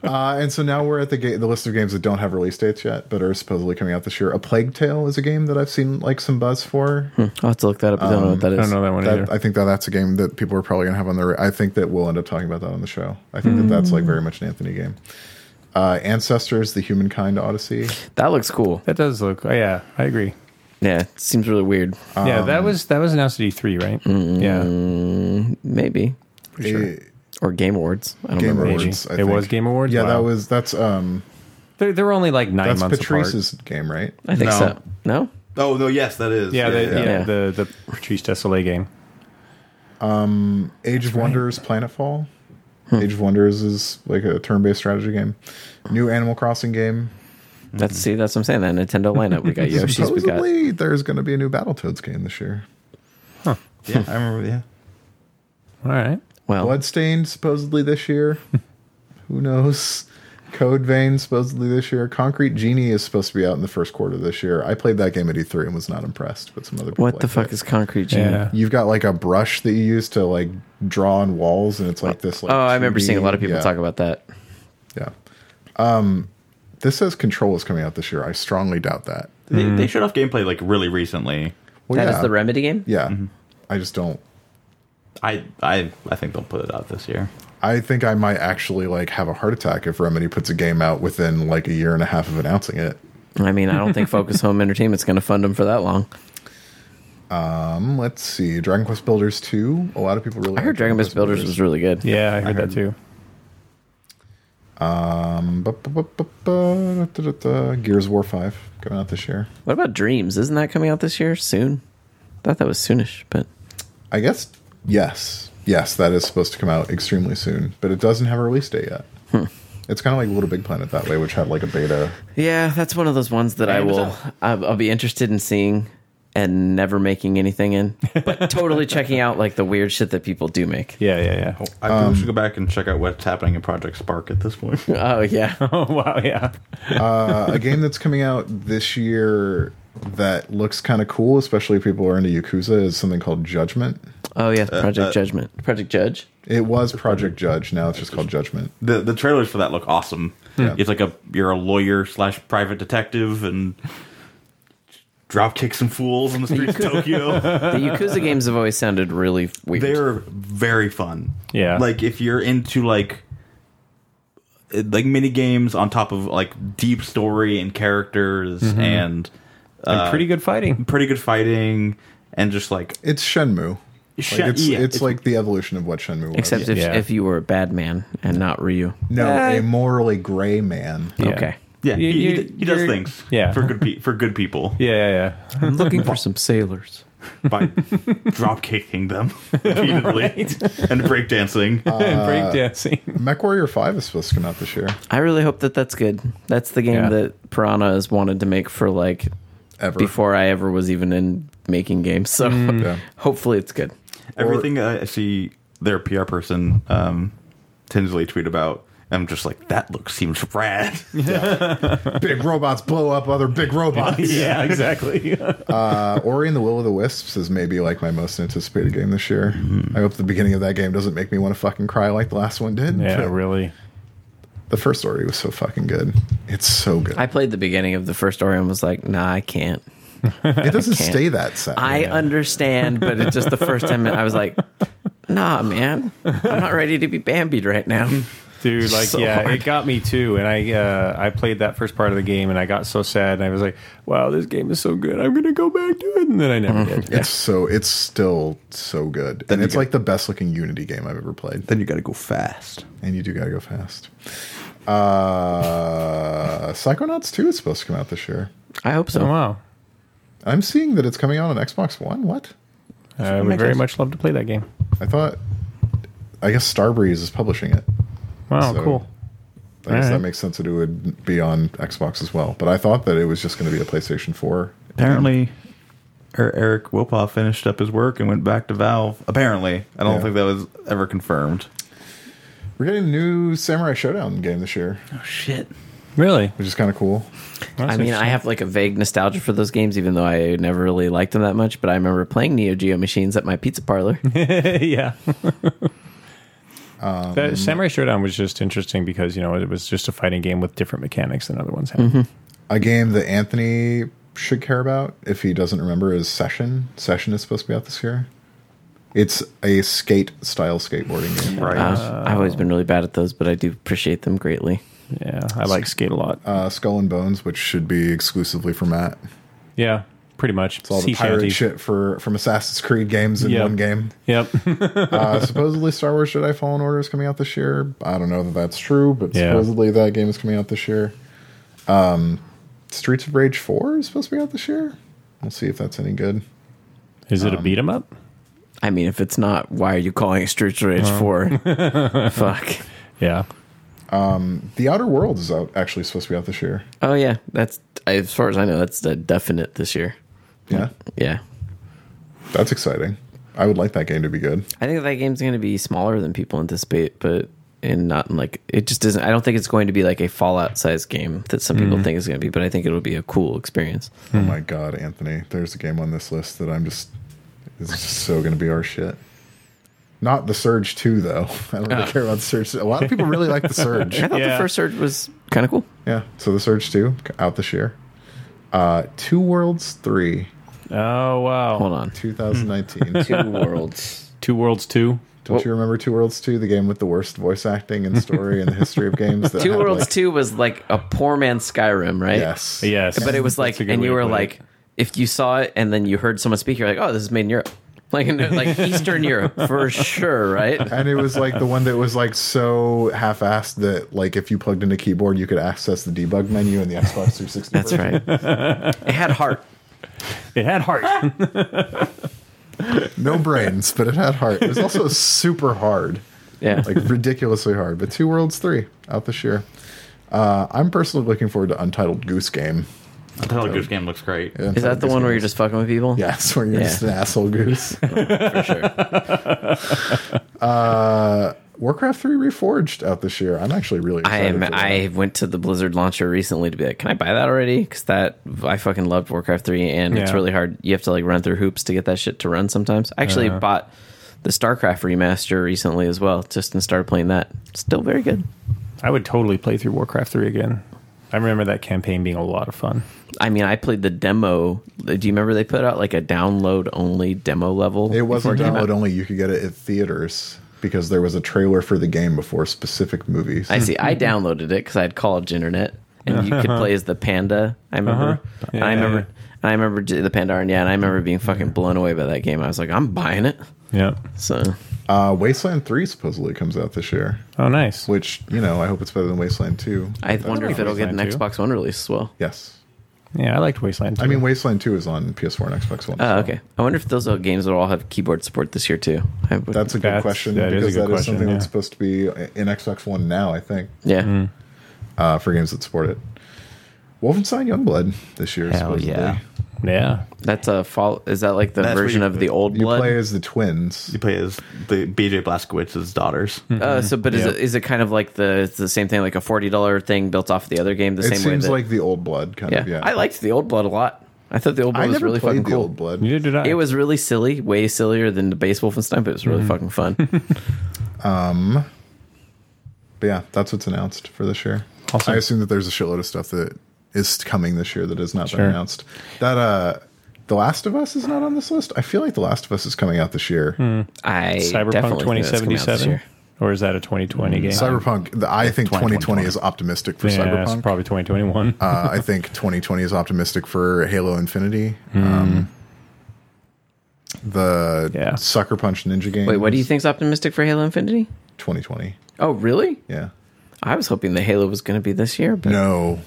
Speaker 4: uh, and so now we're at the ga- the list of games that don't have release dates yet, but are supposedly coming out this year. A Plague Tale is a game that I've seen like some buzz for.
Speaker 1: I'll have to look that up. I don't know what that is.
Speaker 2: Um, I don't know that one
Speaker 4: That,
Speaker 2: either.
Speaker 4: I think that that's a game that people are probably going to have on their. I think that we'll end up talking about that on the show. I think
Speaker 2: Mm.
Speaker 4: that that's like very much an Anthony game. Uh, Ancestors: The Humankind Odyssey.
Speaker 1: That looks cool.
Speaker 2: that does look. Oh, yeah, I agree.
Speaker 1: Yeah, it seems really weird.
Speaker 2: yeah, that was that was announced at E3, right? yeah,
Speaker 1: Maybe.
Speaker 4: Eh,
Speaker 1: Or Game Awards. I don't
Speaker 4: Game
Speaker 1: remember.
Speaker 2: maybe.
Speaker 4: Awards, I
Speaker 2: it
Speaker 4: think.
Speaker 2: was Game Awards.
Speaker 4: yeah,
Speaker 2: Wow.
Speaker 4: that was that's um
Speaker 2: They're, they're only like nine
Speaker 4: that's
Speaker 2: months apart.
Speaker 4: Patrice's game, right?
Speaker 1: I think
Speaker 5: No.
Speaker 1: so. No?
Speaker 5: Oh no! Yes, that is.
Speaker 2: Yeah, the, yeah,
Speaker 1: yeah.
Speaker 2: the the Patrice Desolé game.
Speaker 4: Age of Wonders: Planetfall.
Speaker 2: Hmm.
Speaker 4: Age of Wonders is like a turn-based strategy game. New Animal Crossing game.
Speaker 1: That's see, that's what I'm saying. That Nintendo lineup. We got Yoshi's, we got
Speaker 4: Supposedly, there's going to be a new Battletoads game this year.
Speaker 5: yeah, I remember. Yeah,
Speaker 2: All right.
Speaker 1: well
Speaker 4: Bloodstained supposedly this year. Who knows? Code Vein supposedly this year. Concrete Genie is supposed to be out in the first quarter this year. I played that game at E3 and was not impressed, but some other people
Speaker 1: what the
Speaker 4: liked
Speaker 1: fuck
Speaker 4: it.
Speaker 1: is concrete genie?
Speaker 2: Yeah.
Speaker 4: You've got like a brush that you use to like draw on walls, and it's like this. Like,
Speaker 1: Oh, I remember
Speaker 4: 2D
Speaker 1: seeing a lot of people
Speaker 4: yeah,
Speaker 1: talk about that.
Speaker 4: Yeah. Um, this says Control is coming out this year. I strongly doubt that.
Speaker 5: they, they showed off gameplay like really recently.
Speaker 4: Well,
Speaker 1: That is
Speaker 4: yeah.
Speaker 1: the remedy game.
Speaker 4: yeah. I just don't.
Speaker 5: I I I think they'll put it out this year.
Speaker 4: I think I might actually like have a heart attack if Remedy puts a game out within like a year and a half of announcing it.
Speaker 1: I mean, I don't think Focus Home Entertainment's going to fund them for that long.
Speaker 4: Um, let's see. Dragon Quest Builders 2. A lot of people really
Speaker 1: I heard Dragon Quest Builders was really good.
Speaker 2: Yeah, I heard, that too.
Speaker 4: Um, bu- bu- bu- bu- bu- da- da- da. Gears of War 5 coming out this year.
Speaker 1: What about Dreams? Isn't that coming out this year soon? I thought that was soonish, but
Speaker 4: I guess yes, yes, that is supposed to come out extremely soon, but it doesn't have a release date yet.
Speaker 1: Hmm.
Speaker 4: It's kind of like Little Big Planet that way, which had like a beta.
Speaker 1: yeah, that's one of those ones that I will I'll, I'll be interested in seeing and never making anything in, but totally checking out like the weird shit that people do make.
Speaker 2: Yeah, yeah, yeah.
Speaker 5: I
Speaker 4: Um,
Speaker 5: think we should go back and check out what's happening in Project Spark at this point.
Speaker 1: Oh yeah,
Speaker 2: Oh wow, yeah.
Speaker 4: Uh, a game that's coming out this year that looks kind of cool, especially if people are into Yakuza, is something called Judgment.
Speaker 1: oh yes, Project Judgment, Project Judge.
Speaker 4: It was Project Judge, now it's just called Judgment.
Speaker 5: the the trailers for that look awesome. It's like a you're a lawyer slash private detective and drop kick some fools on the streets of Tokyo.
Speaker 2: Uh,
Speaker 1: The Yakuza games have always sounded really weird.
Speaker 5: They're very fun.
Speaker 2: Yeah.
Speaker 5: like if you're into like uh, like mini games on top of like deep story and characters
Speaker 2: Mm-hmm.
Speaker 5: and
Speaker 2: And pretty good fighting.
Speaker 5: pretty good fighting and just like
Speaker 4: It's Shenmue. Like,
Speaker 5: Shen-
Speaker 4: it's,
Speaker 5: yeah,
Speaker 4: it's
Speaker 5: it's-
Speaker 4: like the evolution of what Shenmue was.
Speaker 1: Except if,
Speaker 2: Yeah.
Speaker 1: if you were a bad man and not Ryu.
Speaker 4: no,
Speaker 2: Eh.
Speaker 4: a morally gray man.
Speaker 2: Yeah.
Speaker 1: Okay.
Speaker 5: yeah
Speaker 2: You-
Speaker 5: he,
Speaker 2: you-
Speaker 5: he d- he does
Speaker 2: you're-
Speaker 5: things
Speaker 2: Yeah.
Speaker 5: for good pe- for good people
Speaker 2: Yeah, yeah, yeah.
Speaker 1: I'm looking for some sailors.
Speaker 5: by drop kicking them repeatedly and breakdancing.
Speaker 2: and breakdancing.
Speaker 4: MechWarrior 5 is supposed to come out this year.
Speaker 1: I really hope that that's good. That's the game
Speaker 2: Yeah.
Speaker 1: that Piranha has wanted to make for like
Speaker 4: Ever.
Speaker 1: before I ever was even in making games. So
Speaker 2: Mm.
Speaker 4: Yeah.
Speaker 1: hopefully it's good.
Speaker 5: Everything I see their PR person um, Tinsley tweet about, I'm just like, that look seems rad.
Speaker 4: big robots blow up other big robots.
Speaker 2: yeah, exactly.
Speaker 4: Uh, Ori and the Will of the Wisps is maybe like my most anticipated game this year. I hope the beginning of that game doesn't make me want to fucking cry like the last one did.
Speaker 2: yeah,
Speaker 4: but
Speaker 2: really.
Speaker 4: The first Ori was so fucking good. It's so good.
Speaker 1: I played the beginning of the first Ori and was like, nah, I can't.
Speaker 4: it doesn't
Speaker 1: can't.
Speaker 4: stay that sad.
Speaker 1: I understand, but it's just the first time I was like, nah, man, I'm not ready to be Bambied right now.
Speaker 2: Dude, like
Speaker 1: So
Speaker 2: yeah,
Speaker 1: hard.
Speaker 2: it got me too. And I uh, I played that first part of the game and I got so sad and I was like, Wow, this game is so good. I'm gonna go back to it and then I never did.
Speaker 4: it's so it's still so good. and it's like the best looking Unity game I've ever played.
Speaker 5: then you got to go fast.
Speaker 4: And you do gotta go fast. Uh Psychonauts 2 is supposed to come out this year.
Speaker 1: I hope so.
Speaker 2: Oh, wow.
Speaker 4: I'm seeing that it's coming out on Xbox One. What?
Speaker 2: I would Uh, very much love to play that game.
Speaker 4: I thought I guess Starbreeze is publishing it.
Speaker 2: Wow,
Speaker 4: So-
Speaker 2: cool.
Speaker 4: I guess that
Speaker 2: Alright.
Speaker 4: makes sense that it would be on Xbox as well. But I thought that it was just going to be a PlayStation 4.
Speaker 5: Apparently, Er- Eric Wopaw finished up his work and went back to Valve. Apparently, I don't
Speaker 4: Yeah.
Speaker 5: think that was ever confirmed.
Speaker 4: We're getting a new Samurai Showdown game this year,
Speaker 5: Oh shit!
Speaker 2: Really?
Speaker 4: which is kind of cool.
Speaker 1: I mean, I have like a vague nostalgia for those games, even though I never really liked them that much. But I remember playing Neo Geo machines at my pizza parlor.
Speaker 2: yeah.
Speaker 4: Um,
Speaker 2: that Samurai Showdown was just interesting because you know it was just a fighting game with different mechanics than other ones had.
Speaker 1: Mm-hmm.
Speaker 4: A game that Anthony should care about, if he doesn't remember, is Session. Session is supposed to be out this year. It's a skate style skateboarding game.
Speaker 5: Right.
Speaker 1: Uh, I've always been really bad at those, but I do appreciate them greatly.
Speaker 2: Yeah, I like skate a lot.
Speaker 4: Uh, Skull and Bones, which should be exclusively for Matt.
Speaker 2: yeah, pretty much.
Speaker 4: It's all the pirate shit for from Assassin's Creed games in
Speaker 2: Yep.
Speaker 4: one game.
Speaker 2: Yep.
Speaker 4: uh, supposedly Star Wars Jedi Fallen Order is coming out this year. I don't know that that's true, but
Speaker 2: Yeah.
Speaker 4: supposedly that game is coming out this year. Um, Streets of Rage 4 is supposed to be out this year. We'll see if that's any good.
Speaker 2: Is
Speaker 4: Um,
Speaker 2: it a beat 'em up?
Speaker 1: I mean, if it's not, why are you calling it Streets of Rage 4? Fuck.
Speaker 2: Yeah.
Speaker 4: The Outer Worlds is out, actually supposed to be out this year.
Speaker 1: Oh, yeah. That's, as far as I know, that's a definite this year.
Speaker 4: Yeah,
Speaker 1: Yeah.
Speaker 4: that's exciting. I would like that game to be good.
Speaker 1: I think that game's going to be smaller than people anticipate, but and not in like it just doesn't. I don't think it's going to be like a Fallout sized game that some people think it's going to be, but I think it'll be a cool experience.
Speaker 4: Oh my god, Anthony, there's a game on this list that I'm just is just so going to be our shit. Not the Surge 2 though. I don't really care about the Surge. A lot of people really like the Surge.
Speaker 1: I thought
Speaker 2: Yeah.
Speaker 1: the first surge was kind of cool.
Speaker 4: Yeah. So the Surge Two out this year. Uh, Two Worlds Three,
Speaker 2: Oh wow.
Speaker 1: Hold on.
Speaker 4: 2019.
Speaker 1: Two worlds.
Speaker 2: Two Worlds Two.
Speaker 4: Don't you remember Two Worlds Two, the game with the worst voice acting and story in the history of games? That
Speaker 1: Two
Speaker 4: had,
Speaker 1: Worlds
Speaker 4: like-
Speaker 1: Two was like a poor man's Skyrim, right?
Speaker 4: Yes.
Speaker 2: Yes.
Speaker 1: But it was
Speaker 2: That's
Speaker 1: like,
Speaker 2: a good
Speaker 1: and
Speaker 2: way
Speaker 1: you
Speaker 2: to
Speaker 1: were
Speaker 2: put
Speaker 1: like,
Speaker 2: it.
Speaker 1: if you saw it and then you heard someone speak, you're like, oh, this is made in Europe. Like, in, like Eastern Europe for sure, right?
Speaker 4: And it was like the one that was like so half-assed that like if you plugged in a keyboard, you could access the debug menu in the Xbox 360.
Speaker 1: That's right. It had heart.
Speaker 2: It had heart.
Speaker 4: No brains, but it had heart. It was also super hard,
Speaker 1: Yeah.
Speaker 4: like ridiculously hard. But Two Worlds Three out this year. Uh, I'm personally looking forward to Untitled Goose Game.
Speaker 5: I thought the Goose Game looks great.
Speaker 1: is that the one where you're just fucking with people?
Speaker 4: yeah, it's where you're
Speaker 1: Yeah.
Speaker 4: just an asshole goose.
Speaker 1: for sure.
Speaker 4: Uh, Warcraft Three Reforged out this year. I'm actually really.
Speaker 1: I
Speaker 4: Excited
Speaker 1: am.
Speaker 4: for that.
Speaker 1: I went to the Blizzard launcher recently to be like, can I buy that already? Because that I fucking loved Warcraft three, and it's
Speaker 2: Yeah.
Speaker 1: really hard. You have to like run through hoops to get that shit to run. Sometimes I
Speaker 2: Uh-huh.
Speaker 1: actually bought the StarCraft remaster recently as well, just and started playing that. Still very good.
Speaker 2: I would totally play through Warcraft 3 again. I remember that campaign being a lot of fun.
Speaker 1: I mean, I played the demo. Do you remember they put out like a download only demo level?
Speaker 4: It wasn't
Speaker 1: before came out?
Speaker 4: download only. You could get it at theaters because there was a trailer for the game before specific movies.
Speaker 1: I see. I downloaded it because I had college internet, and you could play as the panda. I remember.
Speaker 2: Uh-huh.
Speaker 1: And I
Speaker 2: Yeah.
Speaker 1: remember. And I remember j- the panda, and yeah, and I remember being fucking blown away by that game. I was like, I'm buying it.
Speaker 2: Yeah.
Speaker 1: So
Speaker 4: Uh, Wasteland Three supposedly comes out this year,
Speaker 2: Oh, nice.
Speaker 4: which you know I hope it's better than Wasteland Two.
Speaker 1: I wonder if it'll get an
Speaker 2: Wasteland too.
Speaker 1: Xbox One release as well.
Speaker 4: Yes,
Speaker 2: Yeah, I liked Wasteland.
Speaker 4: I
Speaker 2: too.
Speaker 4: mean Wasteland Two is on PS4 and Xbox One.
Speaker 1: Oh,
Speaker 4: so
Speaker 1: okay. I wonder if those old games will all have keyboard support this year too. I would,
Speaker 4: That's a good
Speaker 2: That's-
Speaker 4: question
Speaker 2: that is a
Speaker 4: because that is
Speaker 2: good question,
Speaker 4: something
Speaker 2: yeah.
Speaker 4: that's supposed to be in Xbox One now. I think
Speaker 1: yeah.
Speaker 4: uh, for games that support it. Wolfenstein Youngblood this year.
Speaker 1: Hell
Speaker 4: supposedly.
Speaker 1: yeah.
Speaker 2: yeah.
Speaker 1: That's a fall. Is that like the
Speaker 5: That's where
Speaker 1: version
Speaker 5: you-
Speaker 1: of the old
Speaker 4: You
Speaker 1: blood?
Speaker 4: play as the twins.
Speaker 5: You play as the BJ Blazkowicz's daughters.
Speaker 1: Uh, so, but is
Speaker 2: Yeah.
Speaker 1: it is it kind of like the it's the same thing, like a forty dollar thing built off the other game? The
Speaker 4: It
Speaker 1: same way.
Speaker 4: seems
Speaker 1: that-
Speaker 4: like the old blood kind
Speaker 1: yeah.
Speaker 4: of. Yeah,
Speaker 1: I liked the old blood a lot. I thought the old
Speaker 4: I
Speaker 1: blood was
Speaker 4: never
Speaker 1: really
Speaker 4: played
Speaker 1: fucking
Speaker 4: the
Speaker 1: cool.
Speaker 4: old blood.
Speaker 2: Neither did I.
Speaker 1: It was really silly, way sillier than the base Wolfenstein, but it was really fucking fun.
Speaker 4: But yeah, that's what's announced for this year.
Speaker 2: Awesome.
Speaker 4: I assume that there's a shitload of stuff that is coming this year that has not
Speaker 2: Sure.
Speaker 4: been announced. That uh The Last of Us is not on this list. I feel like The Last of Us is coming out this year.
Speaker 2: Hmm.
Speaker 1: I
Speaker 2: Cyberpunk
Speaker 1: definitely think that's coming out this
Speaker 2: 2077.
Speaker 1: year.
Speaker 2: Or is that a 2020 game?
Speaker 4: Mm, Cyberpunk, the, I think 2020,
Speaker 5: 2020.
Speaker 4: is optimistic for
Speaker 2: yeah, it's
Speaker 4: Cyberpunk.
Speaker 2: probably 2021.
Speaker 4: uh, I think 2020 is optimistic for Halo Infinity. Um, the
Speaker 2: Yeah.
Speaker 4: Sucker Punch Ninja game.
Speaker 1: Hmm. Wait, what do you
Speaker 4: is
Speaker 1: think's optimistic for Halo Infinity?
Speaker 4: 2020.
Speaker 1: Oh, really?
Speaker 4: Yeah.
Speaker 1: I was hoping the Halo was going to be this year, but
Speaker 4: No.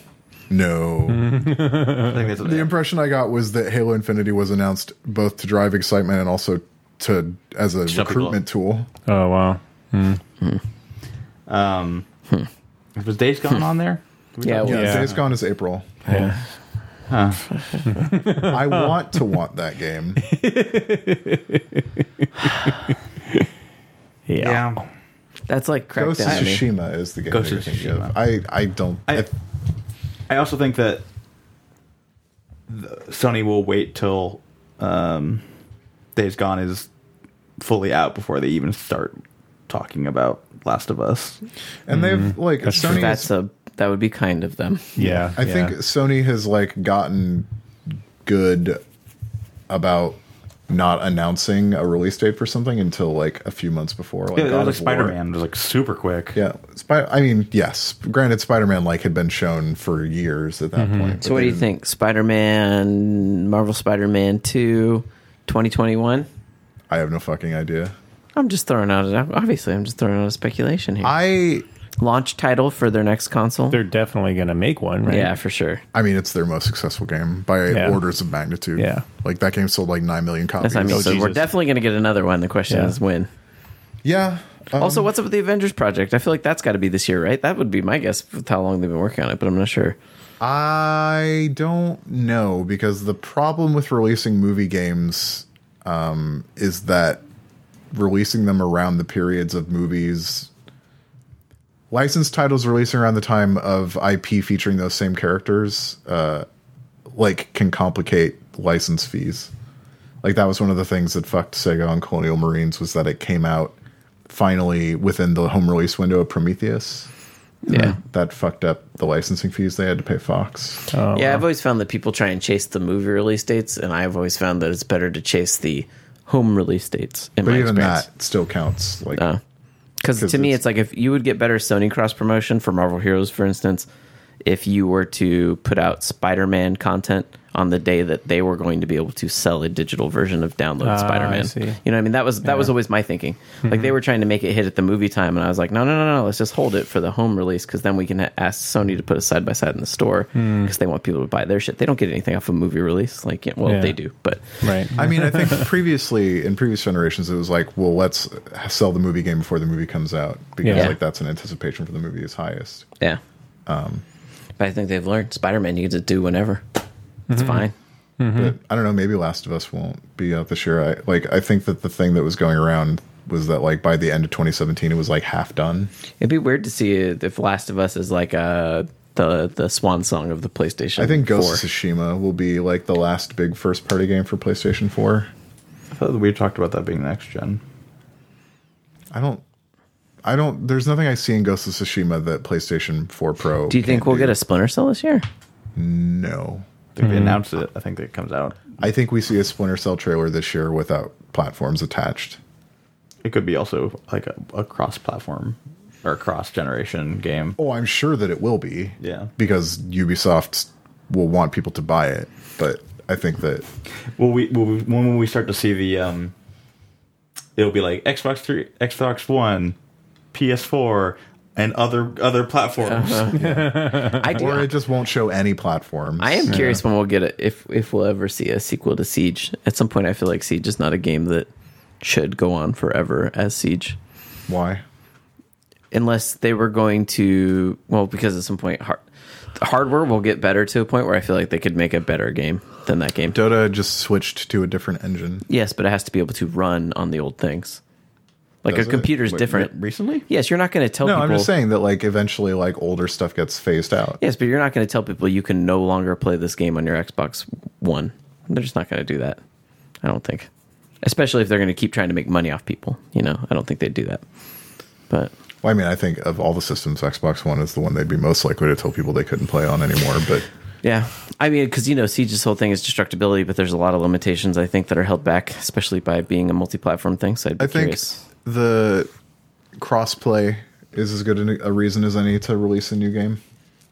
Speaker 4: No.
Speaker 1: Hmm.
Speaker 5: I think that's
Speaker 4: The impression I got was that Halo Infinity was announced both to drive excitement and also to as a
Speaker 5: Shut people
Speaker 4: recruitment tool.
Speaker 2: oh, wow.
Speaker 5: um, was Days Gone on there?
Speaker 1: Oh, yeah, well,
Speaker 4: Yeah,
Speaker 2: Yeah.
Speaker 4: Days Gone is April.
Speaker 2: Yeah.
Speaker 4: I want to want that game.
Speaker 2: Yeah.
Speaker 1: that's like
Speaker 4: Ghost of
Speaker 1: Crackdown. to me.
Speaker 4: Tsushima is the game.
Speaker 5: Ghost
Speaker 4: that
Speaker 5: of
Speaker 4: you're thinking
Speaker 5: Tsushima.
Speaker 4: of. I I don't.
Speaker 5: I-
Speaker 4: if-
Speaker 5: I also think that the, Sony will wait till um, Days Gone is fully out before they even start talking about Last of Us.
Speaker 4: and they've like Sony.
Speaker 1: That's
Speaker 4: Is,
Speaker 1: a that would be kind of them.
Speaker 2: Yeah.
Speaker 4: I think
Speaker 2: yeah.
Speaker 4: Sony has like gotten good about not announcing a release date for something until like a few months before. Like
Speaker 5: Yeah,
Speaker 4: God
Speaker 5: like
Speaker 4: of War.
Speaker 5: Spider Man was like super quick.
Speaker 4: Yeah, Spy- I mean, yes. Granted, Spider-Man like had been shown for years at that point.
Speaker 1: So, what do you think? Spider Man, Marvel Spider Man 2, 2021?
Speaker 4: I have no fucking idea.
Speaker 1: I'm just throwing out, a- obviously, I'm just throwing out a speculation here.
Speaker 4: I
Speaker 1: Launch title for their next console?
Speaker 2: they're definitely going to make one, right?
Speaker 1: Yeah, for sure.
Speaker 4: I mean, it's their most successful game by
Speaker 2: Yeah.
Speaker 4: orders of magnitude.
Speaker 2: Yeah.
Speaker 4: like that game sold like nine million copies.
Speaker 1: That's what I mean.
Speaker 2: Oh,
Speaker 1: so we're
Speaker 2: Jesus.
Speaker 1: definitely going to get another one. The question
Speaker 2: Yeah.
Speaker 1: is when.
Speaker 4: Yeah. um,
Speaker 1: Also, what's up with the Avengers project? I feel like that's got to be this year, right? That would be my guess with how long they've been working on it, but I'm not sure.
Speaker 4: I don't know because the problem with releasing movie games um, is that releasing them around the periods of movies. Licensed titles releasing around the time of IP featuring those same characters, uh, like, can complicate license fees. Like that was one of the things that fucked Sega on Colonial Marines was that it came out finally within the home release window of Prometheus
Speaker 1: Yeah.
Speaker 4: that fucked up the licensing fees they had to pay Fox.
Speaker 1: Yeah, I've always found that people try and chase the movie release dates, and I've always found that it's better to chase the home release dates in
Speaker 4: but
Speaker 1: my
Speaker 4: even
Speaker 1: experience.
Speaker 4: that still counts. Like,
Speaker 1: Because
Speaker 4: 'Cause
Speaker 1: to me,
Speaker 4: it's-
Speaker 1: it's like if you would get better Sony cross promotion for Marvel Heroes, for instance, if you were to put out Spider Man content on the day that they were going to be able to sell a digital version of Download
Speaker 2: Ah, I
Speaker 1: Spider-Man.
Speaker 2: see. Mm-hmm.
Speaker 1: You know, what I mean, that was that was always my thinking. Like they were trying to make it hit at the movie time, and I was like, no, no, no, no, let's just hold it for the home release because then we can ha- ask Sony to put it side by side in the store because
Speaker 2: Hmm.
Speaker 1: they want people to buy their shit. They don't get anything off a movie release, like yeah, well,
Speaker 2: Yeah.
Speaker 1: they do, but
Speaker 2: Right.
Speaker 4: I mean, I think previously in previous generations, it was like, well, let's sell the movie game before the movie comes out because
Speaker 2: Yeah.
Speaker 4: like that's an anticipation for the movie is highest.
Speaker 1: Yeah.
Speaker 2: Um.
Speaker 1: but I think they've learned Spider Man you get to do whenever. It's
Speaker 2: Mm-hmm.
Speaker 1: fine. Mm-hmm.
Speaker 4: But I don't know. Maybe Last of Us won't be out this year. I like. I think that the thing that was going around was that like by the end of 2017, it was like half done.
Speaker 1: It'd be weird to see it if Last of Us is like uh the the swan song of the PlayStation.
Speaker 4: I think
Speaker 1: 4.
Speaker 4: Ghost of Tsushima will be like the last big first party game for PlayStation 4.
Speaker 5: I thought that we talked about that being next gen.
Speaker 4: I don't. I don't. There's nothing I see in Ghost of Tsushima that PlayStation 4 Pro.
Speaker 1: Do you think
Speaker 4: can't
Speaker 1: we'll
Speaker 4: do.
Speaker 1: get a Splinter Cell this year?
Speaker 4: no?
Speaker 5: I think they announced it. I think that it comes out.
Speaker 4: I think we see a Splinter Cell trailer this year without platforms attached.
Speaker 5: It could be also like a, a cross platform or cross generation game.
Speaker 4: Oh, I'm sure that it will be.
Speaker 5: Yeah.
Speaker 4: Because Ubisoft will want people to buy it, but I think that
Speaker 5: Will we, will we when will we start to see the um it'll be like Xbox 3, Xbox 1, PS4 and other other platforms.
Speaker 1: I do.
Speaker 4: or it just won't show any platforms.
Speaker 1: I am curious when we'll get it if if we'll ever see a sequel to Siege. At some point, I feel like Siege is not a game that should go on forever as Siege.
Speaker 4: why.
Speaker 1: unless they were going to well because at some point har- the hardware will get better to a point where i feel like they could make a better game than that game
Speaker 4: Dota just switched to a different engine.
Speaker 1: yes but it has to be able to run on the old things like
Speaker 4: Does
Speaker 1: a
Speaker 4: it?
Speaker 1: computer's
Speaker 5: Wait,
Speaker 1: different
Speaker 5: re- recently?
Speaker 1: yes you're not going to tell
Speaker 4: No,
Speaker 1: people
Speaker 4: I'm just saying that like eventually like older stuff gets phased out.
Speaker 1: yes but you're not going to tell people you can no longer play this game on your xbox one they're just not going to do that i don't think especially if they're going to keep trying to make money off people you know i don't think they'd do that but
Speaker 4: Well, I mean, I think of all the systems, Xbox One is the one they'd be most likely to tell people they couldn't play on anymore. But
Speaker 1: Yeah, I mean, because you know, Siege's whole thing is destructibility, but there's a lot of limitations I think that are held back, especially by being a multi-platform thing. So I'd be
Speaker 4: I think
Speaker 1: curious.
Speaker 4: the crossplay is as good a reason as any to release a new game.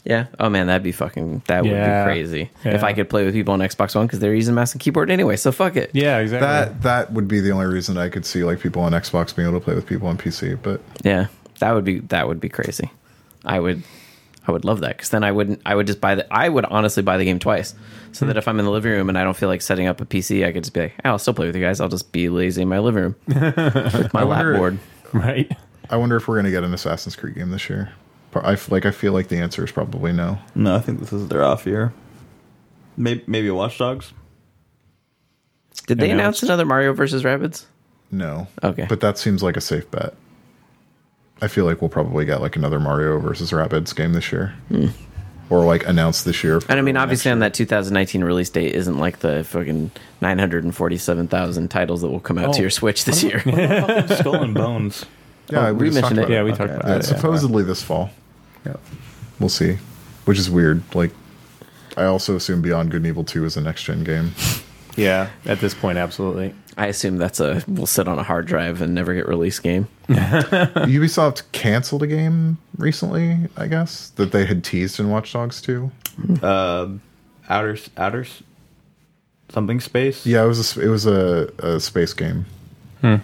Speaker 1: Yeah. Oh man, that'd be fucking. That
Speaker 2: Yeah.
Speaker 1: would be crazy if
Speaker 2: Yeah.
Speaker 1: I could play with people on Xbox One because they're using mouse and keyboard anyway. So fuck it.
Speaker 2: Yeah, exactly.
Speaker 4: That that would be the only reason I could see like people on Xbox being able to play with people on PC. But
Speaker 1: Yeah, that would be that would be crazy. I would I would love that because then I wouldn't I would just buy the I would honestly buy the game twice so that if I'm in the living room and I don't feel like setting up a PC, I could just be like, "Oh, I'll still play with you guys. I'll just be lazy in my living room with my lap
Speaker 4: wonder-
Speaker 1: board.
Speaker 2: right.
Speaker 4: I wonder if we're gonna get an Assassin's Creed game this year. Pro- I f- like I feel like the answer is probably no.
Speaker 5: No, I think this is their off year. Maybe maybe Watch Dogs.
Speaker 1: Did they
Speaker 2: Announced.
Speaker 1: announce another Mario versus Rabbids?
Speaker 4: No.
Speaker 1: Okay.
Speaker 4: But that seems like a safe bet. I feel like we'll probably get like another Mario versus Rabbids game this year. Or like announced this year.
Speaker 1: Hmm. And I mean,
Speaker 4: for
Speaker 1: obviously,
Speaker 4: next
Speaker 1: on that 2019 release date isn't like the fucking 947,000 titles that will come out to
Speaker 2: Oh.
Speaker 1: your Switch this year.
Speaker 5: Skull and Bones.
Speaker 4: year. Yeah,
Speaker 1: oh, we
Speaker 4: we, just talked
Speaker 1: mentioned it.
Speaker 4: about it.
Speaker 2: Yeah, we
Speaker 4: Uh,
Speaker 2: talked about
Speaker 4: yeah,
Speaker 2: it.
Speaker 4: supposedly this fall.
Speaker 5: Yep.
Speaker 4: We'll see. Which is weird. Like I also assume Beyond Good and Evil 2 is a next gen game.
Speaker 2: Yeah, at this point, absolutely.
Speaker 1: I assume that's a will sit on a hard drive and never get released game.
Speaker 4: Ubisoft canceled a game recently, I guess, that they had teased in Watch Dogs 2.
Speaker 5: Um outer outer s- something space.
Speaker 4: Yeah, it was a, sp- it was a, a space game.
Speaker 2: Hmm.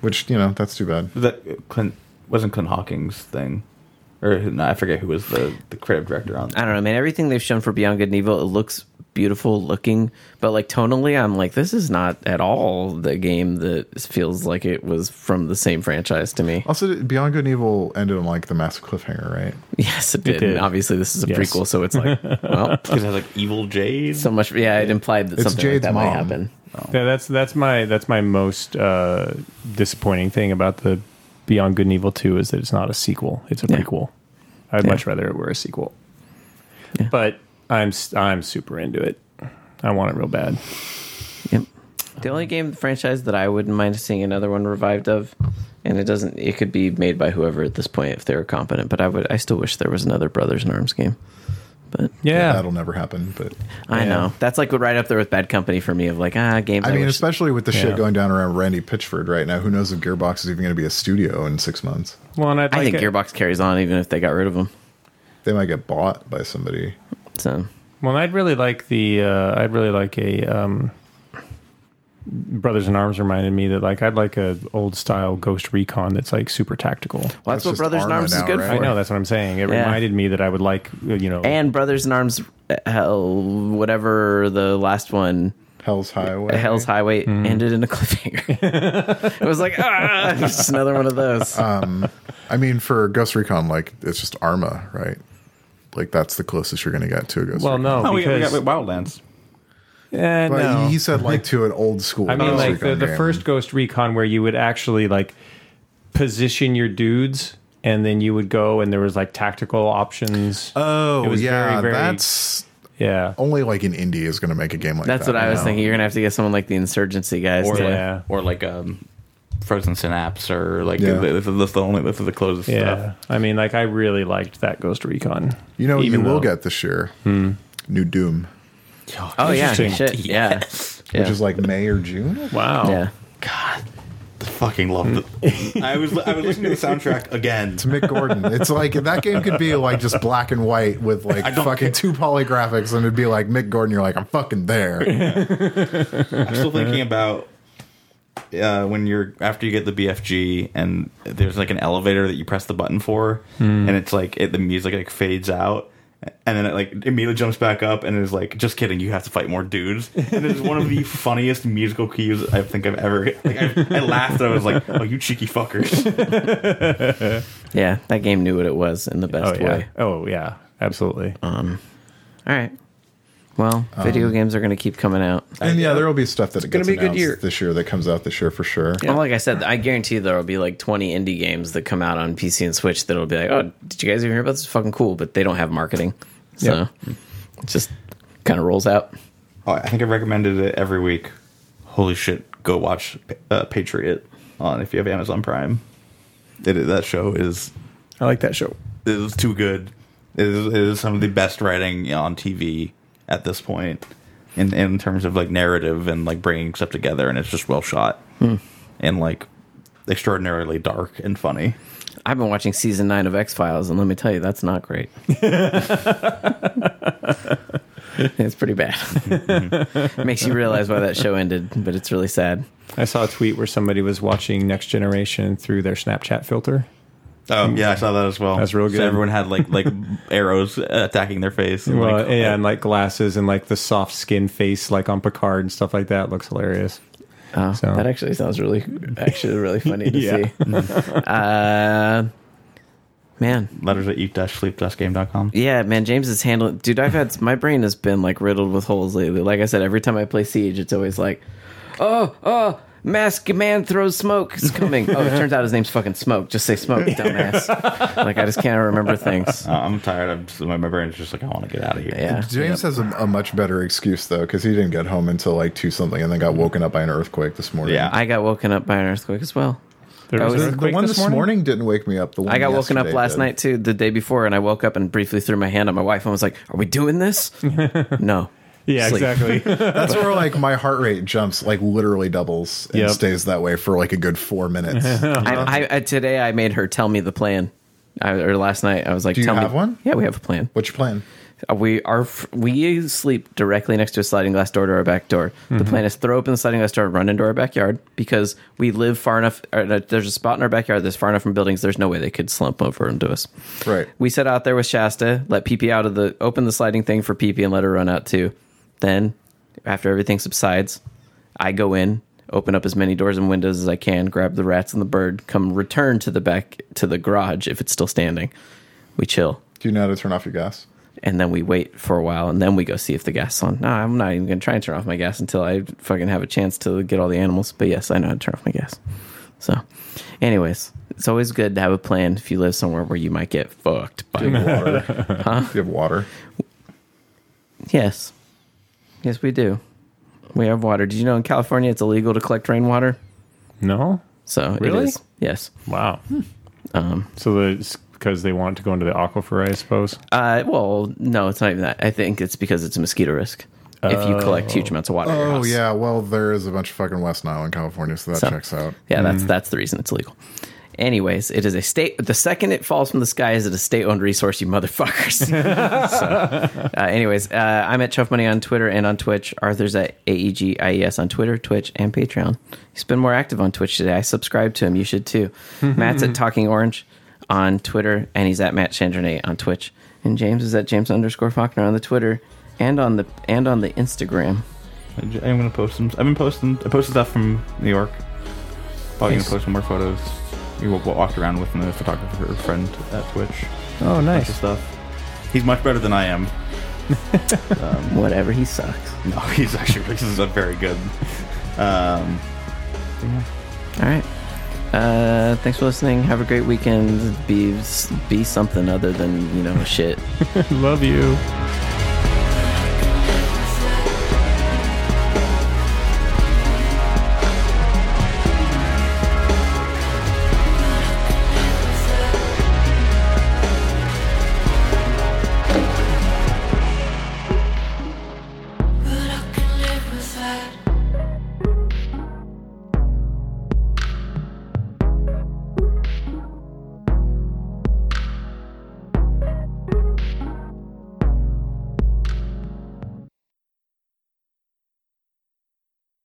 Speaker 4: Which, you know, that's too bad.
Speaker 5: Was that Clint wasn't Clint Hawking's thing, or who- no, I forget who was the the creative director on.
Speaker 1: I don't know, man. Everything they've shown for Beyond Good and Evil, it looks beautiful looking, but like tonally, I'm like, this is not at all the game that feels like it was from the same franchise to me.
Speaker 4: Also, Beyond Good and Evil ended on like the massive cliffhanger, right?
Speaker 1: Yes, it did.
Speaker 2: did.
Speaker 1: And obviously, this is a
Speaker 2: Yes.
Speaker 1: prequel, so it's like, well,
Speaker 5: Because it has like evil Jade.
Speaker 1: so much. Yeah, it implied that
Speaker 4: It's
Speaker 1: something like
Speaker 4: Jade's
Speaker 1: that might
Speaker 4: mom.
Speaker 1: happen.
Speaker 2: Yeah, that's that's my that's my most uh, disappointing thing about the Beyond Good and Evil Two is that it's not a sequel; it's a
Speaker 1: Yeah.
Speaker 2: prequel. I'd
Speaker 1: Yeah.
Speaker 2: much rather it were a sequel. But I'm s- I'm super into it. I want it real bad.
Speaker 1: Yep. The only game franchise that I wouldn't mind seeing another one revived of, and it doesn't. It could be made by whoever at this point if they were competent. But I would. I still wish there was another Brothers in Arms game. But
Speaker 2: Yeah,
Speaker 4: That'll never happen, but
Speaker 1: I
Speaker 2: Yeah.
Speaker 1: know that's like right up there with Bad Company for me. Of like ah games.
Speaker 4: I mean,
Speaker 1: wish-
Speaker 4: especially with the
Speaker 2: Yeah.
Speaker 4: shit going down around Randy Pitchford right now, who knows if Gearbox is even going to be a studio in six months?
Speaker 2: well, and I'd
Speaker 1: I
Speaker 2: like
Speaker 1: think
Speaker 2: it-
Speaker 1: Gearbox carries on even if they got rid of them.
Speaker 4: They might get bought by somebody.
Speaker 1: So
Speaker 2: Well, I'd really like the. Uh, I'd really like a. Um, Brothers in Arms reminded me that like I'd like a old style Ghost Recon that's like super tactical.
Speaker 1: Well, that's,
Speaker 4: That's
Speaker 1: what
Speaker 4: just
Speaker 1: Brothers in
Speaker 4: armor
Speaker 1: Arms is
Speaker 4: now,
Speaker 1: good
Speaker 4: right?
Speaker 1: for.
Speaker 2: I know that's what I'm saying. It
Speaker 1: Yeah.
Speaker 2: reminded me that I would like uh, you know
Speaker 1: And Brothers in Arms, uh, hell, whatever the last one,
Speaker 4: Hell's Highway.
Speaker 1: Hell's Highway, ended in a cliffhanger. it was like, ah, it's just another one of those.
Speaker 4: I mean, for Ghost Recon, like it's just Arma, right? Like that's the closest you're going to get to a Ghost.
Speaker 2: well
Speaker 4: Recon.
Speaker 2: no
Speaker 5: Oh, we got, we
Speaker 2: because
Speaker 5: got Wildlands.
Speaker 2: eh,
Speaker 4: but
Speaker 2: no.
Speaker 4: he said like to an old school.
Speaker 2: I mean,
Speaker 4: Ghost
Speaker 2: like the,
Speaker 4: Recon
Speaker 2: the
Speaker 4: game.
Speaker 2: first Ghost Recon where you would actually like position your dudes, and then you would go, and there was like tactical options.
Speaker 4: Oh
Speaker 2: It was
Speaker 4: yeah,
Speaker 2: very, very-
Speaker 4: that's
Speaker 2: yeah,
Speaker 4: only like in India is going to make a game like
Speaker 1: That's
Speaker 4: that.
Speaker 1: what I was
Speaker 4: now.
Speaker 1: thinking. You're gonna have to get someone like the Insurgency guys.
Speaker 5: Or
Speaker 1: to-
Speaker 2: Yeah.
Speaker 5: like, or like um, Frozen Synapse, or like
Speaker 4: Yeah.
Speaker 5: this, is, this is the only this is the closest
Speaker 2: yeah.
Speaker 5: stuff.
Speaker 2: I mean, like I really liked that Ghost Recon.
Speaker 4: You know, what you
Speaker 2: Even
Speaker 4: will
Speaker 2: though-
Speaker 4: get this year
Speaker 2: Hmm.
Speaker 4: new Doom,
Speaker 1: Oh yeah,
Speaker 2: Interesting.
Speaker 1: shit, yeah, yeah.
Speaker 4: which is like May or June.
Speaker 2: Wow.
Speaker 1: yeah.
Speaker 5: Fucking love it. I was I was listening to the soundtrack again.
Speaker 4: It's Mick Gordon. It's like that game could be like just black and white with like
Speaker 5: don't
Speaker 4: fucking two polygraphics, and it'd be like Mick Gordon. You're like, I'm fucking there.
Speaker 5: I'm still thinking about uh, when you're after you get the BFG and there's like an elevator that you press the button for,
Speaker 2: Hmm.
Speaker 5: and it's like it, the music like fades out. And then it like immediately jumps back up and is like, "Just kidding, you have to fight more dudes." And it's one of the funniest musical cues I think I've ever. Like I, I laughed. And I was like, "Oh, you cheeky fuckers!"
Speaker 1: Yeah, that game knew what it was in the
Speaker 2: Oh
Speaker 1: best
Speaker 2: yeah.
Speaker 1: way.
Speaker 2: Oh yeah. Absolutely.
Speaker 1: All right. Well, video games are going to keep coming out.
Speaker 4: And yeah, there will be stuff that's going
Speaker 2: uh, gonna
Speaker 4: to
Speaker 2: be a good year.
Speaker 4: this year that comes out this year for sure.
Speaker 1: Well, like I said, I guarantee there will be like 20 indie games that come out on PC and Switch that'll be like, oh, did you guys even hear about this? It's fucking cool, but they don't have marketing. So it just kind of rolls out.
Speaker 5: Oh, I think I recommended it every week. Holy shit! Go watch uh, Patriot on if you have Amazon Prime. It, that show is
Speaker 2: I like that show.
Speaker 5: it was too good. It is, it is some of the best writing on TV at this point, in in terms of like narrative and like bringing stuff together, and it's just well shot
Speaker 2: Hmm.
Speaker 5: and like extraordinarily dark and funny.
Speaker 1: I've been watching season nine of X Files, and let me tell you, that's not great. it's pretty bad. Makes you realize why that show ended, but it's really sad.
Speaker 2: I saw a tweet where somebody was watching Next Generation through their Snapchat filter.
Speaker 5: Oh yeah, I saw that as well.
Speaker 2: Hmm. That's real good.
Speaker 5: So everyone had like like arrows attacking their face. And,
Speaker 2: Well,
Speaker 5: like,
Speaker 2: yeah, and like uh, glasses and like the soft skin face, like on Picard and stuff like that, looks hilarious.
Speaker 1: Oh,
Speaker 2: So-
Speaker 1: that actually sounds really, actually really funny to
Speaker 2: Yeah.
Speaker 1: see. uh, man,
Speaker 5: letters at eat dash sleep dash game dot com.
Speaker 1: yeah, man. James is handling. Dude, I've had my brain has been like riddled with holes lately. Like I said, every time I play Siege, it's always like, oh, oh, mask man throws smoke. It's coming. oh, it turns out his name's fucking Smoke. Just say Smoke, dumbass. like I just can't remember things.
Speaker 5: Uh, I'm tired. I'm just, my my brain's just like I want to get out of here.
Speaker 1: Yeah.
Speaker 4: James has a, a much better excuse though, because he didn't get home until like two something, and then got woken up by an earthquake this morning.
Speaker 5: Yeah.
Speaker 1: I got woken up by an earthquake as well.
Speaker 2: There
Speaker 1: That was-
Speaker 2: an
Speaker 1: the
Speaker 4: The
Speaker 2: earthquake
Speaker 4: one this morning? didn't wake me up. The one
Speaker 1: I got woken up
Speaker 4: yesterday
Speaker 1: last
Speaker 4: did.
Speaker 1: night too, the day before, and I woke up and briefly threw my hand at my wife and was like, "Are we doing this?" no.
Speaker 2: Yeah,
Speaker 1: Sleep.
Speaker 2: exactly.
Speaker 4: That's where like my heart rate jumps, like literally doubles and
Speaker 2: Yep.
Speaker 4: stays that way for like a good four minutes. Do
Speaker 1: I, I, I today I made her tell me the plan. I, or last night I was like,
Speaker 4: you
Speaker 1: "Tell
Speaker 4: have
Speaker 1: me
Speaker 4: one?
Speaker 1: Yeah, we have a plan.
Speaker 4: What's your plan?
Speaker 1: Uh, We are f- we sleep directly next to a sliding glass door to our back door.
Speaker 4: Mm-hmm.
Speaker 1: The plan is throw open the sliding glass door, run into our backyard because we live far enough. Or, uh, there's a spot in our backyard that's far enough from buildings. There's no way they could slump over into us.
Speaker 4: Right.
Speaker 1: We set out there with Shasta, let PP out of the open the sliding thing for PP and let her run out too. Then, after everything subsides, I go in, open up as many doors and windows as I can, grab the rats and the bird, come return to the back to the garage if it's still standing. We chill.
Speaker 4: Do you know how to turn off your gas?
Speaker 1: And then we wait for a while and then we go see if the gas is on. No, I'm not even gonna try and turn off my gas until I fucking have a chance to get all the animals. But yes, I know how to turn off my gas. So anyways, it's always good to have a plan if you live somewhere where you might get fucked by
Speaker 4: Do you have water? Do you have water?
Speaker 1: Yes. Yes, we do. We have water. Did you know in California it's illegal to collect rainwater?
Speaker 2: no,
Speaker 1: So
Speaker 2: Really?
Speaker 1: it is. Yes.
Speaker 2: wow. so the because they want it to go into the aquifer, I suppose.
Speaker 1: Uh, well, no, it's not even that. I think it's because it's a mosquito risk. If you collect huge amounts of water, at your
Speaker 4: Oh
Speaker 1: house.
Speaker 4: yeah, well there is a bunch of fucking West Nile in California, so that
Speaker 1: So-
Speaker 4: checks out.
Speaker 1: yeah. That's that's the reason it's illegal. Anyways, it is a state. The second it falls from the sky, is it a state-owned resource, you motherfuckers? so, uh, anyways, uh, I'm at Chuff Money on Twitter and on Twitch. Arthur's at E AEGIES on Twitter, Twitch, and Patreon. He's been more active on Twitch today. I subscribe to him. You should too. Matt's at Talking Orange on Twitter, and he's at Matt Chandranay on Twitch. And James is at James underscore Faulkner on the Twitter and on the and on the Instagram.
Speaker 5: I'm gonna post some. I've been posting. I posted stuff from New York. Probably
Speaker 1: Nice.
Speaker 5: gonna post some more photos. We wa- walked around with my photographer friend at Twitch.
Speaker 2: Oh,
Speaker 5: Bunch of
Speaker 2: nice.
Speaker 5: stuff. He's much better than I am.
Speaker 1: Whatever he sucks.
Speaker 5: No, he's actually this is a very good. Um,
Speaker 1: All right. Uh, thanks for listening. Have a great weekend. Be be something other than you know shit.
Speaker 2: Love you.